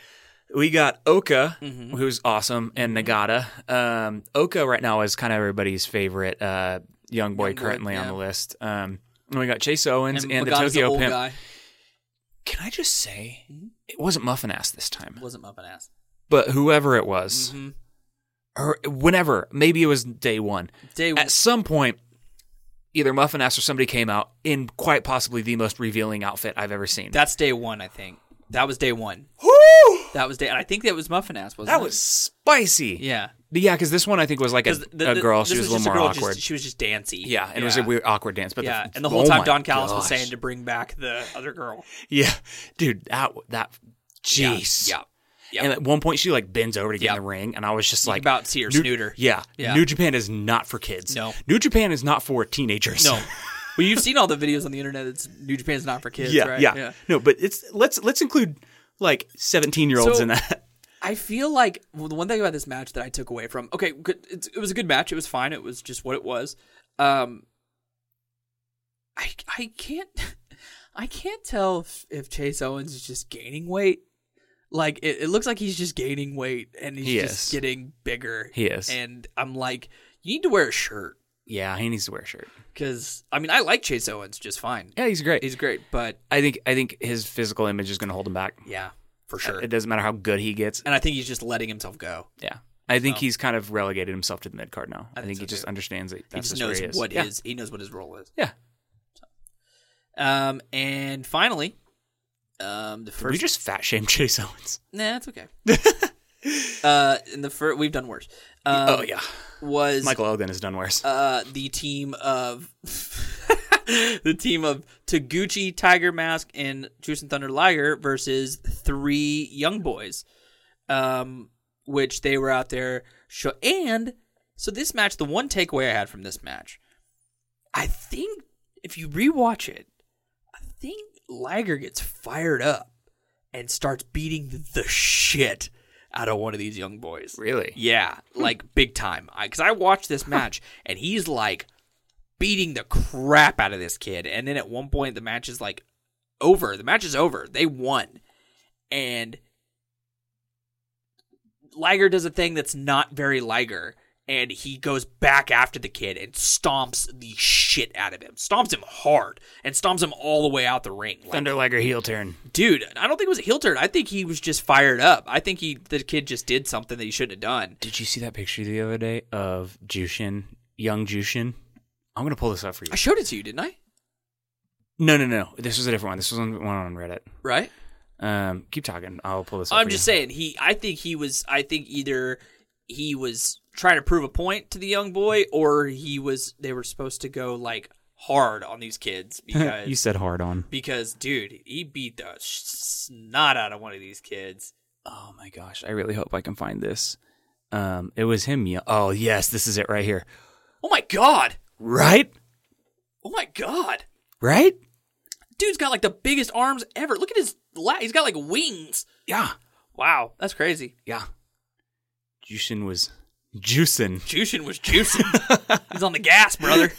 A: We got Oka, who's awesome, and Nagata. Um, Oka right now is kind of everybody's favorite uh, young boy
B: Young boy,
A: currently on
B: yeah.
A: the list. Um, and we got Chase Owens
B: and
A: and, the
B: Magata's the
A: Tokyo
B: old
A: Pimp.
B: guy.
A: Can I just say, it wasn't Muffin Ass this time,
B: Wasn't muffin ass.
A: but whoever it was,
B: Mhm.
A: or whenever, maybe it was day one.
B: Day one.
A: At some point, either Muffin Ass or somebody came out in quite possibly the most revealing outfit I've ever seen.
B: That's day one, I think. That was day one.
A: Whew!
B: That was day. And I think that was muffin ass. Wasn't
A: That
B: it?
A: was spicy.
B: Yeah.
A: Yeah, because this one I think was like a,
B: 'Cause the-
A: a
B: the-
A: girl. She
B: this
A: was, a little
B: just
A: more
B: girl, just-
A: awkward.
B: she was just dancy.
A: yeah, and it was a weird, awkward dance. But
B: Yeah,
A: the,
B: and the
A: oh
B: whole time
A: my
B: Don Callis was
A: gosh.
B: saying to bring back the other girl.
A: [LAUGHS] "Yeah, dude, that that,
B: Yeah,
A: jeez,
B: Yeah.
A: And at one point, she like bends over to get
B: Yeah.
A: in the ring, and I was just like,
B: about see her
A: New-
B: snooter.
A: Yeah,
B: Yeah.
A: New Japan is not for kids.
B: No.
A: New Japan is not for teenagers.
B: No. well, you've seen all the videos on the internet. It's New Japan's not for kids,
A: yeah,
B: right?
A: yeah, no. But it's let's let's include like seventeen year olds
B: So-
A: in that. [LAUGHS]
B: I feel like well, the one thing about this match that I took away from okay, good, it's, it was a good match. It was fine. It was just what it was. Um, I I can't [LAUGHS] I can't tell if, if Chase Owens is just gaining weight. Like it, it looks like he's just gaining weight and he's
A: He
B: just
A: is.
B: getting bigger.
A: He is.
B: and I'm like, you need to wear a shirt
A: yeah, he needs to wear a shirt.
B: because I mean I like Chase Owens just fine.
A: Yeah, he's great.
B: He's great, but
A: I think I think his physical image is going to hold him back.
B: yeah, for sure.
A: Uh, It doesn't matter how good he gets.
B: and I think he's just letting himself go.
A: Yeah. I think he's kind of relegated himself to the mid card now. I,
B: think
A: think
B: so,
A: he just
B: too.
A: understands that
B: He
A: that's
B: just
A: just where
B: knows
A: he is.
B: what
A: yeah.
B: his he knows what his role is.
A: Yeah.
B: Um, and finally, um, the
A: Did We
B: first.
A: just fat shame Chase [LAUGHS] Owens.
B: nah, it's okay. uh, in the first, we've done worse. Um,
A: oh yeah,
B: was
A: Michael Elgin has done worse.
B: uh the team of [LAUGHS] the team of Taguchi, Tiger Mask, and Juice and Thunder Liger versus three young boys, um, which they were out there. Show- and so this match, the one takeaway I had from this match, I think if you rewatch it, I think Liger gets fired up and starts beating the shit out of one of these young boys.
A: really?
B: Yeah, like big time. Because I, watched this match and he's like beating the crap out of this kid. And then at one point, the match is like over. The match is over. They won. And Liger does a thing that's not very Liger. And he goes back after the kid and stomps the shit out of him. Stomps him hard and stomps him all the way out the ring. Like,
A: Thunder Liger heel turn.
B: dude, I don't think it was a heel turn. I think he was just fired up. I think he the kid just did something that he shouldn't have done.
A: Did you see that picture the other day of Jushin, young Jushin? I'm gonna pull this up for you.
B: I showed it to you, didn't I?
A: No, no, no. This was a different one. This was on one on Reddit.
B: Right?
A: Um, keep talking. I'll pull this. up
B: I'm
A: for
B: just
A: you.
B: saying he I think he was I think either he was trying to prove a point to the young boy or he was they were supposed to go like hard on these [LAUGHS] kids
A: [LAUGHS]
B: because
A: you said hard on.
B: because dude, he beat the sh- snot out of one of these kids.
A: Oh my gosh, I really hope I can find this. Um, it was him. Ye- oh yes, this is it right here.
B: Oh my god.
A: Right,
B: Oh my god.
A: right.
B: Dude's got like the biggest arms ever. Look at his la- he's got like wings.
A: Yeah,
B: Wow, that's crazy.
A: Yeah. Jushin was juicing. [LAUGHS]
B: Jushin was juicing. [LAUGHS] He's on the gas, [LAUGHS] brother.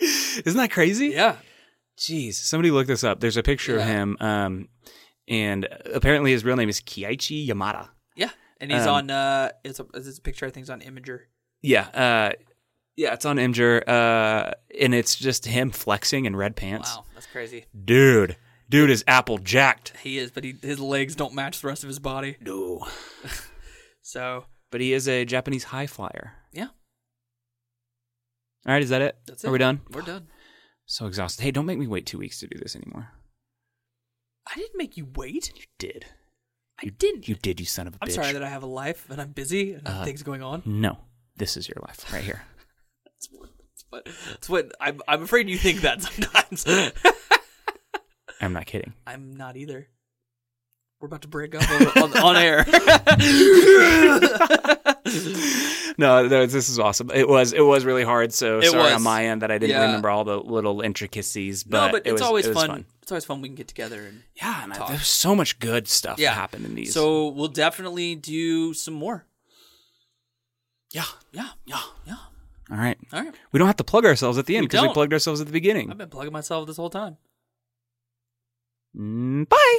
A: Isn't that crazy?
B: Yeah.
A: Jeez. Somebody look this up. There's a picture of
B: Yeah.
A: him. Um, and apparently his real name is Kiichi Yamada.
B: Yeah. And he's
A: Um,
B: on uh it's a it's a picture I think is on Imager.
A: Yeah. Uh, yeah, it's on Imgur. Uh, and it's just him flexing in red pants.
B: Wow, that's crazy.
A: Dude. Dude is apple jacked.
B: He is, but he, his legs don't match the rest of his body.
A: No.
B: So
A: But he is a Japanese high flyer.
B: yeah,
A: All right, is that it?
B: that's it.
A: Are we done?
B: We're done.
A: So exhausted. Hey, don't make me wait two weeks to do this anymore.
B: I didn't make you wait.
A: You did.
B: I didn't.
A: You did, you son of a
B: I'm
A: bitch.
B: sorry that I have a life and I'm busy and
A: Uh,
B: things going on.
A: No, this is your life right here.
B: That's what, that's what, that's what I'm, I'm afraid you think that
A: [LAUGHS]
B: sometimes.
A: I'm not
B: [LAUGHS]
A: kidding. [LAUGHS]
B: I'm not either. We're about to break up on, on,
A: [LAUGHS]
B: on air. [LAUGHS]
A: No, no, this is awesome. It was it was really hard. So
B: It
A: sorry
B: was.
A: on my end that I didn't
B: Yeah.
A: remember all the little intricacies. But
B: no, but
A: it
B: it's
A: was-
B: always
A: it was
B: fun. It's always fun. We can get together and
A: Yeah, and I,
B: Talk.
A: there's so much good stuff
B: Yeah.
A: that happened in these.
B: so we'll definitely do some more.
A: yeah,
B: Yeah,
A: yeah.
B: yeah.
A: All right,
B: All right.
A: we don't have to plug ourselves at the end because we
B: don't.
A: plugged ourselves at the beginning.
B: I've been plugging myself this whole time.
A: Mm, bye.